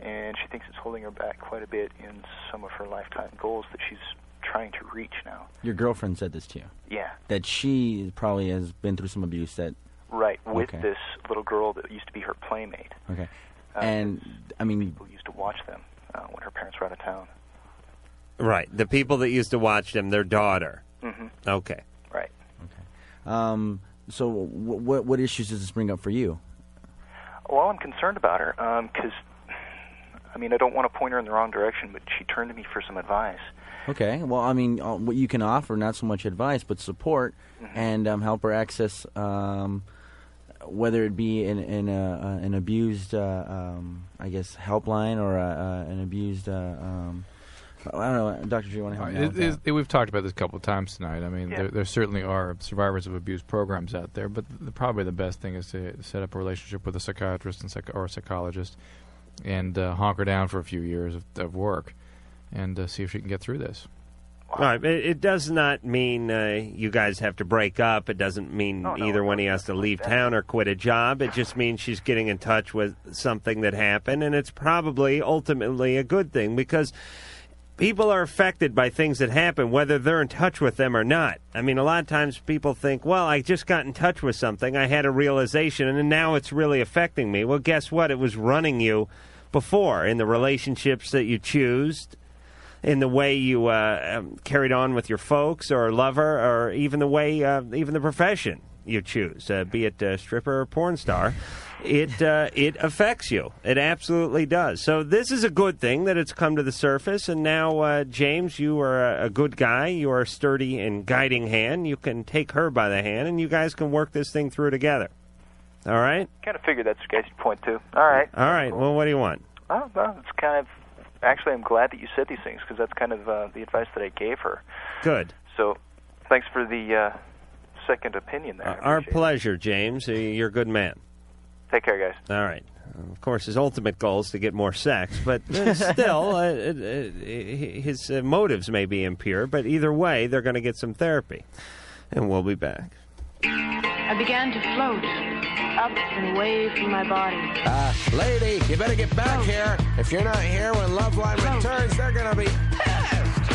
Speaker 33: and she thinks it's holding her back quite a bit in some of her lifetime goals that she's trying to reach now.
Speaker 24: your girlfriend said this to you.
Speaker 33: Yeah.
Speaker 24: That she probably has been through some abuse. That
Speaker 33: Right, with
Speaker 24: Okay.
Speaker 33: this little girl that used to be her playmate.
Speaker 24: okay.
Speaker 33: Uh,
Speaker 24: and I mean,
Speaker 33: Who used to watch them uh, when her parents were out of town.
Speaker 12: Right. The people that used to watch them, their daughter.
Speaker 33: Mhm.
Speaker 12: Okay.
Speaker 33: Right.
Speaker 24: um, so w- what what issues does this bring up for you?
Speaker 33: Well, I'm concerned about her because, I mean, I don't want to point her in the wrong direction, but she turned to me for some advice.
Speaker 24: Okay. Well, I mean, uh, what you can offer, not so much advice, but support and um, help her access, um, whether it be in, in a, uh, an abused, uh, um, I guess, helpline or a, uh, an abused. Uh, um, I don't know, Doctor G, you want to help me out
Speaker 13: It-
Speaker 24: with that?
Speaker 13: it- it- we've talked about this a couple of times tonight. I mean,
Speaker 24: Yeah.
Speaker 13: there, there certainly are survivors of abuse programs out there, but the, probably the best thing is to set up a relationship with a psychiatrist and psych- or a psychologist and uh, honk her down for a few years of, of work and uh, see if she can get through this.
Speaker 12: All right. It, it does not mean uh, you guys have to break up. Oh, It doesn't mean either one of you has to leave town or quit a job. It just means she's getting in touch with something that happened, and it's probably ultimately a good thing because people are affected by things that happen, whether they're in touch with them or not. I mean, a lot of times people think, well, I just got in touch with something, I had a realization, and now it's really affecting me. Well, guess what? It was running you before in the relationships that you choose in the way you uh, um, carried on with your folks or lover or even the way uh, even the profession you choose uh, be it uh, stripper or porn star it uh, it affects you it absolutely does so this is a good thing that it's come to the surface and now uh, James you are a, a good guy you are a sturdy and guiding hand you can take her by the hand and you guys can work this thing through together all right
Speaker 33: Kind of figured that's your guys' point, too. All right.
Speaker 12: all right well what do you want
Speaker 33: Oh, well, it's kind of. Actually, I'm glad that you said these things because that's kind of uh, the advice that I gave her.
Speaker 12: good
Speaker 33: So, thanks for the uh, second opinion there.
Speaker 12: our pleasure James Uh, you're a good man
Speaker 33: Take care, guys.
Speaker 12: All right. Of course, his ultimate goal is to get more sex, but uh, still, uh, it, it, it, his uh, motives may be impure. But either way, they're going to get some therapy, and we'll be back.
Speaker 18: I began to float up and away from my body.
Speaker 11: Uh, lady, you better get back here. If you're not here when Loveline returns, they're gonna be pissed.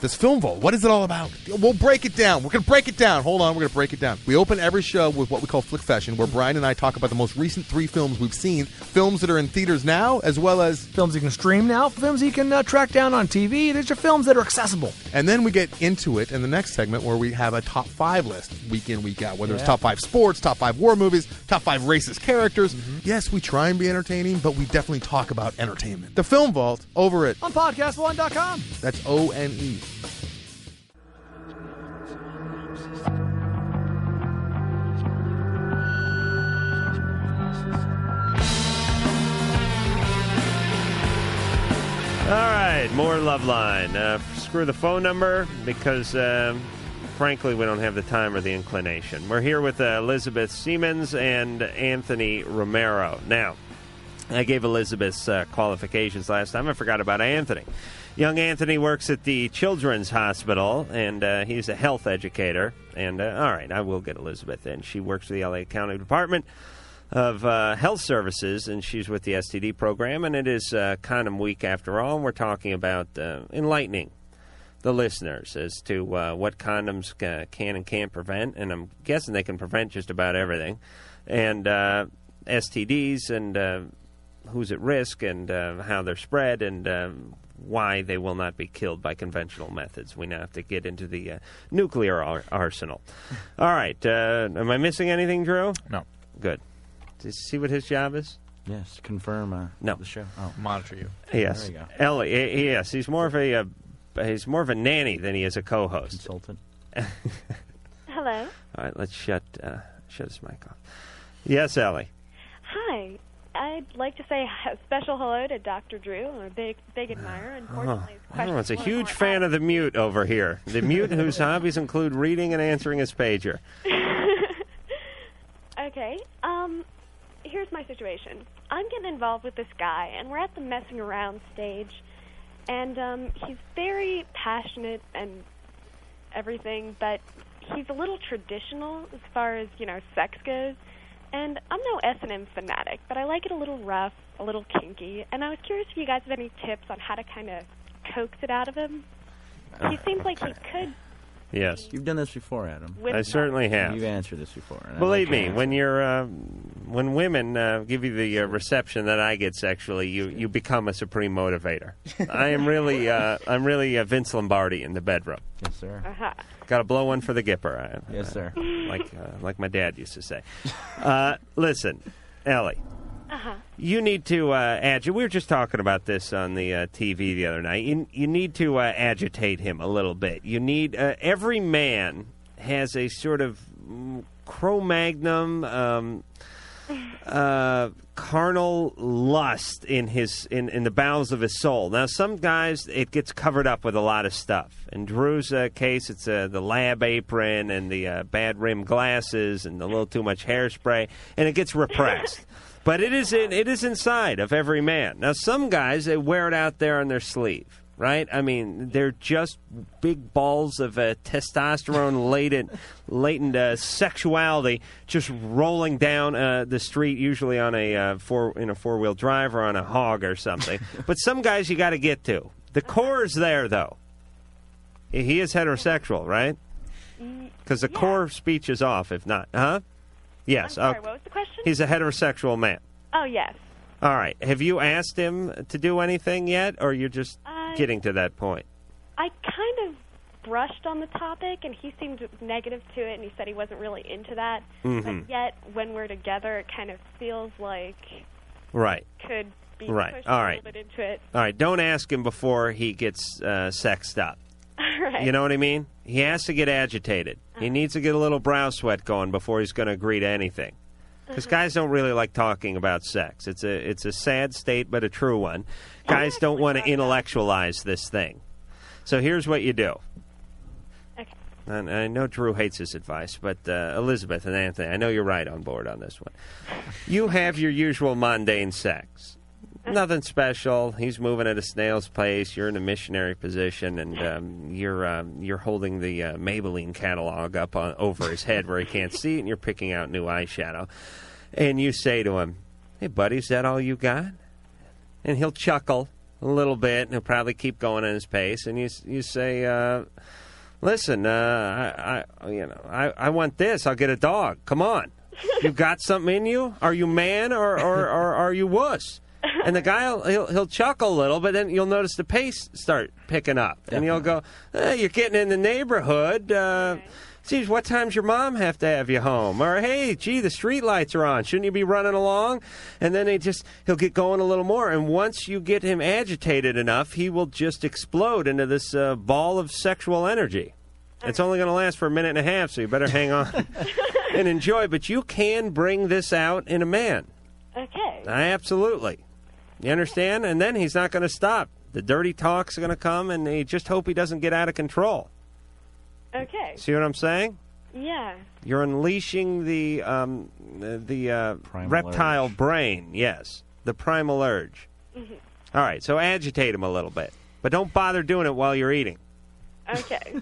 Speaker 20: This film vault, what is it all about? We'll break it down. We're going to break it down. Hold on, we're going to break it down. We open every show with what we call Flick Fashion, where Brian and I talk about the most recent three films we've seen, films that are in theaters now, as well as films you can stream now, films you can uh, track down on TV. There's your films that are accessible. And then we get into it in the next segment where we have a top five list week in, week out, whether it's
Speaker 11: Yeah.
Speaker 20: top five sports, top five war movies, top five racist characters. Yes, we try and be entertaining, but we definitely talk about entertainment. The Film Vault over at
Speaker 11: On podcast1.com.
Speaker 20: that's O N E.
Speaker 12: All right, more Loveline. Uh, screw the phone number because, um frankly, we don't have the time or the inclination. We're here with uh, Elizabeth Siemens and Anthony Romero. Now, I gave Elizabeth's uh, qualifications last time. I forgot about Anthony. Young Anthony works at the Children's Hospital, and uh, he's a health educator. And uh, all right, I will get Elizabeth in. She works for the LA County Department of uh, Health Services, and she's with the STD program. And it is uh, Condom Week after all. And we're talking about uh, enlightening the listeners as to uh, what condoms ca- can and can't prevent, and I'm guessing they can prevent just about everything, and uh, STDs and uh, who's at risk and uh, how they're spread and um, why they will not be killed by conventional methods. We now have to get into the uh, nuclear ar- arsenal. All right. Uh, am I missing anything, Drew?
Speaker 13: No.
Speaker 12: Good. Do you see what his job is?
Speaker 24: Yes, confirm uh,
Speaker 12: No.
Speaker 24: the show. Oh.
Speaker 13: Monitor you.
Speaker 12: Yes.
Speaker 24: There we go.
Speaker 12: Ellie. eh, Yes. He's more of a uh, he's more of a nanny than he is a co-host. Consultant. All
Speaker 21: Hello.
Speaker 12: right. Let's shut uh, shut his mic off. Yes, Ellie.
Speaker 21: Hi. I'd like to say a special hello to Dr. Drew. I'm a big, big admirer. Unfortunately, his
Speaker 12: Oh, everyone's a
Speaker 21: questions
Speaker 12: huge fan of the mute over here. The mute whose hobbies include reading and answering his pager.
Speaker 21: Okay. Um, here's my situation. I'm getting involved with this guy, and we're at the messing around stage, and um, he's very passionate and everything, but he's a little traditional as far as you know sex goes. And I'm no S and M fanatic, but I like it a little rough, a little kinky, and I was curious if you guys have any tips on how to kind of coax it out of him. He seems like he could
Speaker 12: Yes.
Speaker 24: You've done this before, Adam.
Speaker 21: With
Speaker 12: I certainly have.
Speaker 24: You've answered this before. and I
Speaker 12: Believe
Speaker 24: like your
Speaker 12: me,
Speaker 24: answer.
Speaker 12: when you're uh, when women uh, give you the uh, reception that I get sexually, you you become a supreme motivator. I am really uh, I'm really uh, Vince Lombardi in the bedroom.
Speaker 24: Yes, sir.
Speaker 21: Uh-huh.
Speaker 12: Got to blow one for the Gipper. I, yes,
Speaker 24: sir.
Speaker 12: Like uh, like my dad used to say. Uh, listen, Ellie.
Speaker 21: Uh-huh.
Speaker 12: You need to uh, agitate. We were just talking about this on the uh, TV the other night. You, you need to uh, agitate him a little bit. You need uh, every man has a sort of mm, Cro-Magnum. Um, uh, carnal lust in his in, in the bowels of his soul. Now, some guys it gets covered up with a lot of stuff. In Drew's uh, case, it's uh, the lab apron and the uh, bad rim glasses and a little too much hairspray, and it gets repressed. but it is in, it is inside of every man. Now, some guys they wear it out there on their sleeve. Right, I mean, they're just big balls of uh, testosterone latent, latent uh, sexuality just rolling down uh, the street, usually on a uh, four in a four wheel drive or on a hog or something. but some guys you got to get to. The core is there, though. He is heterosexual, right?
Speaker 21: Mm,
Speaker 12: Because the core speech is off. If not, huh? Yes.
Speaker 21: sorry,
Speaker 12: okay.
Speaker 21: what was the question?
Speaker 12: He's a heterosexual man.
Speaker 21: Oh yes.
Speaker 12: All right. Have you asked him to do anything yet, or you're just
Speaker 21: I-
Speaker 12: getting to that point?
Speaker 21: I kind of brushed on the topic, and he seemed negative to it, and he said he wasn't really into that.
Speaker 12: Mhm.
Speaker 21: But yet, when we're together, it kind of feels like
Speaker 12: Right.
Speaker 21: could be
Speaker 12: Right.
Speaker 21: pushed
Speaker 12: All
Speaker 21: a
Speaker 12: right.
Speaker 21: little bit into it.
Speaker 12: All right. Don't ask him before he gets uh, sexed up.
Speaker 21: All right. Uh-huh.
Speaker 12: You know what I mean? He has to get agitated. He needs to get a little brow sweat going before he's going to agree to anything. Because
Speaker 21: Uh-huh.
Speaker 12: guys don't really like talking about sex. It's a it's a sad state, but a true one. Guys don't want to intellectualize this thing. So here's what you do. And I know Drew hates this advice, but uh, Elizabeth and Anthony, I know you're right on board on this one. You have your usual mundane sex. Nothing special. He's moving at a snail's pace. You're in a missionary position, and um, you're um, you're holding the uh, Maybelline catalog up on, over his head where he can't see it, and you're picking out new eyeshadow. And you say to him, "Hey, buddy, is that all you got?" and he'll chuckle a little bit, and he'll probably keep going at his pace. And you you say, uh, "Listen, uh, I, I you know I, I want this. I'll get a dog. Come on, you got something in you? Are you man or or, or are you wuss?" And the guy will, he'll he'll chuckle a little, but then you'll notice the pace start picking up, and he'll go, "Eh, "You're getting in the neighborhood." Uh, Geez, what time's your mom have to have you home? Or hey, gee, the street lights are on. Shouldn't you be running along? And then they just he'll get going a little more. And once you get him agitated enough, he will just explode into this uh, ball of sexual energy. It's only going to last for a minute and a half, so you better hang on and enjoy. But you can bring this out in a man.
Speaker 21: Okay.
Speaker 12: I absolutely. You understand? And then he's not going to stop. The dirty talk's going to come, and you just hope he doesn't get out of control.
Speaker 21: Okay.
Speaker 12: See what I'm saying?
Speaker 21: Yeah.
Speaker 12: You're unleashing the um, uh, the uh, reptile brain. Yes, the primal urge.
Speaker 21: Mhm.
Speaker 12: All right, so agitate him a little bit, but don't bother doing it while you're eating.
Speaker 21: Okay.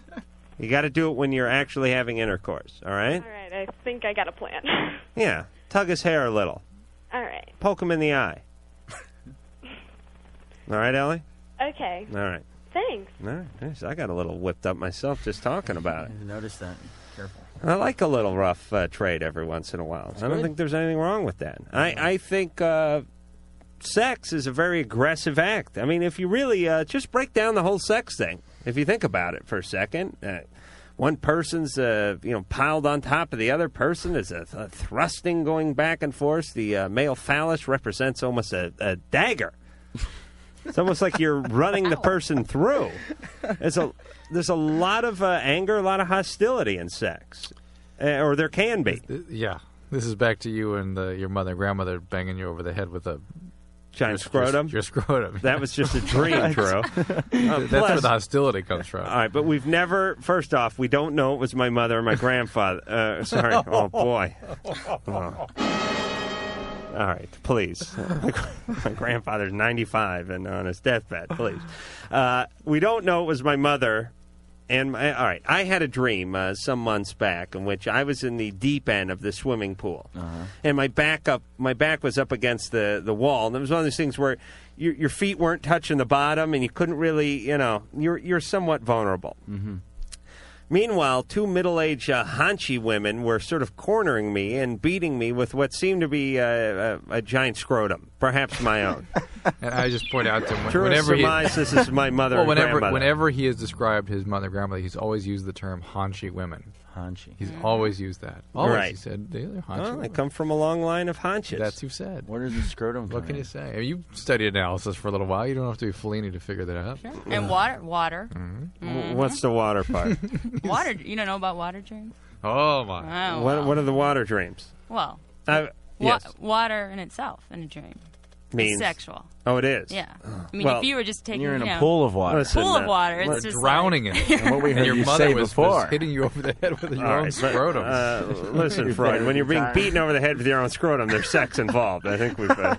Speaker 12: You got to do it when you're actually having intercourse. All right?
Speaker 21: All right. I think I got a plan.
Speaker 12: Yeah. Tug his hair a little.
Speaker 21: All right.
Speaker 12: Poke him in the eye. all right, Ellie.
Speaker 21: Okay.
Speaker 12: All right.
Speaker 21: Thanks.
Speaker 12: All right. Nice. I got a little whipped up myself just talking about it.
Speaker 24: I noticed that. Careful.
Speaker 12: I like a little rough uh, trade every once in a while. I don't
Speaker 24: good.
Speaker 12: think there's anything wrong with that. I, I think uh, sex is a very aggressive act. I mean, if you really uh, just break down the whole sex thing, if you think about it for a second, uh, one person's uh, you know piled on top of the other person. There's a, a thrusting going back and forth. The uh, male phallus represents almost a, a dagger. It's almost like you're running the person through. It's a, there's a lot of uh, anger, a lot of hostility in sex, uh, or there can be.
Speaker 13: Yeah, this is back to you and uh your mother and grandmother banging you over the head with a
Speaker 12: giant
Speaker 13: scrotum. Your, scrotum.
Speaker 12: That was just a dream, Drew. Uh,
Speaker 13: That's where
Speaker 12: plus-
Speaker 13: the hostility comes from.
Speaker 12: All right, but we've never. First off, we don't know it was my mother or my grandfather. Uh, sorry. Oh boy. Oh. All right, please. My gr- my grandfather's 95 and on his deathbed, please. Uh, we don't know it was my mother. And my, all right, I had a dream uh, some months back in which I was in the deep end of the swimming pool, and my back up, my back was up against the, the wall, and it was one of those things where your, your feet weren't touching the bottom, and you couldn't really, you know, you're you're somewhat vulnerable.
Speaker 17: Mm-hmm.
Speaker 12: Meanwhile, two middle aged uh, haunchy women were sort of cornering me and beating me with what seemed to be uh, a, a giant scrotum, perhaps my own.
Speaker 13: And I just point out to him when-
Speaker 12: Drew
Speaker 13: whenever he-
Speaker 12: surmised this is my mother
Speaker 13: Well,
Speaker 12: and
Speaker 13: whenever
Speaker 12: grandmother.
Speaker 13: whenever he has described his mother and grandmother, he's always used the term haunchy women.
Speaker 24: Haunchy.
Speaker 13: He's always used that. Always
Speaker 12: Right.
Speaker 13: he said they- they're haunchy.
Speaker 12: Well, I
Speaker 13: women.
Speaker 12: come from a long line of haunches.
Speaker 13: That's who said.
Speaker 24: Where does the scrotum?
Speaker 13: What can you say? I mean, you studied analysis for a little while. You don't have to be Fellini to figure that out.
Speaker 23: And water, Mm-hmm. water,
Speaker 13: Mm-hmm.
Speaker 23: Mm-hmm.
Speaker 12: W- What's the water part?
Speaker 23: water. You don't know about water dreams?
Speaker 13: oh my!
Speaker 23: Wow.
Speaker 12: What, what are the water dreams?
Speaker 23: Well,
Speaker 12: I,
Speaker 23: wa-
Speaker 12: yes,
Speaker 23: water in itself in a dream is
Speaker 12: means
Speaker 23: sexual.
Speaker 12: Oh, it is.
Speaker 23: Yeah. I mean,
Speaker 12: Well,
Speaker 23: if you were just taking,
Speaker 12: you're in
Speaker 23: you
Speaker 12: a
Speaker 23: know-
Speaker 12: pool of water. Listen,
Speaker 23: pool of
Speaker 12: uh,
Speaker 23: water.
Speaker 12: we're
Speaker 23: It's just
Speaker 13: drowning
Speaker 23: like,
Speaker 13: in it.
Speaker 24: What we
Speaker 13: and
Speaker 24: heard
Speaker 13: your
Speaker 24: you
Speaker 13: mother
Speaker 24: say
Speaker 13: was, was
Speaker 24: before.
Speaker 13: hitting you over the head with your
Speaker 12: All
Speaker 13: own
Speaker 12: right, let-
Speaker 13: scrotum.
Speaker 12: uh, listen,
Speaker 13: You're
Speaker 12: Freud,
Speaker 13: better
Speaker 12: when you're
Speaker 13: than
Speaker 12: being
Speaker 13: time.
Speaker 12: beaten over the head with your own scrotum, there's sex involved. I think we've uh,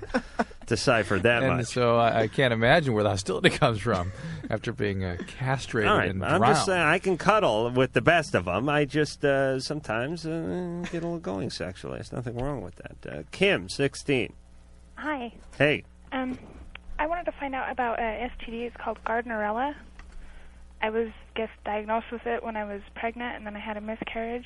Speaker 12: deciphered that
Speaker 13: and
Speaker 12: much.
Speaker 13: so I, I can't imagine where the hostility comes from after being uh, castrated
Speaker 12: All right,
Speaker 13: and
Speaker 12: I'm
Speaker 13: drowned.
Speaker 12: just saying I can cuddle with the best of them. I just uh, sometimes uh, get a little going sexually. There's nothing wrong with that. Uh, Kim, 16.
Speaker 32: Hi.
Speaker 12: Hey,
Speaker 32: Um, I wanted to find out about uh, a STD. It's called Gardnerella. I was guess diagnosed with it when I was pregnant, and then I had a miscarriage.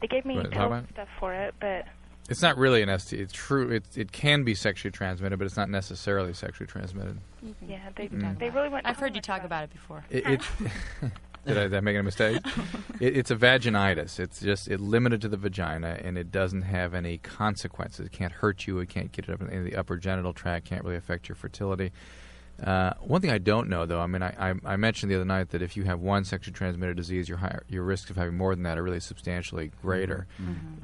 Speaker 32: They gave me
Speaker 13: Wanna talk
Speaker 32: pills
Speaker 13: about
Speaker 32: and
Speaker 13: it?
Speaker 32: stuff for it, but
Speaker 13: It's not really an STD. It's true. It, it can be sexually transmitted, but it's not necessarily sexually transmitted.
Speaker 32: yeah, they
Speaker 13: Mm.
Speaker 32: they really went.
Speaker 23: I've heard you talk about it before.
Speaker 13: It, it, did I, did I make a mistake? It, it's a vaginitis. It's just it limited to the vagina, and it doesn't have any consequences. It can't hurt you. It can't get it up in the upper genital tract. Can't really affect your fertility. Uh, one thing I don't know, though, I mean, I, I, I mentioned the other night that if you have one sexually transmitted disease, your higher, your risks of having more than that are really substantially greater.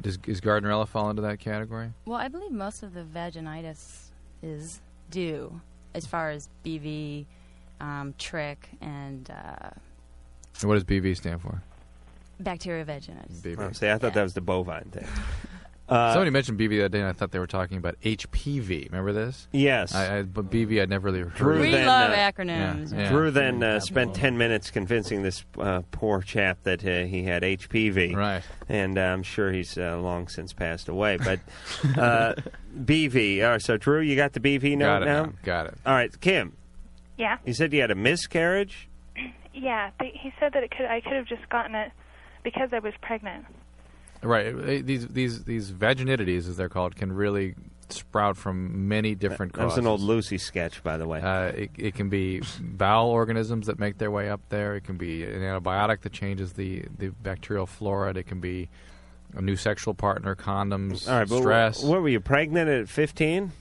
Speaker 13: Does is Gardnerella fall into that category?
Speaker 23: Well, I believe most of the vaginitis is due as far as BV, um, trick, and uh,
Speaker 13: And what does BV stand for?
Speaker 23: bacteria vaginitis.
Speaker 12: Oh, see, I thought that was the bovine thing. Uh,
Speaker 13: Somebody mentioned BV the other day, and I thought they were talking about HPV. Remember this?
Speaker 12: Yes.
Speaker 13: I, I, but BV, I'd never really heard.
Speaker 12: Drew
Speaker 13: of it.
Speaker 12: then,
Speaker 23: love
Speaker 12: uh,
Speaker 23: acronyms.
Speaker 13: Yeah.
Speaker 12: Drew then uh, spent 10 minutes convincing this uh, poor chap that uh, he had HPV.
Speaker 13: Right.
Speaker 12: And uh, I'm sure he's uh, long since passed away. But uh, BV. All right, so, Drew, you got the BV note
Speaker 13: Got it
Speaker 12: now?
Speaker 13: now. Got it.
Speaker 12: All right, Kim,
Speaker 32: yeah,
Speaker 12: you said you had a miscarriage?
Speaker 32: yeah. They, he said that it could I could have just gotten it because I was pregnant.
Speaker 13: Right. eh, These these these vaginidities, as they're called, can really sprout from many different
Speaker 12: That was
Speaker 13: causes.
Speaker 12: an old Lucy sketch, by the way.
Speaker 13: Uh, it, it can be bowel organisms that make their way up there. It can be an antibiotic that changes the, the bacterial flora. It can be a new sexual partner, condoms,
Speaker 12: All right, but wh-
Speaker 13: stress.
Speaker 12: what were you, pregnant at 15?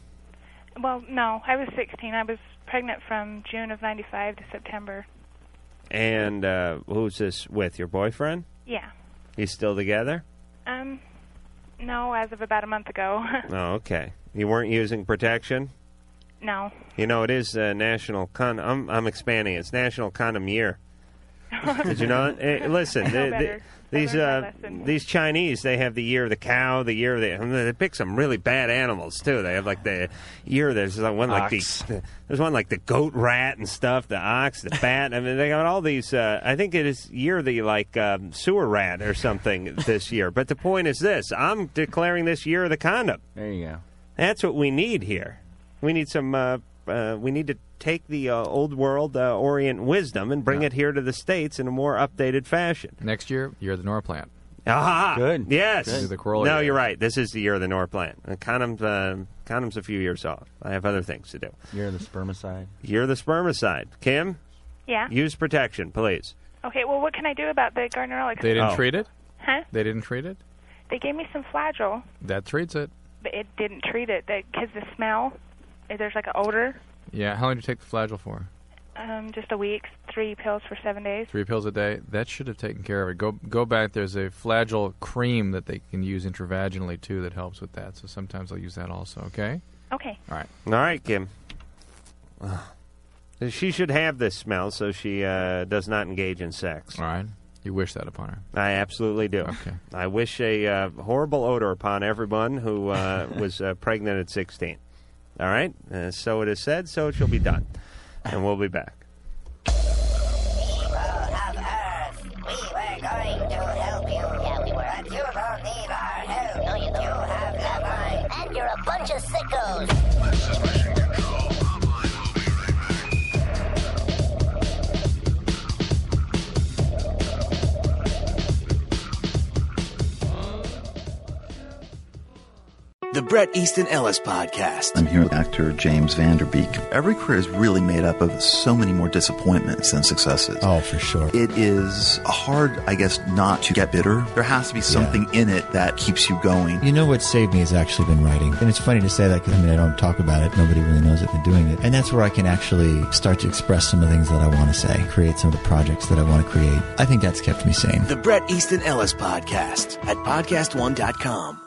Speaker 32: Well, no, I was 16. I was pregnant from June of '95 to September.
Speaker 12: And uh, who's this with? Your boyfriend?
Speaker 32: Yeah.
Speaker 12: He's still together?
Speaker 32: Um, no, as of about a month ago.
Speaker 12: Oh, okay. You weren't using protection?
Speaker 32: no.
Speaker 12: You know, it is uh, National Con. I'm, I'm expanding. It's National Condom Year. Did you know? it? Eh, listen,
Speaker 17: I know
Speaker 12: the- the-
Speaker 17: better. I
Speaker 12: these
Speaker 17: learned my
Speaker 12: uh,
Speaker 17: lesson.
Speaker 12: these Chinese, they have the year of the cow, the year of the. I mean, they pick some really bad animals too. They have like the year. uh, There's like one like
Speaker 17: Ox.
Speaker 12: the there's one like the goat rat and stuff, the ox, the bat. I mean, they got all these. Uh, I think it is year of the like um, sewer rat or something this year. But the point is this: I'm declaring this year of the condom.
Speaker 24: There you go.
Speaker 12: That's what we need here. We need some. Uh, uh, we need to take the uh, old world uh, Orient wisdom and bring it here to the states in a more updated fashion.
Speaker 13: Next year, you're the Nora plant.
Speaker 12: Ah,
Speaker 24: Good.
Speaker 12: Yes.
Speaker 24: Good. Do the
Speaker 12: no,
Speaker 24: Corolla year.
Speaker 12: you're right. This is the year of the Nor plan. Uh, condoms, uh, condoms a few years off. I have other things to do.
Speaker 24: Year of the spermicide.
Speaker 12: Year of the spermicide. Kim?
Speaker 32: Yeah.
Speaker 12: Use protection, please.
Speaker 32: Okay, well, what can I do about the Gardnerella? 'Cause-
Speaker 13: They didn't
Speaker 12: Oh.
Speaker 13: treat it.
Speaker 32: Huh?
Speaker 13: They didn't treat it.
Speaker 32: They gave me some Flagyl,
Speaker 13: That treats it.
Speaker 32: but it didn't treat it because the smell, eh, there's like an odor.
Speaker 13: Yeah. How long did you take the Flagyl for?
Speaker 32: Um, just a week, three pills for seven days.
Speaker 13: Three pills a day. That should have taken care of it. Go go back. There's a Flagyl cream that they can use intravaginally too that helps with that. So sometimes I'll use that also. Okay.
Speaker 32: Okay.
Speaker 13: All right.
Speaker 12: All right, Kim. Ugh. She should have this smell so she uh, does not engage in sex.
Speaker 13: All right. You wish that upon her.
Speaker 12: I absolutely do. Okay. I wish a uh, horrible odor upon everyone who uh, was uh, pregnant at 16. All right? Uh, so it is said, so it shall be done. And we'll be back.
Speaker 19: And you're a bunch of sickos.
Speaker 22: The Brett Easton Ellis Podcast.
Speaker 25: I'm here with actor James Vanderbeek. Every career is really made up of so many more disappointments than successes. Oh, for sure. It is hard, I guess, not to get bitter. There has to be something in it that keeps you going.
Speaker 26: You know what saved me has actually been writing. And it's funny to say that because I mean, I don't talk about it. Nobody really knows I've been doing it. And that's where I can actually start to express some of the things that I want to say, create some of the projects that I want to create. I think that's kept me sane.
Speaker 22: The Brett Easton Ellis Podcast at podcast1.com.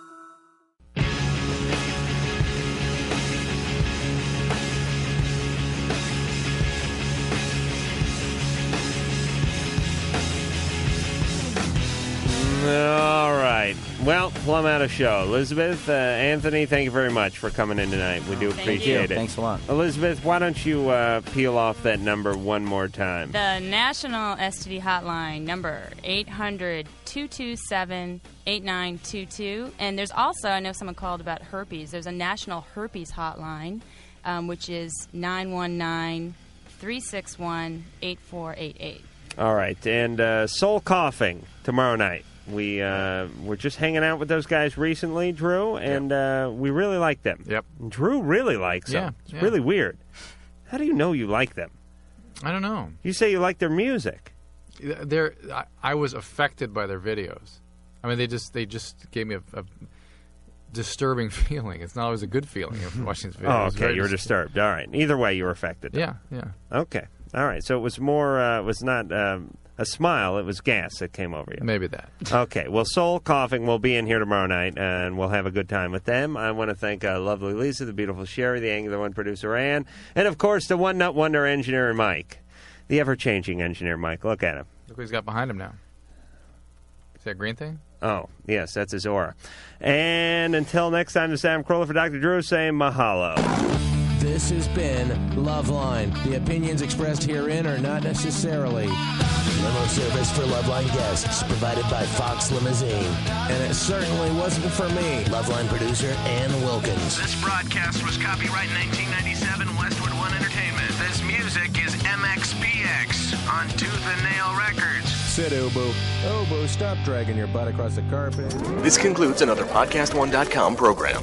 Speaker 12: All right. Well, plumb out of show. Elizabeth, uh, Anthony, thank you very much for coming in tonight. We do
Speaker 23: Thank
Speaker 12: appreciate
Speaker 24: you.
Speaker 12: it.
Speaker 24: Thanks a lot.
Speaker 12: Elizabeth, why don't you uh, peel off that number one more time?
Speaker 23: The National STD Hotline number 800 227 8922. And there's also, I know someone called about herpes, there's a National Herpes Hotline, um, which is 919 361 8488.
Speaker 12: All right, and uh, Soul Coughing tomorrow night. We uh, were just hanging out with those guys recently, Drew, and uh, we really like them. Yep. Drew really likes
Speaker 13: Yeah,
Speaker 12: them. It's
Speaker 13: yeah.
Speaker 12: really weird. How do you know you like them?
Speaker 13: I don't know.
Speaker 12: You say you like their music.
Speaker 13: They're, I, I was affected by their videos. I mean, they just they just gave me a, a disturbing feeling. It's not always a good feeling after watching these videos.
Speaker 12: Oh,
Speaker 13: It's
Speaker 12: okay.
Speaker 13: very
Speaker 12: You were
Speaker 13: dis-
Speaker 12: disturbed. All right. Either way, you were affected.
Speaker 13: Yeah, yeah.
Speaker 12: Okay. All right. So it was more. Uh, it was not um, a smile. It was gas that came over you.
Speaker 13: Maybe that.
Speaker 12: okay. Well, Soul Coughing will be in here tomorrow night, and we'll have a good time with them. I want to thank uh, lovely Lisa, the beautiful Sherry, the angular one producer Ann, and of course the one nut wonder engineer Mike, the ever changing engineer Mike. Look at him.
Speaker 13: Look what he's got behind him now. Is that green thing?
Speaker 12: Oh, yes, that's his aura. And until next time, this is Adam Carolla for Dr. Drew saying mahalo.
Speaker 11: This has been Loveline. The opinions expressed herein are not necessarily.
Speaker 25: Limo service for Loveline guests provided by Fox Limousine. And it certainly wasn't for me. Loveline producer Ann Wilkins.
Speaker 17: This broadcast was copyright 1997 Westwood One Entertainment. This music is MXPX on Tooth and Nail Records.
Speaker 1: Sit, Obo. Obo, stop dragging your butt across the carpet.
Speaker 25: This concludes another podcast1.com program.